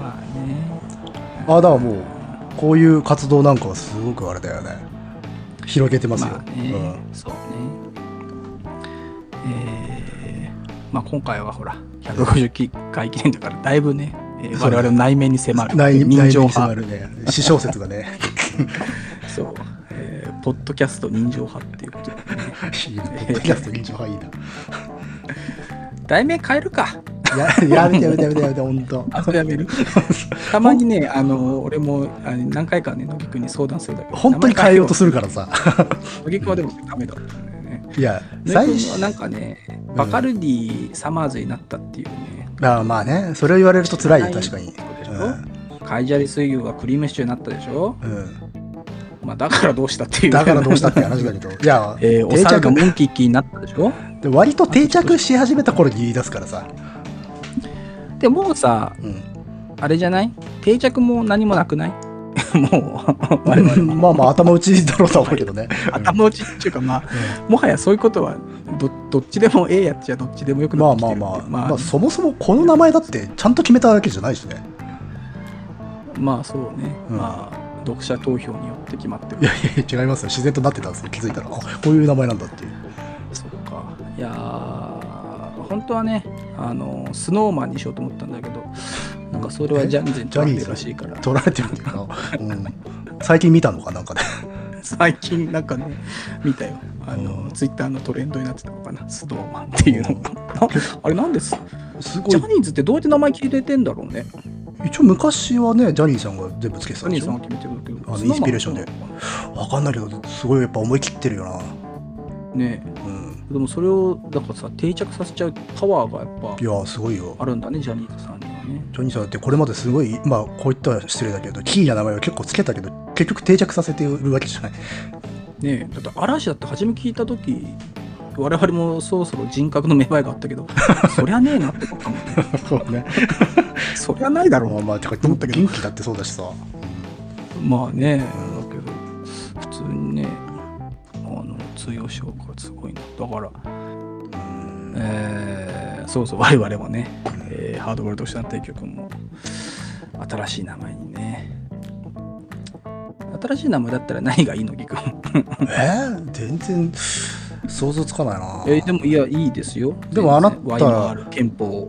Speaker 1: まあね。
Speaker 2: ああだからもうこういう活動なんかはすごくあれだよね広げてますよ、
Speaker 1: まあね、そうね。えーまあ今回はほら、150回記念だから、だいぶね、えー
Speaker 2: そ
Speaker 1: 我
Speaker 2: うね
Speaker 1: 々の内面に迫
Speaker 2: う
Speaker 1: る、
Speaker 2: ん、内
Speaker 1: 人
Speaker 2: 内
Speaker 1: 情
Speaker 2: 情に迫
Speaker 1: 派、
Speaker 2: るね私小説がね
Speaker 1: そう、えーポッドキャスト人情派っていうことでね、
Speaker 2: いいねポッドキャスト人情派いいな
Speaker 1: 題名変えるか、
Speaker 2: ややめてやめてやめてやめて本当
Speaker 1: あそれや める。たまにね、あの俺もあの何回かね、野木君に相談するんだけど、
Speaker 2: 本当に変えようと
Speaker 1: す
Speaker 2: するからさ
Speaker 1: る。野木君はでもダメだったんだよね。
Speaker 2: いや
Speaker 1: 野木
Speaker 2: 最
Speaker 1: 君は
Speaker 2: 初
Speaker 1: なんかね、バカルディ・サマーズになったっていうね、
Speaker 2: ああまあねそれを言われると辛いよ確か
Speaker 1: そう
Speaker 2: に、
Speaker 1: でしょカイジャリ水牛がクリームシチューになったでしょ、
Speaker 2: うんうん、
Speaker 1: まあ、だからどうしたっていう
Speaker 2: だからどうしたって話だけどじゃあ、
Speaker 1: えー、お
Speaker 2: 定
Speaker 1: 猿が
Speaker 2: 着
Speaker 1: モンキーキーになったでしょ
Speaker 2: で割と定着し始めた頃に言い出すからさ、
Speaker 1: でもうさ
Speaker 2: うん、
Speaker 1: あれじゃない定着も何もなくない もう 我々も
Speaker 2: まあまあ頭打ちだろうとは思うけどね
Speaker 1: 頭打ちっていうかまあもはやそういうことはどどっちでもええやっちゃどっちでもよく
Speaker 2: うんま
Speaker 1: な
Speaker 2: あ
Speaker 1: ってき
Speaker 2: ま
Speaker 1: て
Speaker 2: あ
Speaker 1: るんで
Speaker 2: まあ、
Speaker 1: ま
Speaker 2: ま
Speaker 1: あ
Speaker 2: あ、そもそもこの名前だってちゃんと決めたわけじゃないしね
Speaker 1: まあそうね、
Speaker 2: うん
Speaker 1: まあ読者投票によって決まって
Speaker 2: い
Speaker 1: る
Speaker 2: やいや違いますよ自然となってたんですよ気づいたらあこういう名前なんだっていう
Speaker 1: そうかいやー本当はねあのスノーマンにしようと思ったんだけどなんかそれはジャニーズに取られてるらしいから
Speaker 2: 取られてるっていうか、うん、最近見たのかなんかね
Speaker 1: 最近なんかね見たよあの、
Speaker 2: うん
Speaker 1: ツイッターのトレンドになってたのかなスノーマンっていうのが、なあれなんです
Speaker 2: すご
Speaker 1: ジ
Speaker 2: い
Speaker 1: ャニーズってどうやって名前決めてんだろうね
Speaker 2: 一応昔はねジャニーさんが全部つけて
Speaker 1: ジャ
Speaker 2: たん
Speaker 1: ニー
Speaker 2: でし
Speaker 1: さんが
Speaker 2: ょ
Speaker 1: 決めてるけど
Speaker 2: あの
Speaker 1: スノーマン
Speaker 2: インスピレーションでわかんないけどすごいやっぱ思い切ってるよな
Speaker 1: ね
Speaker 2: うん
Speaker 1: でもそれをなんかさ定着させちゃうパワーがやっ
Speaker 2: いやすごいよ
Speaker 1: ぱあるんだねジャニーズさんにはね
Speaker 2: ジョニーさんだってこれまですごい、まあこういったら失礼だけど、キーな名前を結構つけたけど、結局定着させてるわけじゃない。
Speaker 1: ねえだって嵐だって初め聞いた時我々もそろそろ人格の芽生えがあったけどそりゃねえなって思ったもんね
Speaker 2: そうね。
Speaker 1: そりゃないだろう
Speaker 2: まあまあ、てか、
Speaker 1: 思ったけど
Speaker 2: 元気だってそうだ しさ。
Speaker 1: まあね、だけど、普通にね、あの通用しようからすごいな。だから、えーそうそう、我々もね、えーハードボールドシナ提供も、新しい名前にね。新しい名前だったら何がいいのぎくん。
Speaker 2: えー、全然想像つかないな。
Speaker 1: えーでも、いや、いいですよ。
Speaker 2: でもあなた
Speaker 1: ワイのある憲法。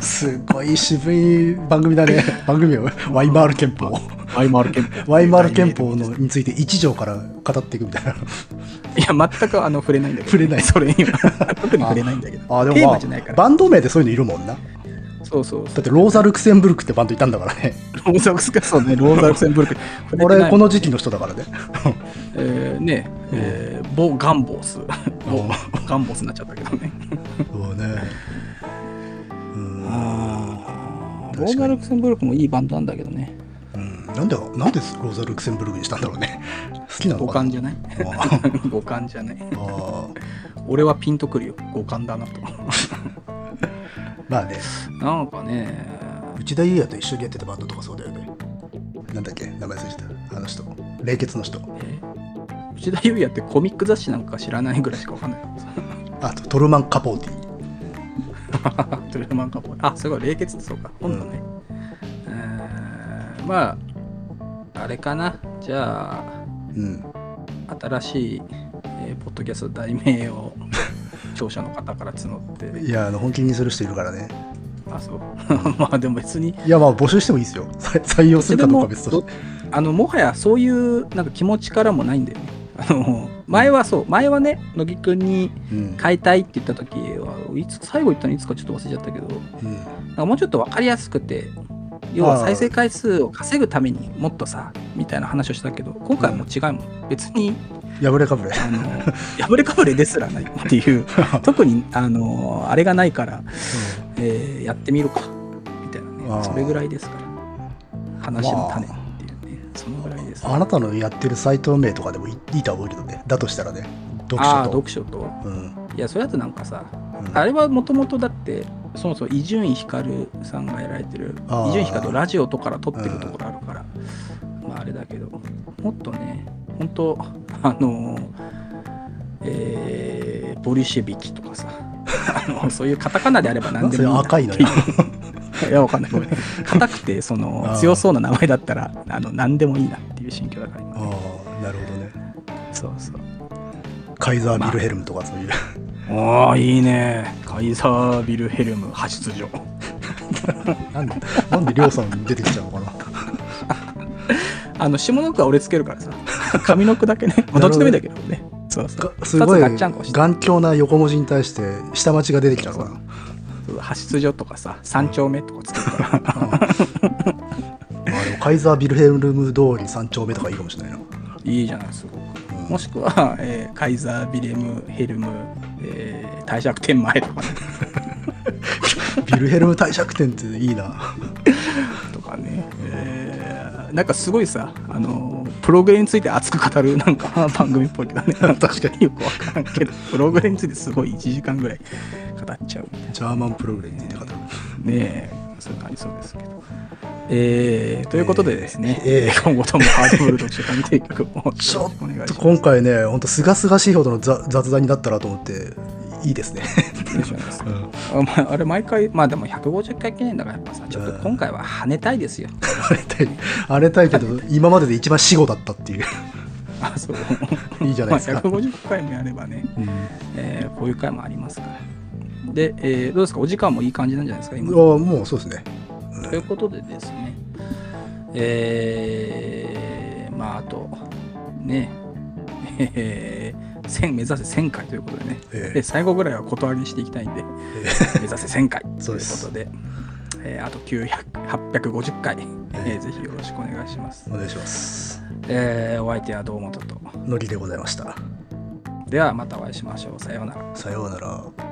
Speaker 2: すごい渋い番組 だね。番組を、ワイマール憲法。
Speaker 1: ワイマール憲法。
Speaker 2: ワイマール憲法のについて一条から語っていくみたいな。
Speaker 1: いや、全くあの触れないんだけど。
Speaker 2: 触れない
Speaker 1: それには。 特に触れないんだけど。
Speaker 2: あ、で
Speaker 1: テー
Speaker 2: も
Speaker 1: マ
Speaker 2: ま
Speaker 1: じゃないか
Speaker 2: あ、
Speaker 1: ら。
Speaker 2: バンド名でそういうのいるもんな。だ
Speaker 1: そうそうそう。
Speaker 2: ってローザ・ルクセンブルクってバンドいたんだからね。
Speaker 1: ローザルクセンブルクそうね、 ローザルクセンブルク。
Speaker 2: 俺、この時期の人だからね。
Speaker 1: えーね、えーボガンボース。ボ
Speaker 2: う
Speaker 1: ガンボースになっちゃったけどね。
Speaker 2: そ うね。うん
Speaker 1: あ
Speaker 2: ー
Speaker 1: ローザルクセンブルクもいいバンドなんだけどね。
Speaker 2: うん、なんでなんでローザ・ルクセンブルクにしたんだろうね。好きな の
Speaker 1: 五
Speaker 2: か
Speaker 1: 感
Speaker 2: な
Speaker 1: じゃない
Speaker 2: あ
Speaker 1: 五感じゃない。
Speaker 2: ーあー
Speaker 1: 俺はピンとくるよ。五感だな と。
Speaker 2: まあね、
Speaker 1: なんかね、
Speaker 2: 内田裕也と一緒にやってたバンドとかそうだよね。なんだっけ名前忘れてた。あの人。冷血の人。
Speaker 1: え内田裕也ってコミック雑誌なんか知らないぐらいしかわかん ない。
Speaker 2: あと、トルマン・カポーティ。
Speaker 1: トレーマンカポあ、すごい、冷血ってそうか。今度ね。うーん、まあ、あれかな。じゃあ、
Speaker 2: うん。
Speaker 1: 新しい、えーポッドキャスト 題名を聴者の方から募って、
Speaker 2: いや、あの本気にする人いるからね。
Speaker 1: あそう まあでも別に
Speaker 2: いやまあ募集してもいいですよ採採用するかどうかは別
Speaker 1: そ
Speaker 2: と
Speaker 1: れ
Speaker 2: し
Speaker 1: もどあのもはやそういうなんか気持ちからもないんだよね あの前はそう前はね乃木くんに
Speaker 2: て、うん
Speaker 1: 変えたいって言った時はいつ最後言ったのいつかちょっと忘れちゃったけど
Speaker 2: うん
Speaker 1: なんかもうちょっと分かりやすくて要は
Speaker 2: あー
Speaker 1: 再生回数を稼ぐためにもっとさみたいな話をしたけど今回はもう違うもん別に
Speaker 2: 破れかぶれ
Speaker 1: あの 破れかぶれですらないって いう特にあのあれがないから、えーやってみるかみたいなね
Speaker 2: あー
Speaker 1: それぐらいですから話の種っていうね、そのぐらいです
Speaker 2: あなたのやってるサイト名とかでもいいいとは思うけどねだとしたらね読
Speaker 1: ああー
Speaker 2: 書と
Speaker 1: 読書と
Speaker 2: うん
Speaker 1: いやそれだとなんかさ
Speaker 2: うん
Speaker 1: あれはもともとだってそもそも伊集院光さんがやられてる
Speaker 2: あー
Speaker 1: 伊集院光とラジオとかから撮ってるところあるから、まああれだけどもっとね本当あのえーボリシェビキとかさ あのそういうカタカナであれば何でもいい
Speaker 2: それ赤いの よ
Speaker 1: いやわかんないごめん硬くてその
Speaker 2: あー
Speaker 1: 強そうな名前だったらあの何でもいいなっていう心境だから今
Speaker 2: ああなるほどね
Speaker 1: そうそう
Speaker 2: カイザー・ビルヘルムとかそういう、
Speaker 1: おーいいねカイザー・ビルヘルム派出所なんだ
Speaker 2: なんでりょうさん出てきちゃうのかな
Speaker 1: あの下の句は俺つける からさ上の句だけね、まあ、ど
Speaker 2: な
Speaker 1: っち
Speaker 2: るほど
Speaker 1: でもいいんだけどねそうそう
Speaker 2: がすごい
Speaker 1: 二つガッチャンコして
Speaker 2: 頑強な横文字に対して下町が出てきたのかな
Speaker 1: 派出所とかさ三丁目とかつけるから
Speaker 2: まあでもカイザー・ビルヘルム通り3丁目とかいいかもしれないな、
Speaker 1: いいじゃないすごく
Speaker 2: うん
Speaker 1: もしくは、えーカイザー・ビレム・ヘルム、えー、帝釈天前とかね
Speaker 2: ビルヘルム帝釈天っていい な
Speaker 1: とかね、えーなんかすごいさあのプログレについて熱く語るなんか番組っぽいけどね確
Speaker 2: か
Speaker 1: によくわからんけどプログレについてすごい1時間ぐらい語っちゃう
Speaker 2: ジャーマンプログレについて語る
Speaker 1: ねえ、そういうのありそうですけど。えーということでですね、
Speaker 2: えーえー
Speaker 1: 今後ともハードブルド中間見ていくを
Speaker 2: ちょっ
Speaker 1: お願いしま
Speaker 2: と
Speaker 1: す。
Speaker 2: 今回ね、ほんとすがすがしいほどのざ雑談になったなと思って、いいですね。
Speaker 1: よろしくお願いしますあまああれ、毎回、まあでも150回記念だから、やっぱさ、ちょっと今回は跳ねたいですよ。
Speaker 2: 荒れたい、荒れたいけど、今までで一番死後だったっ ていう。
Speaker 1: あ、そう。
Speaker 2: いいじゃないですか
Speaker 1: まあ150回もやればね、えーこういう回もありますから。で、えーどうですか、お時間もいい感じなんじゃないですか、今。
Speaker 2: ああもうそうですね。
Speaker 1: ということでですね、えー、まああと、ね、 えー、1000目指せ1000回ということでね、
Speaker 2: え
Speaker 1: で最後ぐらいは断りしていきたいんで、目指せ1000回というこ
Speaker 2: そうです
Speaker 1: とで、えーあと900 850回、えーぜひよろしくお願いします
Speaker 2: お。願いします。
Speaker 1: えーお相手は堂本と。
Speaker 2: のりでございました。
Speaker 1: ではまたお会いしましょう。さようなら。
Speaker 2: さようなら。